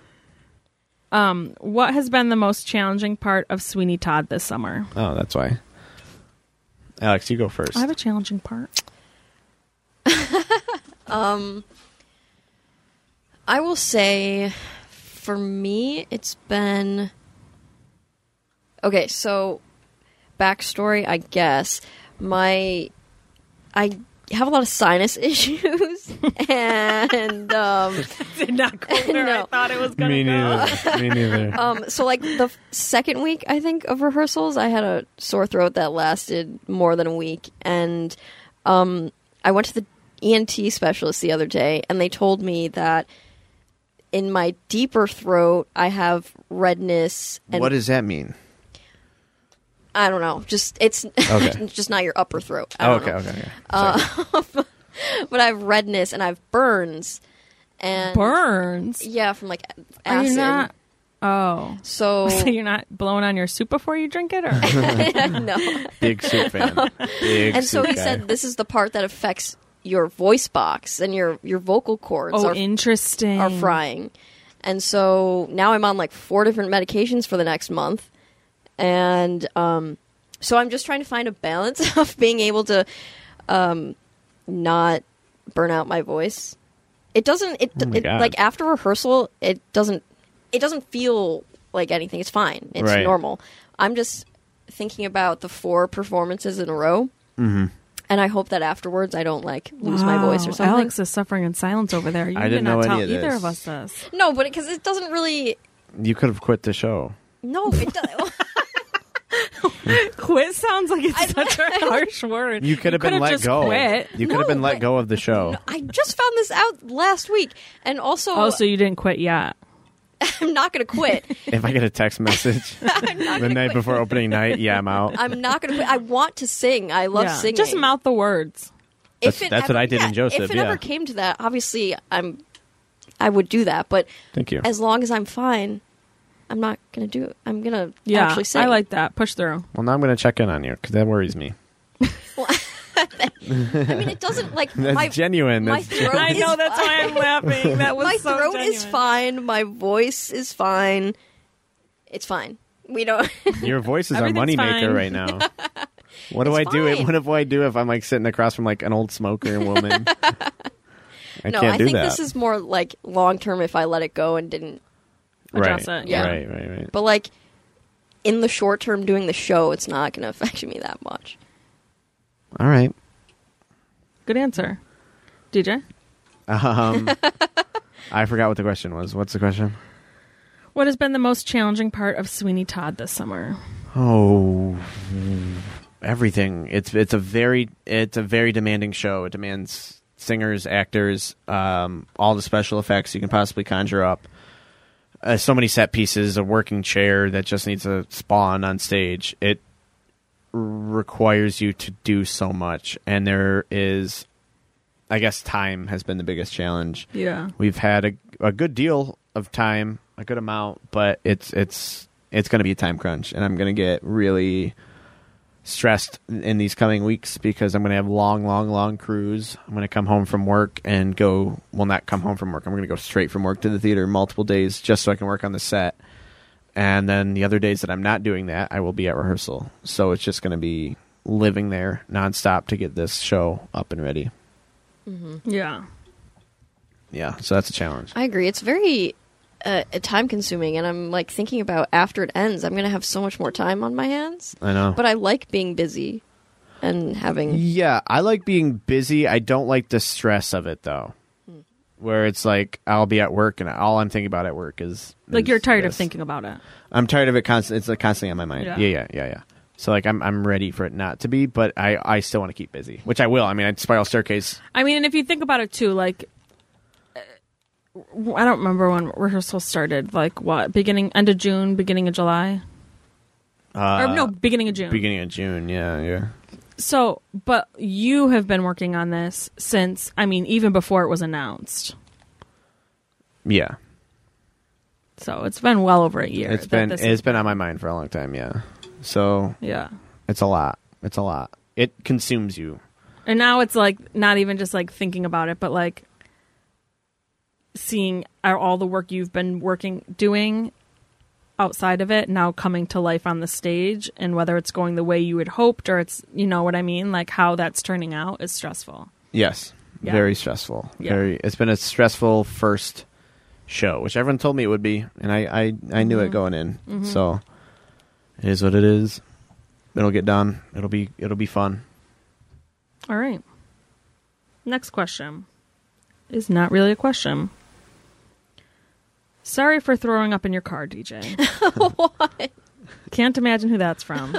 S3: What has been the most challenging part of Sweeney Todd this summer?
S2: Oh, that's why. Alex, you go first.
S3: I have a challenging part.
S1: I will say, for me, it's been okay. So, backstory, I guess my I have a lot of sinus issues, and um,
S3: Did not go where I
S1: No.
S3: thought it was going
S2: Me
S3: to go.
S2: neither. Me neither.
S1: um, so like the f- second week I think of rehearsals, I had a sore throat that lasted more than a week, and um, I went to the ENT specialist the other day, and they told me that in my deeper throat I have redness and
S2: what does that mean?
S1: I don't know, just it's
S2: Okay.
S1: just not your upper throat. I
S2: Oh,
S1: don't
S2: okay,
S1: know. Uh,
S2: okay, okay.
S1: But I have redness and I have burns and
S3: Burns.
S1: Yeah, from like a-
S3: Are
S1: acid.
S3: you not? Oh.
S1: So
S3: So you're not blowing on your soup before you drink it, or
S1: no.
S2: Big soup fan. Big
S1: and so
S2: soup
S1: he
S2: guy.
S1: said this is the part that affects your voice box and your your vocal cords
S3: oh,
S1: are,
S3: interesting.
S2: Mm.
S1: are frying and so now i'm on like four different medications for the next month and um so i'm just trying to find a balance of being able to um not burn out my voice it doesn't it,
S2: Oh my
S1: it
S2: God.
S1: like after rehearsal it doesn't it doesn't feel like anything it's fine it's
S2: Right.
S1: normal i'm just thinking about the four performances in a row
S2: Mm-hmm.
S1: and i hope that afterwards i don't like lose my
S3: Wow,
S1: voice or something
S3: Alex is suffering in silence over there. You
S2: I
S3: did
S2: didn't
S3: not
S2: know
S3: tell
S2: any of
S3: either
S2: this.
S3: of us this.
S1: no but because it doesn't really
S2: you could have quit the show.
S1: No, it does.
S3: Quit sounds like it's such a harsh word.
S2: You could have been
S3: could've
S2: let
S3: just
S2: go.
S3: Quit.
S2: You could have been
S1: No,
S2: let
S1: but-
S2: go of the show.
S1: I just found this out last week, and also
S3: Oh, so you didn't quit yet.
S1: I'm not going to quit.
S2: If I get a text message the night before opening night, yeah, I'm out.
S1: I'm not going to quit. I want to sing. I love
S3: Yeah.
S1: singing.
S3: Just mouth the words.
S1: If
S2: That's- that's what I did
S1: yeah,
S2: in Joseph,
S1: If it
S2: yeah.
S1: ever came to that, obviously I'm, I would do that. But
S2: Thank you.
S1: as long as I'm fine, I'm not going to do it. I'm going to
S3: Yeah,
S1: actually sing.
S3: I like that. Push through.
S2: Well, now I'm going to check in on you because that worries me.
S1: I mean, it doesn't like
S2: That's
S1: my
S2: genuine.
S1: my
S2: That's
S1: throat
S3: I
S1: is
S3: know that's
S1: fine.
S3: why I'm laughing. That was
S1: my
S3: so
S1: throat is
S3: genuine.
S1: fine. My voice is fine. It's fine. We don't.
S2: Your voice is our
S3: Everything's
S2: moneymaker
S3: fine.
S2: right now. What do I
S1: It's
S2: do?
S1: fine.
S2: What do I do if I'm like sitting across from like an old smoker woman? I
S1: no,
S2: can't
S1: I
S2: do
S1: think
S2: that.
S1: this is more like long term if I let it go and didn't.
S2: right.
S3: Address it, yeah.
S2: Right, right, right.
S1: But like in the short term doing the show, it's not going to affect me that much.
S2: All right.
S3: Good answer, DJ.
S2: Um, I forgot what the question was. What's the question?
S3: What has been the most challenging part of Sweeney Todd this summer?
S2: Oh, everything. It's it's a very it's a very demanding show. It demands singers, actors, um, all the special effects you can possibly conjure up. Uh, so many set pieces, a working chair that just needs to spawn on stage. It requires you to do so much, and there is, I guess, time has been the biggest challenge
S3: Yeah.
S2: we've had a, a good deal of time, a good amount, but it's it's it's going to be a time crunch, and I'm going to get really stressed in these coming weeks because I'm going to have long, long, long crews. I'm going to come home from work and go. Well, not come home from work. I'm going to go straight from work to the theater multiple days just so I can work on the set. And then the other days that I'm not doing that, I will be at rehearsal. So it's just going to be living there nonstop to get this show up and ready.
S3: Yeah.
S2: Yeah, so that's a challenge.
S1: I agree. It's very uh, time consuming, and I'm like thinking about after it ends, I'm going to have so much more time on my hands.
S2: I know.
S1: But I like being busy and having.
S2: Yeah, I like being busy. I don't like the stress of it though.
S3: Hmm.
S2: Where it's like I'll be at work and all I'm thinking about at work is
S3: Like
S2: is
S3: you're tired of
S2: this.
S3: thinking about it.
S2: I'm tired of it constant it's like, constantly on my mind.
S3: Yeah.
S2: Yeah. yeah, yeah, yeah, So like I'm I'm ready for it not to be, but I I still want to keep busy, which I will. I mean, I spiral staircase.
S3: I mean, and if you think about it too, like uh, I don't remember when rehearsal started. Like what? Beginning end of June, beginning of July,
S2: Uh,
S3: or no, beginning of June.
S2: beginning of June. Yeah, yeah.
S3: so, but you have been working on this since. I mean, even before it was announced.
S2: Yeah.
S3: So it's been well over a year.
S2: It's
S3: that
S2: been
S3: this
S2: it's been on my mind for a long time, yeah. So,
S3: yeah.
S2: it's a lot. It's a lot. It consumes you.
S3: And now it's like not even just like thinking about it, but like seeing our- all the work you've been working doing outside of it now coming to life on the stage and whether it's going the way you had hoped or it's you know what I mean, like how that's turning out is stressful.
S2: Yes.
S3: Yeah.
S2: Very stressful.
S3: Yeah.
S2: Very. It's been a stressful first show, which everyone told me it would be, and I I, I knew
S3: Mm-hmm.
S2: it going in. So it is what it is. It'll get done. It'll be it'll be fun.
S3: All right. Next question is not really a question. Sorry for throwing up in your car, DJ. Can't imagine who that's from.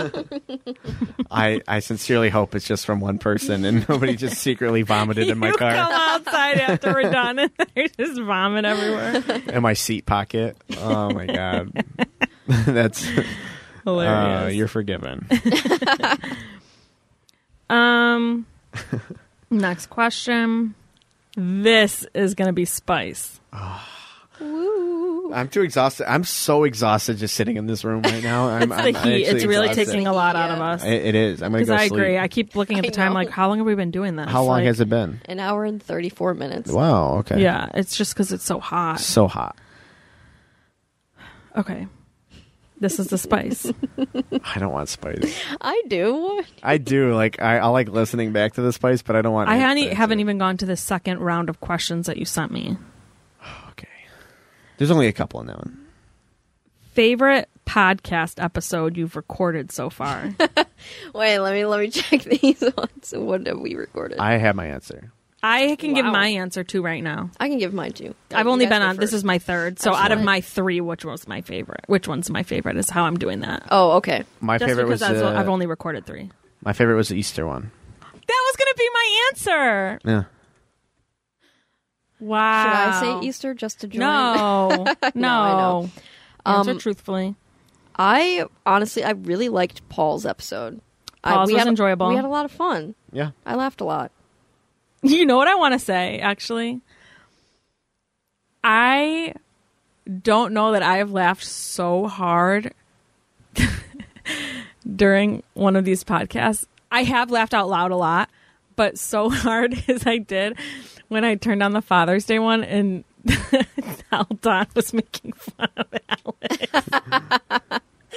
S2: I I sincerely hope it's just from one person and nobody just secretly vomited in my
S3: you come
S2: car
S3: outside after we're done and there's just vomit everywhere.
S2: in my seat pocket. Oh my god. That's
S3: Hilarious.
S2: uh, you're forgiven.
S3: Um, next question. This is going to be spice.
S2: I'm too exhausted. I'm so exhausted just sitting in this room right now.
S3: It's
S2: I'm, I'm
S3: the heat.
S2: actually
S3: It's really
S2: exhausted.
S3: taking a lot out of
S1: Yeah.
S3: us.
S2: I- It is. I'm gonna
S3: Because
S2: go
S3: I
S2: sleep.
S3: agree. I keep looking at the
S1: I
S3: time
S1: know.
S3: like, how long have we been doing this?
S2: How long
S3: Like,
S2: has it been?
S1: An hour and 34 minutes.
S2: Wow. Okay.
S3: Yeah, it's just because it's so hot.
S2: So hot.
S3: Okay. This is the spice.
S2: I don't want spice.
S1: I do.
S2: I do like. I, I like listening back to the spice, but I don't want.
S3: I
S2: any
S3: honey,
S2: spice.
S3: haven't e- even gone to the second round of questions that you sent me.
S2: Okay. There's only a couple in that one.
S3: Favorite podcast episode you've recorded so far?
S1: Wait, let me let me check these ones. What have we recorded? I,
S2: I have my answer.
S3: I can give
S1: Wow.
S3: my answer too right now.
S1: can give mine too.
S3: I've
S1: You
S3: only
S1: guys
S3: been
S1: go
S3: on. This
S1: first.
S3: is my third. So out of
S1: Excellent.
S3: my three, which was my favorite? Which one's my favorite? Is how I'm doing that.
S1: Oh, okay.
S2: My
S3: Just
S2: favorite was uh,
S3: because I've-
S2: the,
S3: I've only recorded three.
S2: my favorite was the Easter one.
S3: That was going to be my answer.
S2: Yeah.
S3: Wow.
S1: Should I say Easter just to join?
S3: No, no.
S1: know. Um,
S3: Answer truthfully.
S1: I honestly, I really liked Paul's episode. I,
S3: Paul's
S1: we
S3: was
S1: had,
S3: enjoyable.
S1: We had a lot of fun.
S2: Yeah.
S1: I laughed a lot.
S3: You know what I want to say, actually? I don't know that I have laughed so hard during one of these podcasts. I have laughed out loud a lot, but so hard as I did when I turned on the Father's Day one and Aldon was making fun of Alex.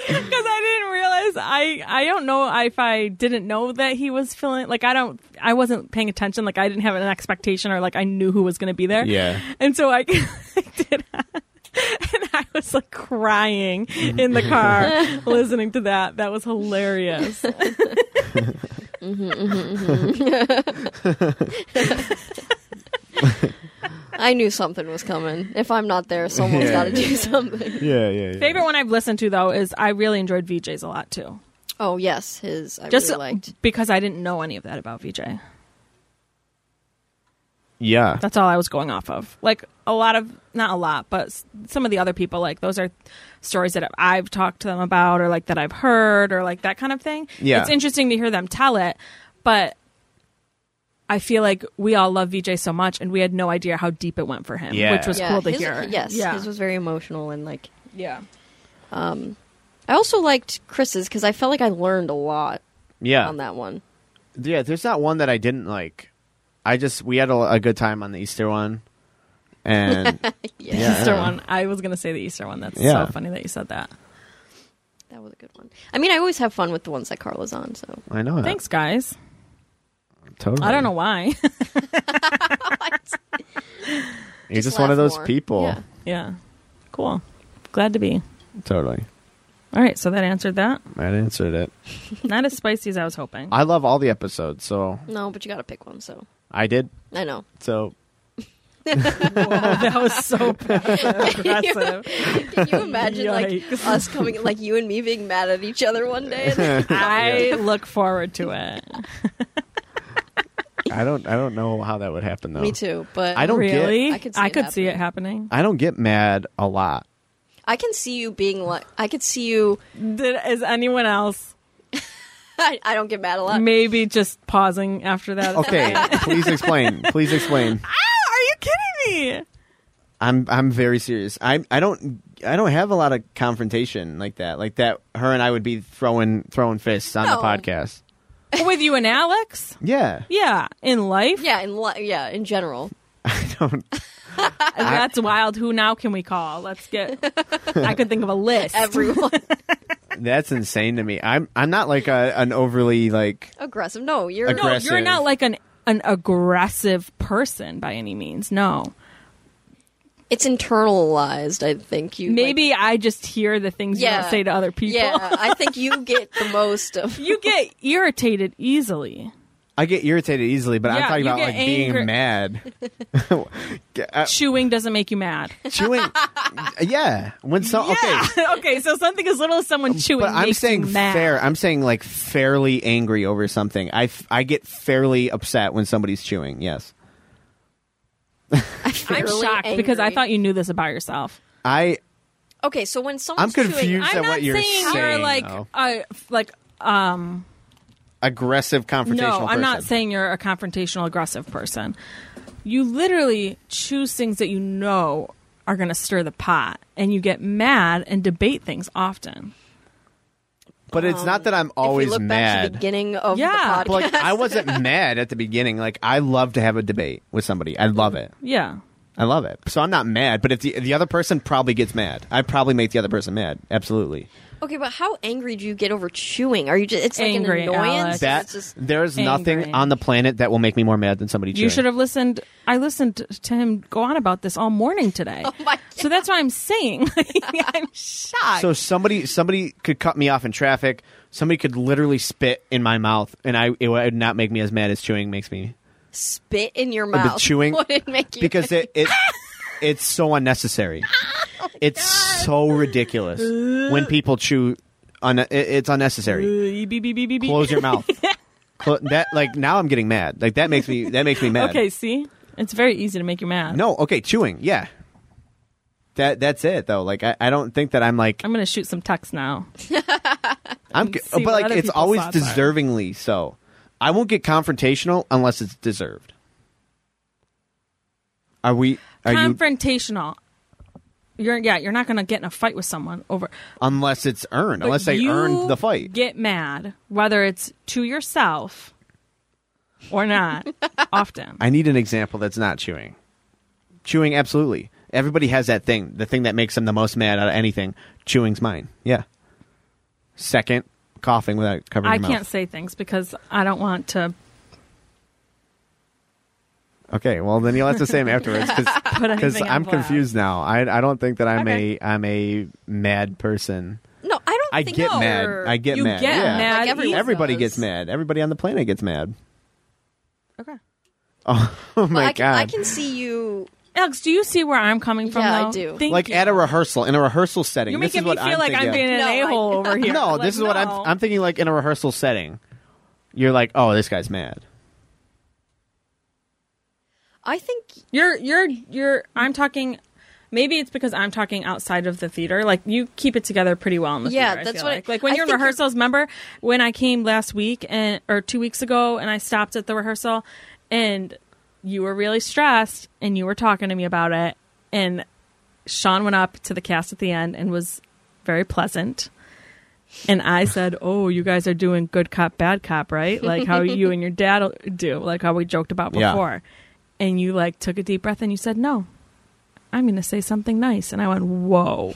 S3: Because I didn't realize I I don't know if I didn't know that he was feeling like I don't I wasn't paying attention like I didn't have an expectation or like I knew who was going to be there
S2: Yeah.
S3: and so I, I did and I was like crying in the car listening to that that was hilarious
S1: I knew something was coming. If I'm not there, someone's
S2: Yeah.
S1: got to do something.
S2: Yeah. Yeah. yeah.
S3: favorite one I've listened to though is I really enjoyed VJ's a lot too
S1: Oh yes, his. I
S3: just
S1: really liked.
S3: because I didn't know any of that about VJ
S2: Yeah.
S3: That's all I was going off of. Like a lot of, not a lot, but s- some of the other people, like those are stories that I've talked to them about or like that I've heard or like that kind of thing.
S2: Yeah.
S3: It's interesting to hear them tell it, but I feel like we all love VJ so much and we had no idea how deep it went for him,
S2: Yeah.
S3: which was cool to
S1: his-
S3: hear.
S1: Yes,
S3: Yeah.
S1: his was very emotional and like.
S3: yeah.
S1: I also liked Chris's because I felt like I learned a lot
S2: Yeah.
S1: on that one.
S2: Yeah, there's not one that I didn't like. I just we had a, a good time on the Easter one, and
S1: Yeah,
S3: Easter one. I was going to say the Easter one. That's
S2: Yeah.
S3: so funny that you said that.
S1: that was a good one. I mean, I always have fun with the ones that Carla's on. So
S2: I know. it.
S3: Thanks, guys.
S2: Totally.
S3: I don't know why.
S2: You're just
S1: laugh
S2: one of those
S1: more.
S2: people.
S1: Yeah.
S3: yeah. Cool. Glad to be.
S2: Totally.
S3: All right. So that answered that.
S2: I answered it.
S3: Not as spicy as I was hoping.
S2: I love all the episodes, so
S1: No, but you got to pick one. So
S2: I did.
S1: I know.
S2: So
S3: that was so aggressive.
S1: Can you imagine like
S3: Yikes.
S1: us coming, like you and me being mad at each other one day? And
S3: I look forward to it.
S2: I don't. I don't know how that would happen though.
S1: me too, but
S2: Oh. I don't- get-
S3: really?
S1: I could see
S3: it
S1: it
S3: happening.
S2: I don't get mad a lot.
S1: I can see you being like, I could see you.
S3: Did, is anyone else
S1: I, I don't get mad a lot.
S3: maybe just pausing after that?
S2: Okay, please explain. Please explain.
S3: Ah, are you kidding me?
S2: I'm I'm very serious. I I don't I don't have a lot of confrontation like that. Like that, her and I would be throwing throwing fists on
S1: No.
S2: the podcast.
S3: With you and Alex?
S2: Yeah,
S3: Yeah, in life.
S1: Yeah, in li- yeah, in general.
S2: I don't.
S3: that's wild. Who now can we call? Let's get. I could think of a list.
S1: Everyone
S2: That's insane to me. I'm I'm not like a, an overly like
S1: aggressive. No, you're
S3: no,
S2: Aggressive.
S3: you're not like an an aggressive person by any means. No.
S1: it's internalized. I think you like-
S3: Maybe I just hear the things you
S1: Yeah.
S3: don't say to other people.
S1: yeah, I think you get the most of.
S3: you get irritated easily.
S2: I get irritated easily, but I'm
S3: Yeah,
S2: talking
S3: you
S2: about
S3: get
S2: like
S3: angry-
S2: being mad. Uh,
S3: Chewing doesn't make you mad.
S2: Chewing, yeah. When so okay,
S3: okay, so something as little as someone chewing
S2: but I'm
S3: makes you
S2: saying
S3: mad.
S2: fair. I'm saying like fairly angry over something. I, f- I get fairly upset when somebody's chewing. Yes,
S3: I'm
S1: Really
S3: shocked because I
S1: angry.
S3: thought you knew this about yourself.
S2: I
S1: Okay, so when
S2: I'm
S1: someone's chewing,
S2: confused
S3: I'm
S2: at
S3: not
S2: what you're
S3: saying, you're like
S2: though.
S3: uh, like um
S2: aggressive confrontational.
S3: no, I'm not
S2: person.
S3: saying you're a confrontational aggressive person. You literally choose things that you know are going to stir the pot and you get mad and debate things often.
S2: But it's not that
S3: um,
S2: I'm
S1: if
S2: always
S1: you look back to
S2: mad.
S1: the beginning of
S3: Yeah.
S1: the
S2: But,
S1: podcast,
S2: like I wasn't mad at the beginning. Like I love to have a debate with somebody. I love it.
S3: Yeah.
S2: I love it. So I'm not mad. But if the the other person probably gets mad, I probably make the other person mad. Absolutely.
S1: okay, but how angry do you get over chewing? Are you just it's like
S3: Angry,
S1: an annoyance?
S3: Alex.
S2: That
S1: It's just-
S2: there's
S3: angry.
S2: nothing on the planet that will make me more mad than somebody.
S3: You
S2: chewing.
S3: should have listened. I listened to him go on about this all morning today.
S2: Oh
S1: my God.
S3: So that's why I'm saying like, I'm shocked.
S2: So somebody somebody could cut me off in traffic. Somebody could literally spit in my mouth, and I it would not make me as mad as chewing makes me.
S1: spit in your
S2: But
S1: mouth.
S2: chewing
S1: wouldn't make you
S2: because it, it it's so unnecessary.
S3: Oh
S2: it's so ridiculous when people chew. Un- it- it's unnecessary. Close your mouth. Clo- that like now I'm getting mad. Like that makes me that makes me mad.
S3: Okay, see, it's very easy to make you mad.
S2: No. Okay. Chewing. Yeah. That that's it though. Like I, I don't think that I'm like
S3: I'm gonna shoot some texts now.
S2: I'm, g-
S3: see what
S2: but like
S3: other
S2: it's
S3: people's
S2: always
S3: thoughts are.
S2: deservingly so. I won't get confrontational unless it's deserved. Are we? Are you?
S3: Confrontational. You... are yeah. You're not gonna get in a fight with someone over
S2: Unless it's earned.
S3: but
S2: unless they
S3: you
S2: earned the fight.
S3: Get mad whether it's to yourself or not. often.
S2: I need an example that's not chewing. Chewing, absolutely. Everybody has that thing. The thing that makes them the most mad out of anything. Chewing's mine. Yeah. Second, coughing without covering
S3: I
S2: your
S3: can't
S2: mouth.
S3: say things because I don't want to
S2: Okay, well then you'll have to say them afterwards
S3: put anything.
S2: because
S3: on
S2: I'm
S3: blast.
S2: confused now. I I don't think that I'm
S3: Okay.
S2: a I'm a mad person.
S1: No, I don't.
S2: I
S1: think
S2: get
S1: no.
S2: mad. I get
S3: You
S2: mad.
S3: get
S2: yeah.
S3: mad.
S1: Like everyone
S3: easily.
S2: Everybody
S1: does.
S2: gets mad. Everybody on the planet gets mad.
S3: Okay.
S2: Oh my
S1: Well, I, can,
S2: god!
S1: I can see you.
S3: Alex, do you see where I'm coming from?
S1: Yeah, I
S3: though?
S1: do.
S3: Thank
S2: like
S3: you.
S2: at a rehearsal in a rehearsal setting.
S3: You're
S2: this
S3: making me
S2: is what
S3: feel
S2: I'm
S3: like
S2: thinking.
S3: I'm being an
S1: No, I-
S3: a hole over here.
S2: No,
S3: Like,
S2: this is what I'm
S3: no.
S2: I'm thinking like in a rehearsal setting. You're like, oh, this guy's mad.
S1: I think
S3: You're you're you're I'm talking maybe it's because I'm talking outside of the theater. Like you keep it together pretty well in the
S1: Yeah,
S3: theater. I
S1: that's
S3: feel
S1: what I-
S3: like. like when
S1: I
S3: you're in
S1: think you're-
S3: rehearsals, remember when I came last week and or 2 weeks ago and I stopped at the rehearsal and you were really stressed and you were talking to me about it and Sean went up to the cast at the end and was very pleasant. And I said, "Oh, you guys are doing good cop, bad cop, right? Like how you and your dad do, like how we joked about
S2: Yeah.
S3: before." And you like took a deep breath and you said, "No, I'm going to say something nice." And I went, "Whoa,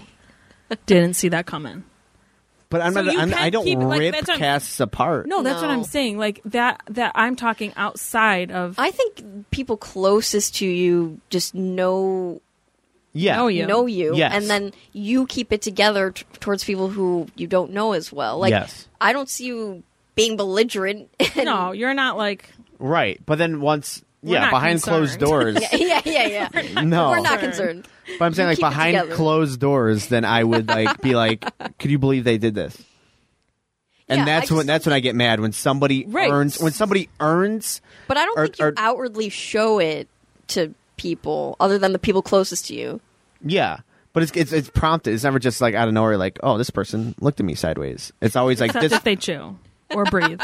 S3: didn't see that coming."
S2: But I'm
S3: So
S2: not.
S3: you
S2: I'm, I
S3: can't
S2: don't
S3: keep- like,
S2: rip
S3: that's what I'm-
S2: casts apart.
S3: No, that's what
S1: No.
S3: I'm saying. Like that, that I'm talking outside of.
S1: I think people closest to you just know
S2: Yeah.
S3: No, you-
S1: know you,
S2: Yes.
S1: and then you keep it together t- towards people who you don't know as well. Like
S2: Yes.
S1: I don't see you being belligerent. and-
S3: no, you're not like
S2: Right. But then once,
S3: We're
S2: yeah,
S3: not
S2: behind closed
S3: concerned.
S2: doors.
S1: yeah, yeah, yeah.
S2: No,
S1: We're
S3: Concerned.
S1: not concerned.
S2: But I'm saying like
S1: keep it
S2: behind
S1: together.
S2: closed doors, then I would like be like, could you believe they did this? And
S1: Yeah, I
S2: that's
S1: just
S2: when
S1: don't
S2: that's when I get mad when somebody
S3: Right.
S2: earns when somebody earns
S1: But I don't
S2: Are-
S1: think you
S2: are-
S1: outwardly show it to people other than the people closest to you.
S2: yeah. But it's, it's it's prompted. It's never just like out of nowhere like, oh, this person looked at me sideways. It's always like
S3: except
S2: this
S3: if they chew or breathe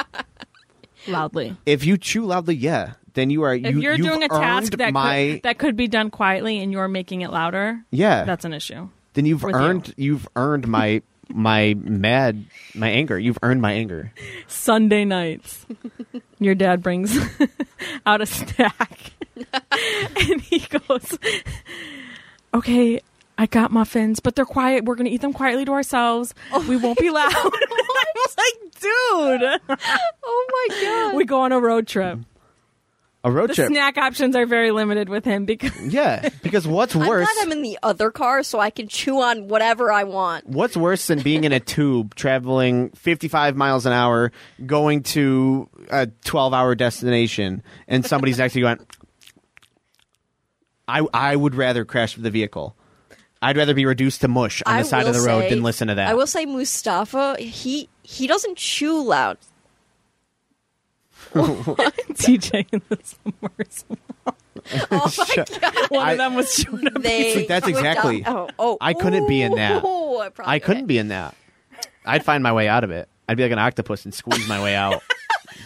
S3: loudly.
S2: if you chew loudly, yeah, then you are
S3: If
S2: you,
S3: you, are
S2: you've
S3: doing a
S2: earned
S3: task that
S2: my
S3: could, that could be done quietly and you're making it louder,
S2: yeah.
S3: that's an issue.
S2: then you've
S3: with
S2: earned you. have earned my my mad my anger. You've earned my anger.
S3: Sunday nights, your dad brings out a stack and he goes, "Okay, I got muffins, but they're quiet. We're gonna eat them quietly to ourselves. we won't be loud." I was like, "Dude,
S1: Oh my god.
S3: we go on a road trip."
S2: A road
S3: The
S2: trip.
S3: snack options are very limited with him because
S2: yeah, because what's
S1: I'm
S2: worse?
S1: glad I'm in the other car so I can chew on whatever I want.
S2: What's worse than being in a tube traveling 55 miles an hour going to a 12 hour destination and somebody's actually going, I, I would rather crash the vehicle. I'd rather be reduced to mush on
S1: I
S2: the side of
S1: will
S2: the road
S1: say-
S2: than listen to that.
S1: I will say Mustafa, he he doesn't chew loud.
S3: TJ and the Summers.
S1: Oh my god.
S3: One
S2: I-
S3: of them was showing up.
S1: They
S2: That's
S1: were
S2: exactly-
S1: down- Oh, oh,
S2: I couldn't be in that.
S1: Ooh, I, probably
S2: I couldn't be in that. I'd find my way out of it. I'd be like an octopus and squeeze my way out.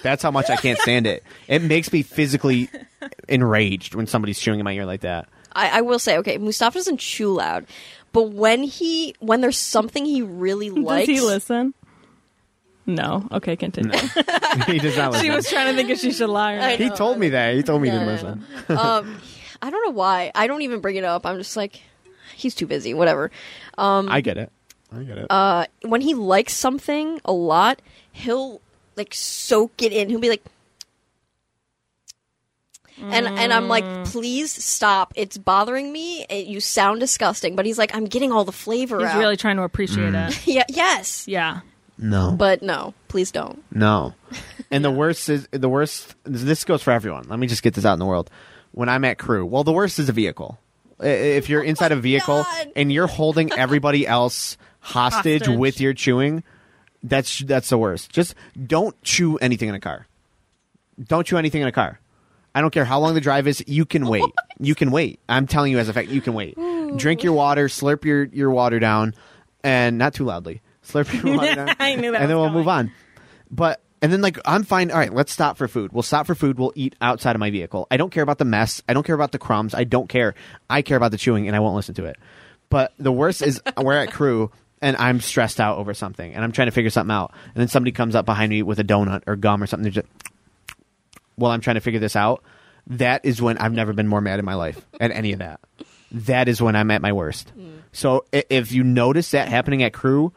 S2: That's how much I can't stand it. It makes me physically enraged when somebody's chewing in my ear like that.
S1: I, I will say, okay, Mustafa doesn't chew loud, but when he when there's something he really
S3: Does
S1: likes,
S3: he listen? No. Okay, continue.
S2: he does not listen.
S3: She was trying to think if she should lie or not.
S1: I
S2: he
S1: know.
S2: told me that. He told me he didn't
S1: I
S2: listen.
S1: um, I don't know why. I don't even bring it up. I'm just like, he's too busy. Whatever. Um,
S2: I get it. I get it.
S1: Uh, when he likes something a lot, he'll like soak it in. He'll be like. And and I'm
S3: Mm.
S1: like, please stop! It's bothering me. It, you sound disgusting. But he's like, I'm getting all the flavor
S3: He's
S1: out.
S3: really trying to appreciate
S2: Mm.
S3: it.
S1: yeah, yes,
S3: Yeah.
S2: no,
S1: but no, please don't.
S2: no. And the worst is the worst. This goes for everyone. Let me just get this out in the world. When I'm at crew, well, the worst is a vehicle. I- If you're inside a vehicle
S1: Oh God.
S2: and you're holding everybody else hostage,
S3: Hostage.
S2: with your chewing, that's that's the worst. Just don't chew anything in a car. Don't chew anything in a car. I don't care how long the drive is. You can wait. You can wait. I'm telling you as a fact, you can wait. Drink your water. Slurp your your water down, and not too loudly. Slurp your water down.
S3: I knew that
S2: And then we'll
S3: was
S2: move on. But and then like I'm fine. All right, let's stop for food. We'll stop for food. We'll eat outside of my vehicle. I don't care about the mess. I don't care about the crumbs. I don't care. I care about the chewing, and I won't listen to it. But the worst is we're at crew, and I'm stressed out over something, and I'm trying to figure something out, and then somebody comes up behind me with a donut or gum or something. They're just while I'm trying to figure this out, that is when I've never been more mad in my life at any of that. That is when I'm at my worst.
S1: Mm.
S2: So i- if you notice that happening at crew,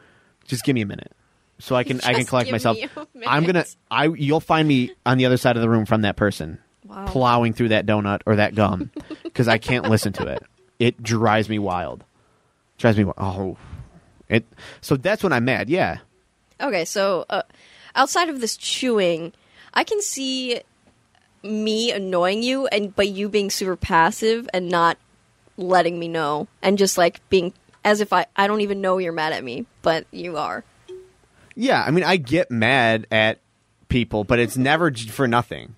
S2: just give me a minute so I can I can
S1: Just
S2: collect
S1: give
S2: myself.
S1: me a minute.
S2: I'm gonna I you'll find me on the other side of the room from that person
S1: Wow.
S2: plowing through that donut or that gum because I can't listen to it. It drives me wild. Drives me wild. Oh, it. So that's when I'm mad. Yeah.
S1: Okay, so uh, outside of this chewing, I can see me annoying you, and but you being super passive and not letting me know, and just like being as if I I don't even know you're mad at me, but you are.
S2: Yeah, I mean, I get mad at people, but it's never j- for nothing.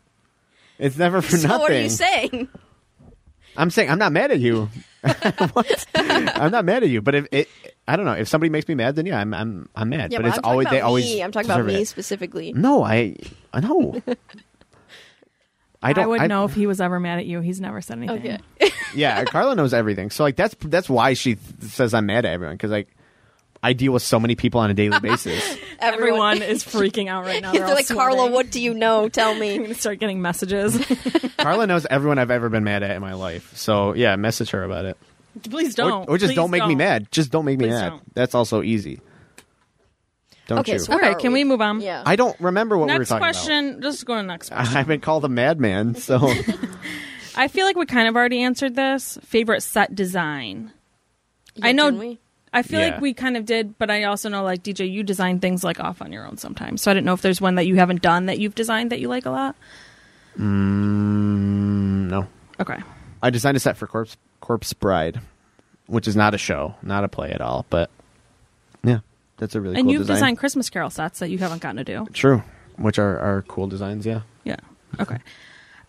S2: It's never for
S1: So
S2: nothing.
S1: what are you saying?
S2: I'm saying I'm not mad at you. what? I'm not mad at you, but if it, I don't know, if somebody makes me mad, then yeah, I'm I'm I'm mad.
S1: Yeah,
S2: but,
S1: but
S2: it's
S1: I'm talking
S2: always
S1: about
S2: they
S1: me.
S2: always.
S1: I'm talking about
S2: deserve
S1: me
S2: it. Mm.
S1: specifically.
S2: No, I I know. I
S3: I,
S2: don't
S3: would know if he was ever mad at you. He's never said anything.
S1: Okay.
S2: yeah, Carla knows everything. So like that's that's why she th- says I'm mad at everyone because like I deal with so many people on a daily basis.
S3: Everyone is freaking out right now.
S1: They're
S3: all
S1: like Carla.
S3: sweating.
S1: What do you know? Tell
S3: I'm
S1: me.
S3: gonna start getting messages.
S2: Carla knows everyone I've ever been mad at in my life. So yeah, message her about it.
S3: Please
S2: Or-
S3: don't.
S2: Or, just
S3: Please
S2: don't make me mad. Just don't make me
S3: Please
S2: mad.
S3: don't.
S2: That's also easy. Don't
S1: Okay,
S2: you?
S1: so- Where
S3: Okay,
S1: are
S3: can
S1: we?
S3: we move on?
S1: Yeah.
S2: I don't remember what we were
S3: Next
S2: talking
S3: question. Just go to next
S2: about.
S3: question.
S2: I've been called a madman, so
S3: I feel like we kind of already answered this. Favorite set design. I know-
S1: didn't we?
S3: I feel
S2: Yeah.
S3: like we kind of did, but I also know like DJ, you design things like off on your own sometimes. So I didn't know if there's one that you haven't done that you've designed that you like a lot.
S2: Mm, no.
S3: Okay.
S2: I designed a set for Corpse Corpse Bride, which is not a show, not a play at all, but yeah, that's a really
S3: and
S2: cool
S3: you've
S2: design.
S3: designed Christmas Carol sets that you haven't gotten to do.
S2: True, which are are cool designs. Yeah.
S3: Yeah. Okay.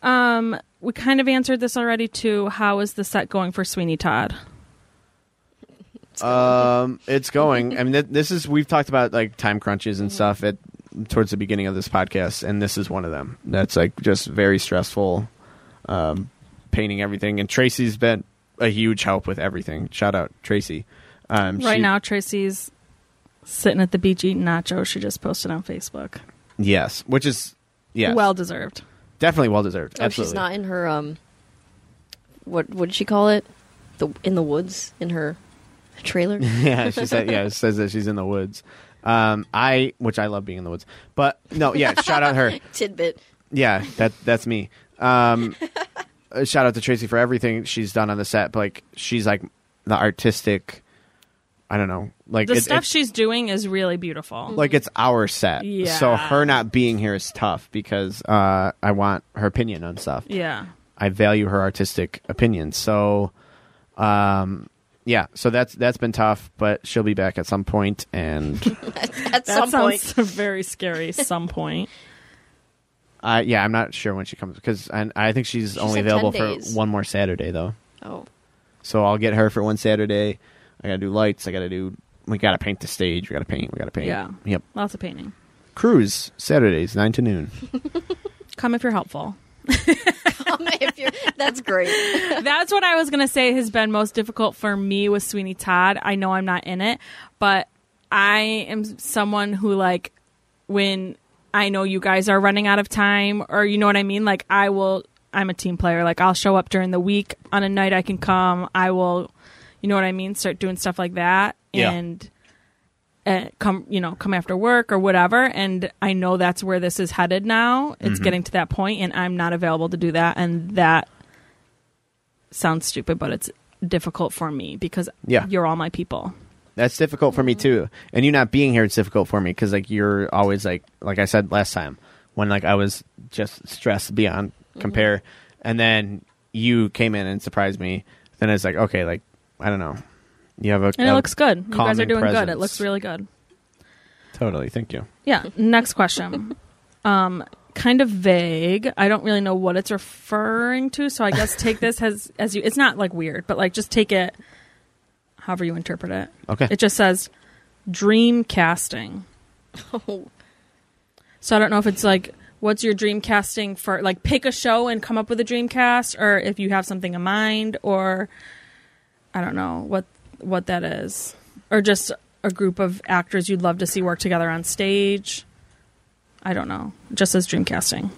S3: Um, we kind of answered this already too. How is the set going for Sweeney Todd?
S2: Um, it's going. I mean, th- this is we've talked about like time crunches and stuff at towards the beginning of this podcast, and this is one of them. That's like just very stressful, um, painting everything. And Tracy's been a huge help with everything. Shout out Tracy. Um,
S3: Right
S2: she-
S3: now, Tracy's sitting at the beach eating nachos. She just posted on Facebook.
S2: yes, which is yes,
S3: Well deserved.
S2: definitely well deserved.
S1: Oh,
S2: Absolutely,
S1: she's not in her um. What what did she call it? The in the woods in her trailer.
S2: yeah, she said. Yeah, it says that she's in the woods. Um, I, which I love being in the woods, but no, yeah, shout out her.
S1: Tidbit.
S2: Yeah, that that's me. Um, uh, shout out to Tracy for everything she's done on the set. But like, she's like the artistic. I don't know, like
S3: The
S2: it-
S3: stuff
S2: it's-
S3: she's doing is really beautiful.
S2: like it's our set.
S3: Yeah.
S2: So her not being here is tough because uh, I want her opinion on stuff.
S3: yeah.
S2: I value her artistic opinion. So, um, yeah. So that's that's been tough, but she'll be back at some point, and
S1: At
S3: That
S1: some point.
S3: sounds very scary. Some point.
S2: uh, yeah, I'm not sure when she comes because I, I think she's, only
S1: said 10
S2: available for
S1: days.
S2: one more Saturday though.
S1: Oh,
S2: So I'll get her for one Saturday. I gotta do lights. I gotta do. We gotta paint the stage. We gotta paint. We gotta paint.
S3: Yeah.
S2: Yep.
S3: Lots of painting.
S2: Cruise Saturdays nine to noon.
S3: Come if you're helpful.
S1: if you're, that's great.
S3: That's what I was gonna say has been most difficult for me with Sweeney Todd. I know I'm not in it, but I am someone who like when I know you guys are running out of time or you know what I mean, like I will I'm a team player. Like I'll show up during the week on a night I can come. I will you know what I mean, start doing stuff like that
S2: Yeah.
S3: and uh, come you know come after work or whatever and i know that's where this is headed now it's
S2: Mm-hmm.
S3: getting to that point and i'm not available to do that and that sounds stupid, but it's difficult for me because
S2: Yeah.
S3: you're all my people.
S2: That's difficult for me too. And you not being here, it's difficult for me because like you're always like like I said last time when like I was just stressed beyond
S3: Mm-hmm.
S2: compare, and then you came in and surprised me. Then it's like okay, like I don't know. You have a
S3: And
S2: a
S3: it looks good. You guys are
S2: calming
S3: doing good. It
S2: presence.
S3: looks really good.
S2: totally. Thank you.
S3: Yeah. Next question. um, kind of vague. I don't really know what it's referring to, so I guess take this as as you. It's not like weird, but like just take it however you interpret it.
S2: Okay.
S3: It just says dream casting.
S1: Oh,
S3: So I don't know if it's like what's your dream casting for like pick a show and come up with a dream cast or if you have something in mind or I don't know what what that is or just a group of actors you'd love to see work together on stage. I don't know. Just as dream casting.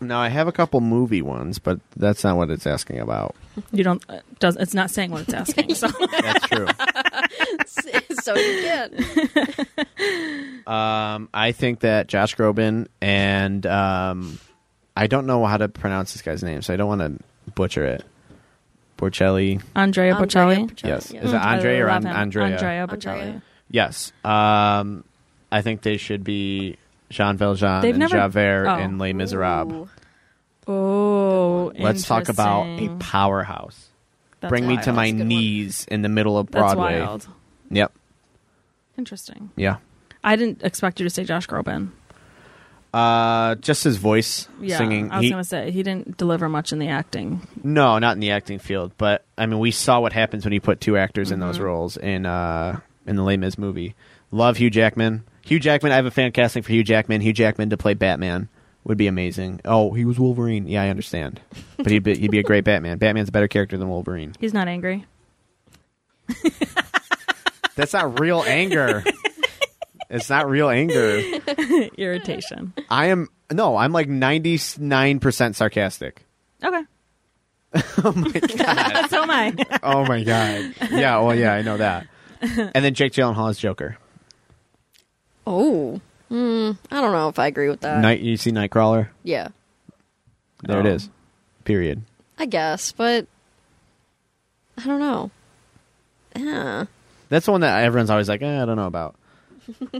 S2: Now I have a couple movie ones, but that's not what it's asking about.
S3: You don't it does it's not saying what it's asking. So
S2: That's true.
S1: so you can.
S2: Um, I think that Josh Groban and um, I don't know how to pronounce this guy's name, so I don't want to butcher it. Borcelli.
S3: Andrea
S1: Andrea
S3: Bocelli.
S1: Bocelli,
S2: Yes.
S1: yeah.
S2: Is it Andre
S3: Mm, I
S2: or
S3: love
S2: An-
S3: him.
S2: Andrea?
S3: Andrea Bocelli.
S1: Andrea.
S2: Yes. Um, I think they should be Jean Valjean
S3: They've
S2: and
S3: never-
S2: Javert
S3: oh.
S2: and Les Miserables.
S1: Ooh.
S3: Oh,
S2: Let's talk about a
S3: interesting.
S2: powerhouse.
S3: That's
S2: Bring me to
S3: wild.
S2: my
S1: That's a good one.
S2: knees in the middle of
S3: That's
S2: Broadway.
S3: wild.
S2: Yep.
S3: Interesting.
S2: Yeah.
S3: I didn't expect you to say Josh Groban.
S2: Uh, just his voice
S3: Yeah,
S2: singing.
S3: I was
S2: He-
S3: gonna say he didn't deliver much in the acting.
S2: No, not in the acting field, but I mean, we saw what happens when you put two actors in those roles in uh, in the Les Mis movie. Love Hugh Jackman. Hugh Jackman. I have a fan casting for Hugh Jackman. Hugh Jackman to play Batman would be amazing. Oh, he was Wolverine. Yeah, I understand, but he'd be, he'd be a great Batman. Batman's a better character than Wolverine.
S3: He's not angry.
S2: That's not real anger. it's not real anger.
S3: Irritation.
S2: I am no. I'm like ninety nine percent sarcastic.
S3: Okay. oh my god. so am I.
S2: Oh my god. Yeah. Well, yeah. I know that. And then Jake Gyllenhaal is Joker.
S1: Oh. Mm, I don't know if I agree with that.
S2: Night. You see Nightcrawler.
S1: Yeah,
S2: There it
S3: Oh.
S2: is. Period.
S1: I guess, but I don't know. Yeah.
S2: That's the one that everyone's always like, eh, I don't know about.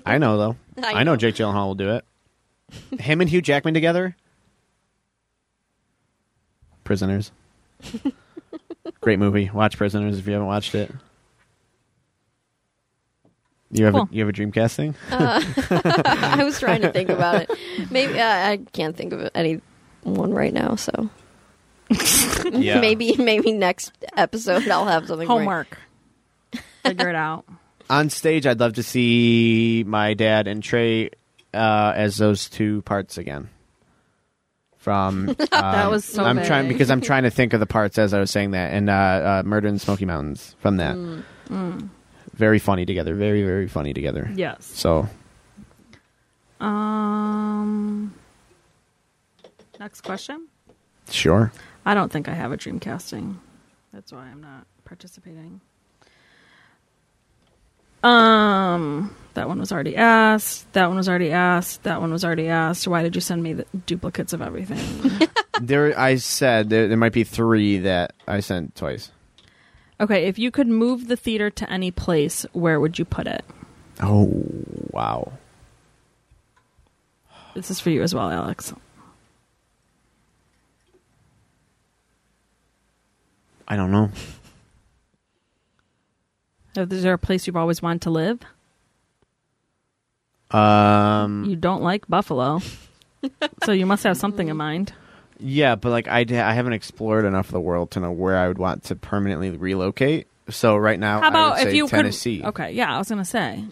S2: I know though. I
S1: I
S2: know.
S1: know.
S2: Jake Gyllenhaal will do it. Him and Hugh Jackman together. Prisoners. Great movie. Watch Prisoners if you haven't watched it. You have
S3: Cool.
S2: a, you have a dream casting?
S1: I was trying to think about it. Maybe uh, I can't think of any one right now. So
S2: Yeah.
S1: maybe maybe next episode I'll have something. right.
S3: Homework. Figure it out.
S2: On stage, I'd love to see my dad and Trey uh, as those two parts again. From
S3: That
S2: um,
S3: was so
S2: I'm
S3: vague.
S2: trying because I'm trying to think of the parts as I was saying that, and uh, uh, Murder in the Smoky Mountains from that.
S3: Mm,
S2: Very funny together. Very very funny together.
S3: Yes.
S2: So
S3: Um. Next question.
S2: sure.
S3: I don't think I have a dream casting. That's why I'm not participating. Um, that one was already asked. That one was already asked. That one was already asked. Why did you send me the duplicates of everything?
S2: There, I said there, there might be three that I sent twice.
S3: okay, if you could move the theater to any place, where would you put it?
S2: Oh wow!
S3: This is for you as well, Alex.
S2: I don't know.
S3: Is there a place you've always wanted to live?
S2: Um,
S3: You don't like Buffalo, so you must have something in mind.
S2: yeah, but like I, d- I haven't explored enough of the world to know where I would want to permanently relocate. So right now,
S3: How about
S2: I would
S3: if
S2: say
S3: you
S2: Tennessee?
S3: could? Okay, yeah, I was gonna say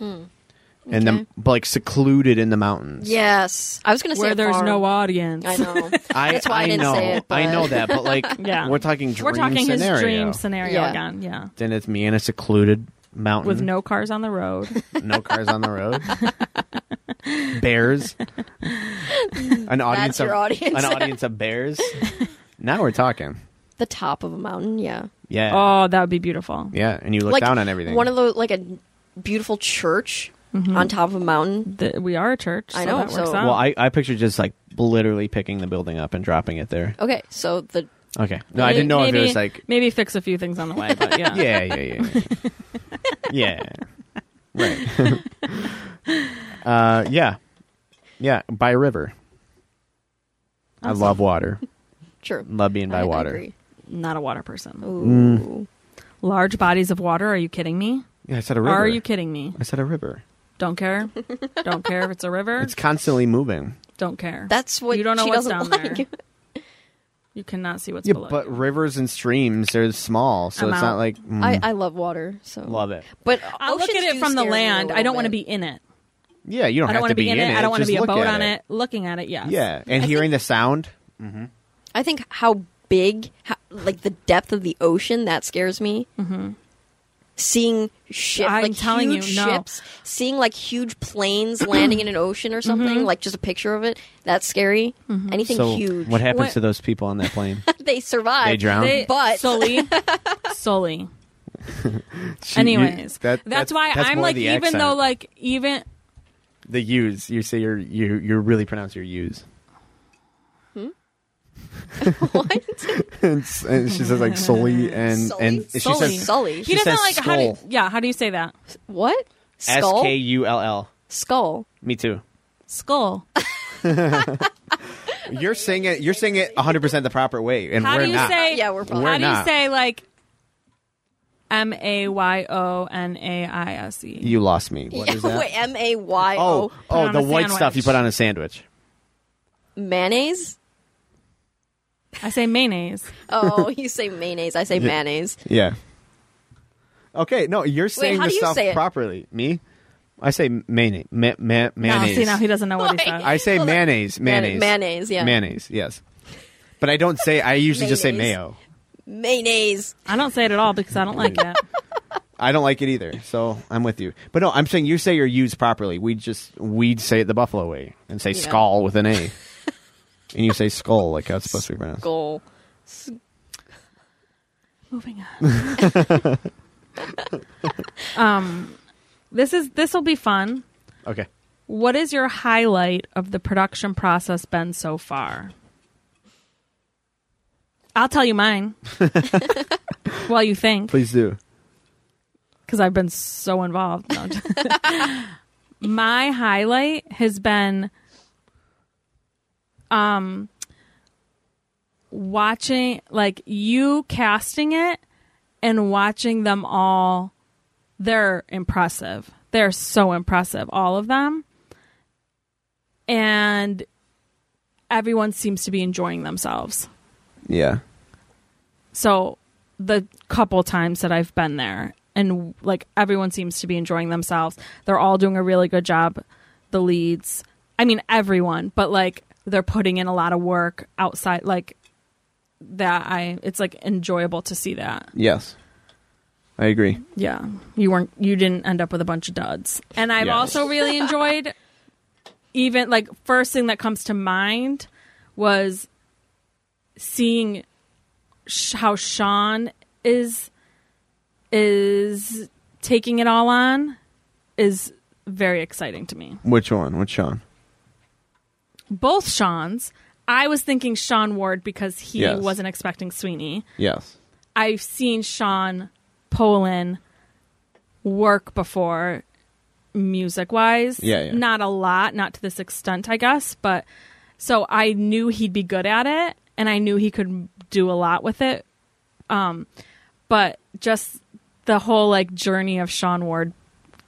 S2: and
S1: okay.
S2: then but like secluded in the mountains.
S1: Yes, I was going to say
S3: where
S1: a
S3: there's
S1: farm.
S3: no audience.
S1: I know.
S2: I,
S1: That's why I didn't
S2: know,
S1: say it,
S2: I
S1: but-
S2: know that, but like,
S3: Yeah.
S2: we're talking dream
S3: We're talking
S2: scenario. Mm-hmm.
S3: his dream scenario
S1: Yeah.
S3: again. Yeah.
S2: Then it's me in a secluded mountain
S3: With no cars on the road.
S2: no cars on the road, bears, an audience
S1: your
S2: of
S1: audience.
S2: an audience of bears. Now we're talking.
S1: the top of a mountain, yeah.
S2: Yeah,
S3: oh, that would be beautiful.
S2: yeah, and you look
S1: like
S2: down on everything.
S1: One of those, like a beautiful church
S3: Mm-hmm.
S1: on top of a mountain.
S3: The- we are a church. So
S1: I know,
S3: That works
S1: so-
S3: out.
S2: well, I I picture just like literally picking the building up and dropping it there.
S1: Okay, so the
S2: Okay, no, I didn't know if it was like
S3: maybe fix a few things on the way, but yeah.
S2: yeah, yeah, yeah, yeah, yeah. right. uh, yeah, yeah, by a river. I love water.
S1: sure
S2: Love being by
S1: I- I
S2: water. Mm.
S1: agree.
S3: Not a water person.
S1: Ooh.
S3: Large bodies of water. Are you kidding me?
S2: Yeah, I said a river.
S3: Are you kidding me?
S2: I said a river.
S3: Don't care. Don't care if it's a river.
S2: It's constantly moving.
S3: Don't care.
S1: That's what
S3: you don't know
S1: she
S3: what's down
S1: doesn't like.
S3: there. You cannot see what's
S2: Yeah,
S3: below.
S2: but
S3: you.
S2: rivers and streams they're small, so
S3: I'm
S2: it's
S3: out.
S2: not like mm,
S1: I, I love water, so
S2: love it.
S1: But
S3: I look
S1: oceans
S3: at it
S1: do
S3: from the
S1: scare me a
S3: land. I
S1: little
S3: don't want to
S1: bit.
S3: be in it.
S2: Yeah, you don't,
S3: I don't
S2: have
S3: want
S2: to
S3: to be in it. I don't want to
S2: just
S3: be a
S2: look
S3: boat
S2: at
S3: on it. Looking at it, yes.
S2: Yeah, and
S1: I
S2: hearing
S1: think-
S2: the sound.
S1: I think how big, how, like the depth of the ocean, that scares me. Mm-hmm. Seeing ships,
S3: I'm
S1: like
S3: telling
S1: huge
S3: you, no.
S1: ships, seeing like huge planes landing in an ocean or something, like just a picture of it, that's scary. Anything huge,
S2: what happens
S3: What-
S2: to those people on that plane?
S1: they survive.
S2: They drown?
S3: They-
S1: But-
S3: solely, solely.
S2: She- you-
S3: Anyways,
S2: that-
S3: that's, why
S2: that's
S3: I'm
S2: more
S3: like,
S2: the
S3: even
S2: accent.
S3: though, like, even
S2: the U's, you say your you you really pronounce your U's.
S1: what?
S2: and, s- and she says like Sully and
S1: Sully?
S2: and she
S3: Sully.
S2: says
S1: Sully.
S3: he doesn't
S2: says
S3: like how. Do,
S2: skull.
S3: yeah, how do you say that?
S1: what?
S2: S
S1: Skull.
S2: K U L L.
S1: Skull.
S2: Me too.
S3: Skull.
S2: You're saying it. You're saying it 100 percent the proper way, and
S3: How
S2: we're
S3: do you
S2: not.
S3: say?
S1: Uh, Yeah, we're both.
S2: We're
S3: how do
S2: not.
S3: you say like? M a y o n a i s e.
S2: you lost me. What is that?
S1: Wait, M A Y
S2: oh,
S1: O
S2: oh,
S3: on
S2: the
S3: a
S2: white stuff you
S3: sandwich.
S2: put on a sandwich.
S1: mayonnaise.
S3: I say mayonnaise.
S1: Oh, you say mayonnaise. I say mayonnaise.
S2: Yeah. Okay, no, you're saying
S1: how
S2: the
S1: do you
S2: stuff
S1: say it?
S2: properly. Me? I say mayonnaise. Ma- ma-
S3: No,
S2: mayonnaise.
S3: see now he doesn't know what he said.
S2: I say mayonnaise. Mayonnaise.
S1: Mayonnaise. Yeah.
S2: Mayonnaise, yes. But I don't say, I usually just say
S1: Mayonnaise.
S2: mayo.
S1: Mayonnaise.
S3: I don't say it at all because I don't like it.
S2: I don't like it either, so I'm with you. But no, I'm saying you say your U's properly. We just, we'd say it the Buffalo way and say
S1: Yeah.
S2: skull with an A. and you say skull, like how it's supposed to be pronounced.
S1: Goal.
S3: Moving on. um, this is this will be fun.
S2: Okay.
S3: What is your highlight of the production process been so far? I'll tell you mine. well, you think
S2: Please do.
S3: because I've been so involved. No, I'm just- My highlight has been um watching like you casting it and watching them all they're impressive. They're so impressive all of them. And everyone seems to be enjoying themselves.
S2: Yeah.
S3: So the couple times that I've been there and like everyone seems to be enjoying themselves. They're all doing a really good job. The leads, I mean everyone, but like they're putting in a lot of work outside like that I it's like enjoyable to see that.
S2: Yes. I agree.
S3: Yeah. You weren't you didn't end up with a bunch of duds. And I've
S2: Yes.
S3: also really enjoyed even like first thing that comes to mind was seeing sh- how Sean is is taking it all on is very exciting to me.
S2: Which one? Which Sean?
S3: Both Sean's. I was thinking Sean Ward because he
S2: Yes.
S3: wasn't expecting Sweeney.
S2: Yes.
S3: I've seen Sean Polin work before music wise.
S2: Yeah, yeah.
S3: Not a lot, not to this extent, I guess, but so I knew he'd be good at it and I knew he could do a lot with it. Um but just the whole like journey of Sean Ward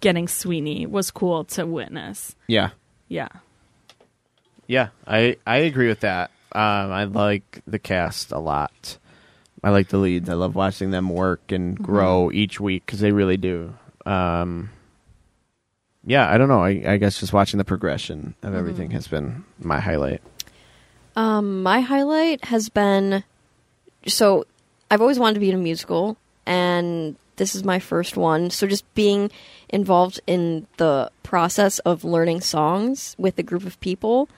S3: getting Sweeney was cool to witness.
S2: Yeah.
S3: Yeah.
S2: Yeah, I I agree with that. Um, I like the cast a lot. I like the leads. I love watching them work and
S3: Mm-hmm.
S2: grow each week because they really do. Um, yeah, I don't know. I, I guess just watching the progression of
S3: Mm-hmm.
S2: everything has been my highlight.
S1: Um, my highlight has been so I've always wanted to be in a musical, and this is my first one. So just being involved in the process of learning songs with a group of people,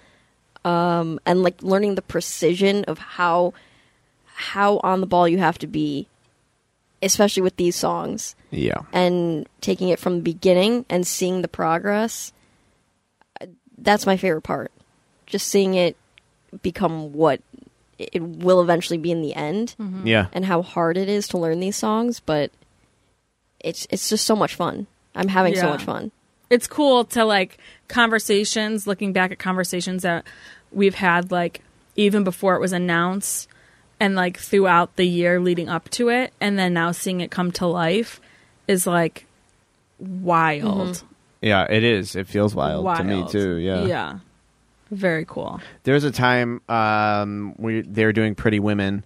S1: um, and like learning the precision of how how on the ball you have to be, especially with these songs
S2: Yeah,
S1: and taking it from the beginning and seeing the progress I- that's my favorite part just seeing it become what it will eventually be in the end
S3: Mm-hmm.
S2: yeah,
S1: and how hard it is to learn these songs but it's it's just so much fun i'm having so
S3: Yeah.
S1: much fun
S3: it's cool to like conversations looking back at conversations that we've had like even before it was announced and like throughout the year leading up to it and then now seeing it come to life is like wild
S2: yeah. It is. It feels Mm-hmm. wild, to me
S3: Wild.
S2: too. Yeah,
S3: yeah very cool
S2: There was a time um, we they were doing Pretty Women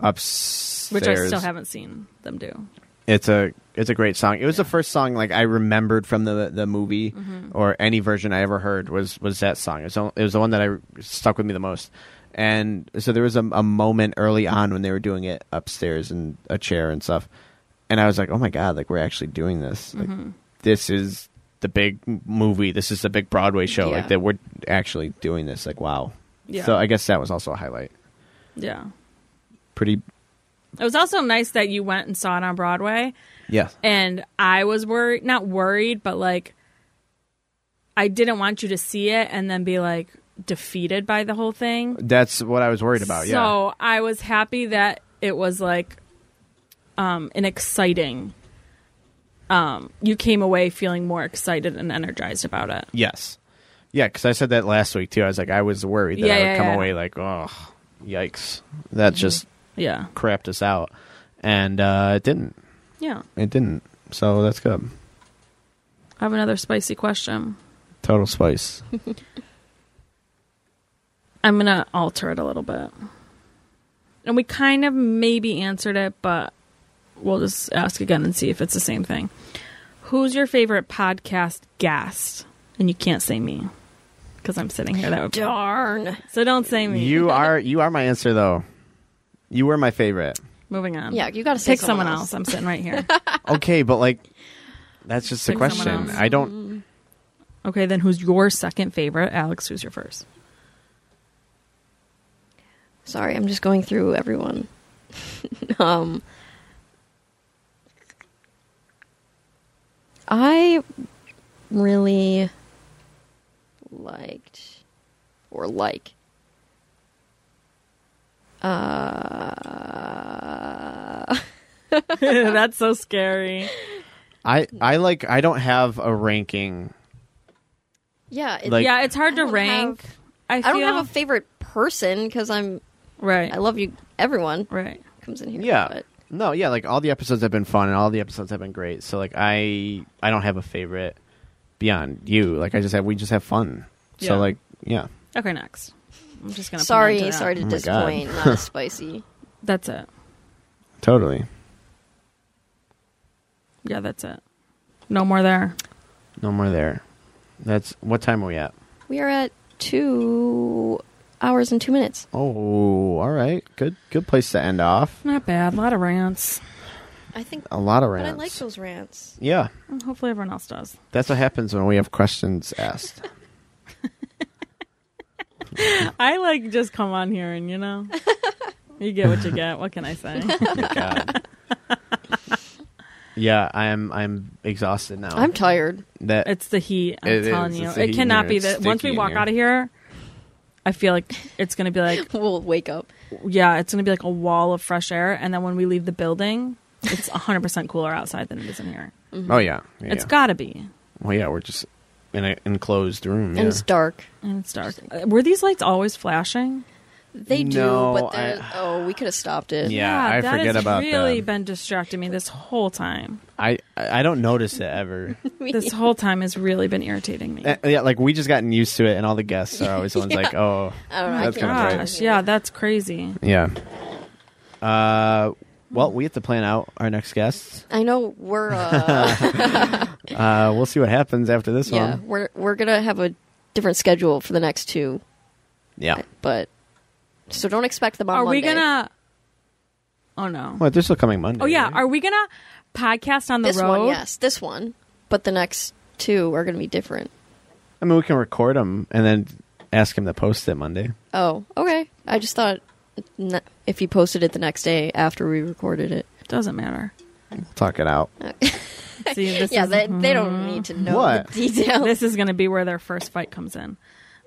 S2: upstairs,
S3: which i still haven't seen them do
S2: it's a it's a great song. It was the first song like I remembered from the the movie
S3: Mm-hmm.
S2: or any version I ever heard was was that song. It was, the- it was the one that I stuck with me the most. And so there was a, a moment early on when they were doing it upstairs in a chair and stuff, and I was like, oh my god, like we're actually doing this. Like,
S3: Mm-hmm.
S2: This is the big m- movie. This is the big Broadway show.
S1: Yeah.
S2: Like that we're actually doing this. Like wow.
S3: Yeah.
S2: So I guess that was also a highlight.
S3: yeah
S2: Pretty.
S3: it was also nice that you went and saw it on broadway
S2: Yeah.
S3: and I was worried, not worried, but like I didn't want you to see it and then be like defeated by the whole thing.
S2: That's what I was worried about. Uh, yeah.
S3: So I was happy that it was like um an exciting um you came away feeling more excited and energized about it.
S2: Yes. Yeah, because I said that last week too. I was like, I was worried that
S3: Yeah,
S2: I would
S3: yeah,
S2: come
S3: yeah. Mm-hmm.
S2: away like, oh, yikes, that just
S3: Yeah.
S2: crapped us out, and uh, it didn't.
S3: Yeah.
S2: It didn't. So that's good.
S3: I have another spicy question.
S2: Total spice.
S3: I'm going to alter it a little bit. And we kind of maybe answered it, but we'll just ask again and see if it's the same thing. Who's your favorite podcast guest? And you can't say me because I'm sitting here. That would be-
S1: darn
S3: so don't say me.
S2: you are you are my answer though. You were my favorite.
S3: moving on.
S1: yeah you gotta say
S3: pick someone else. I'm sitting right here.
S2: Okay, but like, that's just the
S3: Pick someone
S2: question.
S3: else.
S2: I don't.
S3: okay, then who's your second favorite? Alex, who's your first?
S1: sorry i'm just going through everyone um I really liked or like uh
S3: That's so scary.
S2: I I like. I don't have a ranking.
S1: yeah it,
S2: Like-
S3: yeah, it's hard to
S1: don't
S3: rank.
S1: have-
S3: I, feel,
S1: I don't have a favorite person because I'm
S3: right.
S1: I love you everyone
S3: right.
S1: comes in here
S2: Yeah.
S1: but
S2: No, yeah, like all the episodes have been fun and all the episodes have been great. So like I I don't have a favorite beyond you. Like I just have we just have fun.
S3: Yeah.
S2: So like yeah.
S3: Okay, next. I'm just gonna. put an end to
S1: sorry
S3: that.
S1: sorry to
S2: Oh my God.
S1: disappoint not as spicy
S3: That's it.
S2: Totally.
S3: Yeah, that's it. No more there.
S2: No more there. That's what time are we at?
S1: we are at two hours and two minutes
S2: Oh, all right. Good good place to end off.
S3: Not bad. A lot of rants.
S1: I think
S2: A lot of
S1: but
S2: Oh, rants.
S1: I like those rants
S2: Yeah.
S3: Hopefully, everyone else does.
S2: That's what happens when we have questions asked.
S3: I like just come on here and you know, you get what you get. What can I say?
S2: My God. Yeah, I'm I'm exhausted now.
S1: I'm tired.
S2: that
S3: It's the heat. I'm
S2: It
S3: telling
S2: is.
S3: you,
S2: It's the
S3: it
S2: heat in
S3: cannot
S2: here.
S3: be
S2: It's
S3: that. Once we
S2: sticky in
S3: walk
S2: here.
S3: out of here, I feel like it's gonna be like,
S1: We'll wake up.
S3: yeah, it's gonna be like a wall of fresh air. And then when we leave the building, it's 100 percent cooler outside than it is in here.
S2: oh yeah, yeah.
S3: It's gotta be.
S2: well yeah, we're just in an enclosed room.
S1: And
S2: yeah.
S1: it's dark.
S3: And it's dark. Uh, Were these lights always flashing?
S1: They do,
S2: No,
S1: but
S2: I-
S1: there's oh, we could have stopped it.
S2: Yeah. I
S3: that
S2: forget
S3: has
S2: about
S3: really
S2: that.
S3: been distracting me this whole time.
S2: I I I don't notice it ever.
S3: This whole time has really been irritating me.
S2: Uh, yeah, like we just gotten used to it, and all the guests are always the ones like, oh,
S1: I don't know.
S2: That's
S1: I
S2: kinda
S1: can't-
S2: bright.
S3: Gosh, yeah, that's crazy.
S2: yeah. Uh, well, we have to plan out our next guests.
S1: I know we're uh,
S2: Uh, we'll see what happens after this
S1: yeah,
S2: one.
S1: we're we're gonna have a different schedule for the next two,
S2: Yeah.
S1: but so don't expect them on
S3: Are we
S1: Monday.
S3: gonna? Oh no.
S2: Well, they're still coming Monday.
S3: Oh yeah.
S2: right?
S3: Are we gonna podcast on the
S1: this
S3: road?
S1: one? Yes, this one, but the next two are gonna be different.
S2: I mean, we can record them and then ask him to post it Monday.
S1: Oh, okay. I just thought n- if he posted it the next day after we recorded it.
S3: Doesn't matter.
S2: We'll talk it out.
S3: See, this
S1: Yeah,
S3: is
S1: they, they don't need to know
S2: What?
S1: the details.
S3: this is gonna be where their first fight comes in.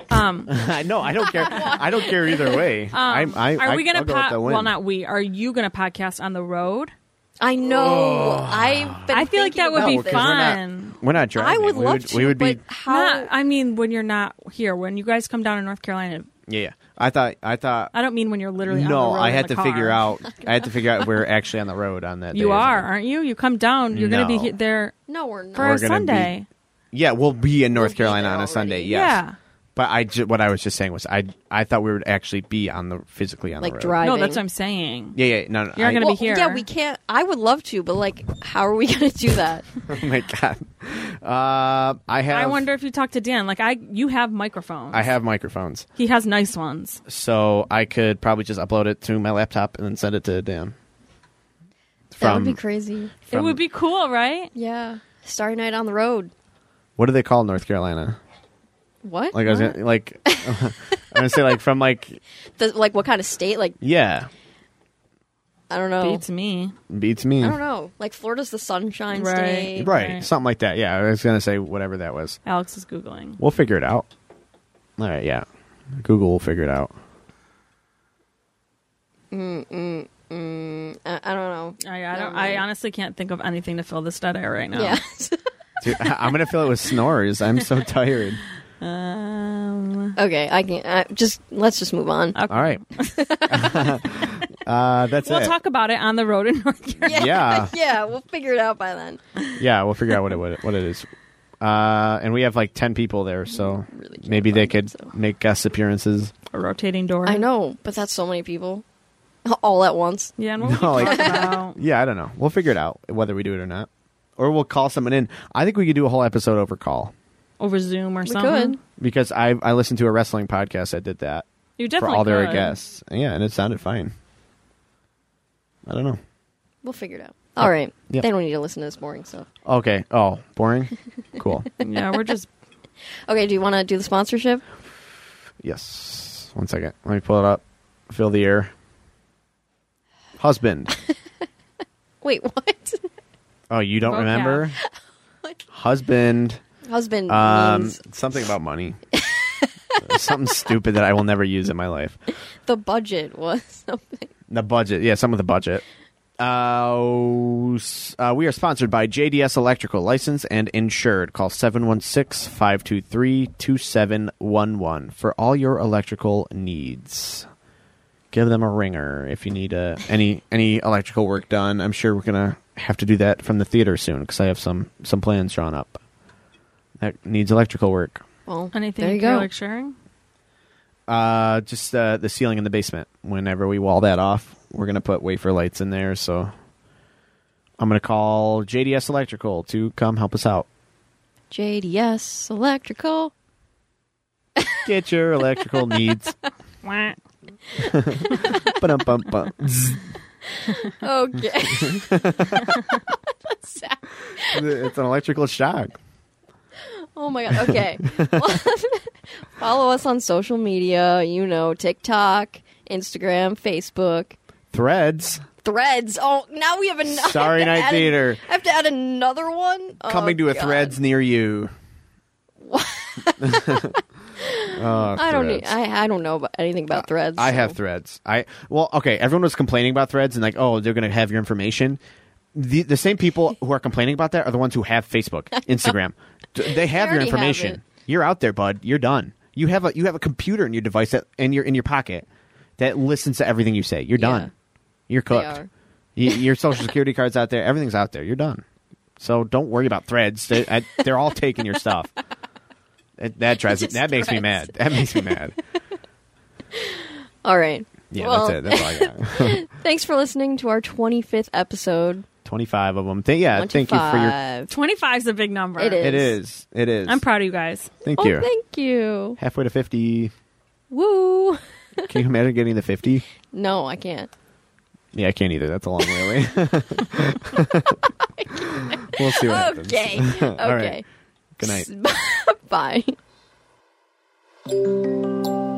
S3: Um,
S2: no, I don't care. I don't care either way. I'm, I,
S3: are
S2: I,
S3: we gonna?
S2: I'll go with
S3: Po-
S2: the win.
S3: well, not we. Are you gonna podcast on the road?
S1: I
S2: Oh.
S1: know. I've been
S3: I feel like
S1: thinking
S3: that would
S1: about
S3: be
S1: this.
S2: 'cause we're not-
S3: fun.
S2: We're not driving.
S1: I would
S2: we
S1: love
S2: would,
S1: to.
S2: We would be.
S1: but how?
S3: Not- I mean, when you're not here, when you guys come down to North Carolina.
S2: Yeah, yeah. I thought. I thought.
S3: I don't mean when you're literally. on the
S2: no,
S3: road
S2: I
S3: in
S2: had
S3: the
S2: to figure
S3: car.
S2: out. I had to figure out if we we're actually on the road on that. day
S3: You
S2: or
S3: are,
S2: something.
S3: aren't you? You come down. You're gonna be
S2: No.
S3: he- there
S1: no, we're not.
S3: for a
S2: We're gonna be-
S3: Sunday.
S2: Yeah, we'll be in North
S1: We'll be
S2: Carolina
S1: there
S2: on a
S1: already.
S2: Sunday. Yes.
S3: Yeah.
S2: But I ju- what I was just saying was I I thought we would actually be on the physically on
S1: like
S2: the road.
S1: driving.
S3: No, that's what I'm saying.
S2: Yeah, yeah. No, no.
S3: You're
S2: I-
S3: not gonna
S1: Well,
S3: be here.
S1: Yeah, we can't. I would love to, but like, how are we going to do that?
S2: Oh my god. Uh, I have.
S3: I wonder if you talk to Dan. Like I, you have microphones.
S2: I have microphones,
S3: He has nice ones.
S2: so I could probably just upload it to my laptop and then send it to Dan.
S1: that would
S2: From,
S1: be crazy.
S3: it
S2: from-
S3: would be cool, right?
S1: Yeah, Starry Night on the road.
S2: What do they call North Carolina?
S1: What?
S2: Like I was gonna, like I'm gonna say like from like
S1: The- like what kind of state? Like
S2: yeah
S1: I don't know.
S3: Beats me.
S2: beats me
S1: I don't know. Like Florida's the sunshine
S3: Right.
S1: state.
S2: right
S3: Right.
S2: something like that. Yeah, I was gonna say whatever that was.
S3: Alex is googling.
S2: We'll figure it out. All right, yeah. Google will figure it out.
S1: I, I don't know.
S3: I, I don't. I honestly can't think of anything to fill this dead air right now.
S1: Yeah.
S2: Dude, I- I'm gonna fill it with snores. I'm so tired.
S3: Um,
S1: okay, I can. I, just let's just move on.
S2: All right. uh, that's
S3: we'll
S2: it.
S3: talk about it on the road in North Carolina.
S2: yeah.
S1: yeah, we'll figure it out by then.
S2: Yeah, we'll figure out what it what, it- what it is. Uh, and we have like ten people there, so
S1: Really can't
S2: maybe they
S1: find
S2: could
S1: it, so.
S2: make guest appearances.
S3: A rotating door.
S1: I know, but that's so many people all at once.
S3: Yeah, and what
S2: No,
S3: we
S2: like-
S3: talk about?
S2: Yeah, I don't know. We'll figure it out whether we do it or not, or we'll call someone in. I think we could do a whole episode over call
S3: over Zoom or something.
S1: could.
S2: because I I listened to a wrestling podcast that did that
S3: You definitely
S2: for all their
S3: could.
S2: guests. Yeah, and it sounded fine. I don't know.
S1: We'll figure it out. All right.
S2: Yep.
S1: They don't need to listen to this boring stuff.
S2: Okay. Oh, boring. Cool.
S3: Yeah, we're just
S1: Okay, do you want to do the sponsorship?
S2: Yes. One second. Let me pull it up. Fill the air. Husband.
S1: Wait, what?
S2: Oh, you don't
S3: Vocab.
S2: remember? Husband.
S1: Husband
S2: Um,
S1: means
S2: something about money. something stupid that I will never use in my life.
S1: the budget was something.
S2: The budget. Yeah, some of the budget. Uh, s- uh, we are sponsored by JDS Electrical, licensed and insured. Call 716 523 2711 for all your electrical needs. Give them a ringer if you need uh, any any electrical work done. I'm sure we're gonna have to do that from the theater soon because I have some some plans drawn up that needs electrical work.
S1: Well,
S3: anything
S1: there you
S3: feel
S1: go.
S3: like sharing.
S2: Uh, just uh, the ceiling in the basement. Whenever we wall that off, we're gonna put wafer lights in there. So I'm gonna call JDS Electrical to come help us out.
S1: JDS Electrical.
S2: Get your electrical needs.
S3: Wah.
S2: Ba-dum-bum-bum.
S1: Okay. That's sad.
S2: it's an electrical shock.
S1: oh my god. Okay. Well, Follow us on social media, you know, TikTok, Instagram, Facebook,
S2: Threads.
S1: Threads. Oh, now we have an- I have
S2: Sorry
S1: to
S2: Night
S1: add an-
S2: Theater.
S1: I have to add another one. Oh,
S2: Coming to a
S1: God.
S2: Threads near you. oh,
S1: I don't. Need,
S2: Threads. Uh,
S1: I I don't know about anything about Threads.
S2: I
S1: so-
S2: have threads. I well, okay. Everyone was complaining about threads and like, oh, they're going to have your information. The the same people who are complaining about that are the ones who have Facebook, Instagram. D- they have your
S1: already have
S2: information.
S1: it.
S2: You're out there, bud. You're done. You have a you have a computer in your device that and you're in your pocket that listens to everything you say. You're
S1: Yeah.
S2: done. You're cooked.
S1: are.
S2: Y- your social security card's out there. Everything's out there. You're done. So don't worry about threads. They, I, they're all taking your stuff. That, that drives it.
S1: Just
S2: That makes me
S1: threads.
S2: mad. That makes me mad.
S1: All right.
S2: Yeah,
S1: Well,
S2: that's it. That's all I got.
S1: Thanks for listening to our 25th episode.
S2: 25 of them. Th- yeah, Uh, thank you for your.
S1: 25.
S3: 25 is a big number.
S1: It is.
S2: It is. It is.
S3: I'm proud of you guys.
S2: Thank
S1: Oh,
S2: you.
S1: thank you.
S2: Halfway to 50.
S1: Woo.
S2: Can you imagine getting the 50?
S1: No, I can't.
S2: Yeah, I can't either. That's a long way away. we'll see what happens.
S1: Okay. Okay.
S2: Good night.
S1: Bye.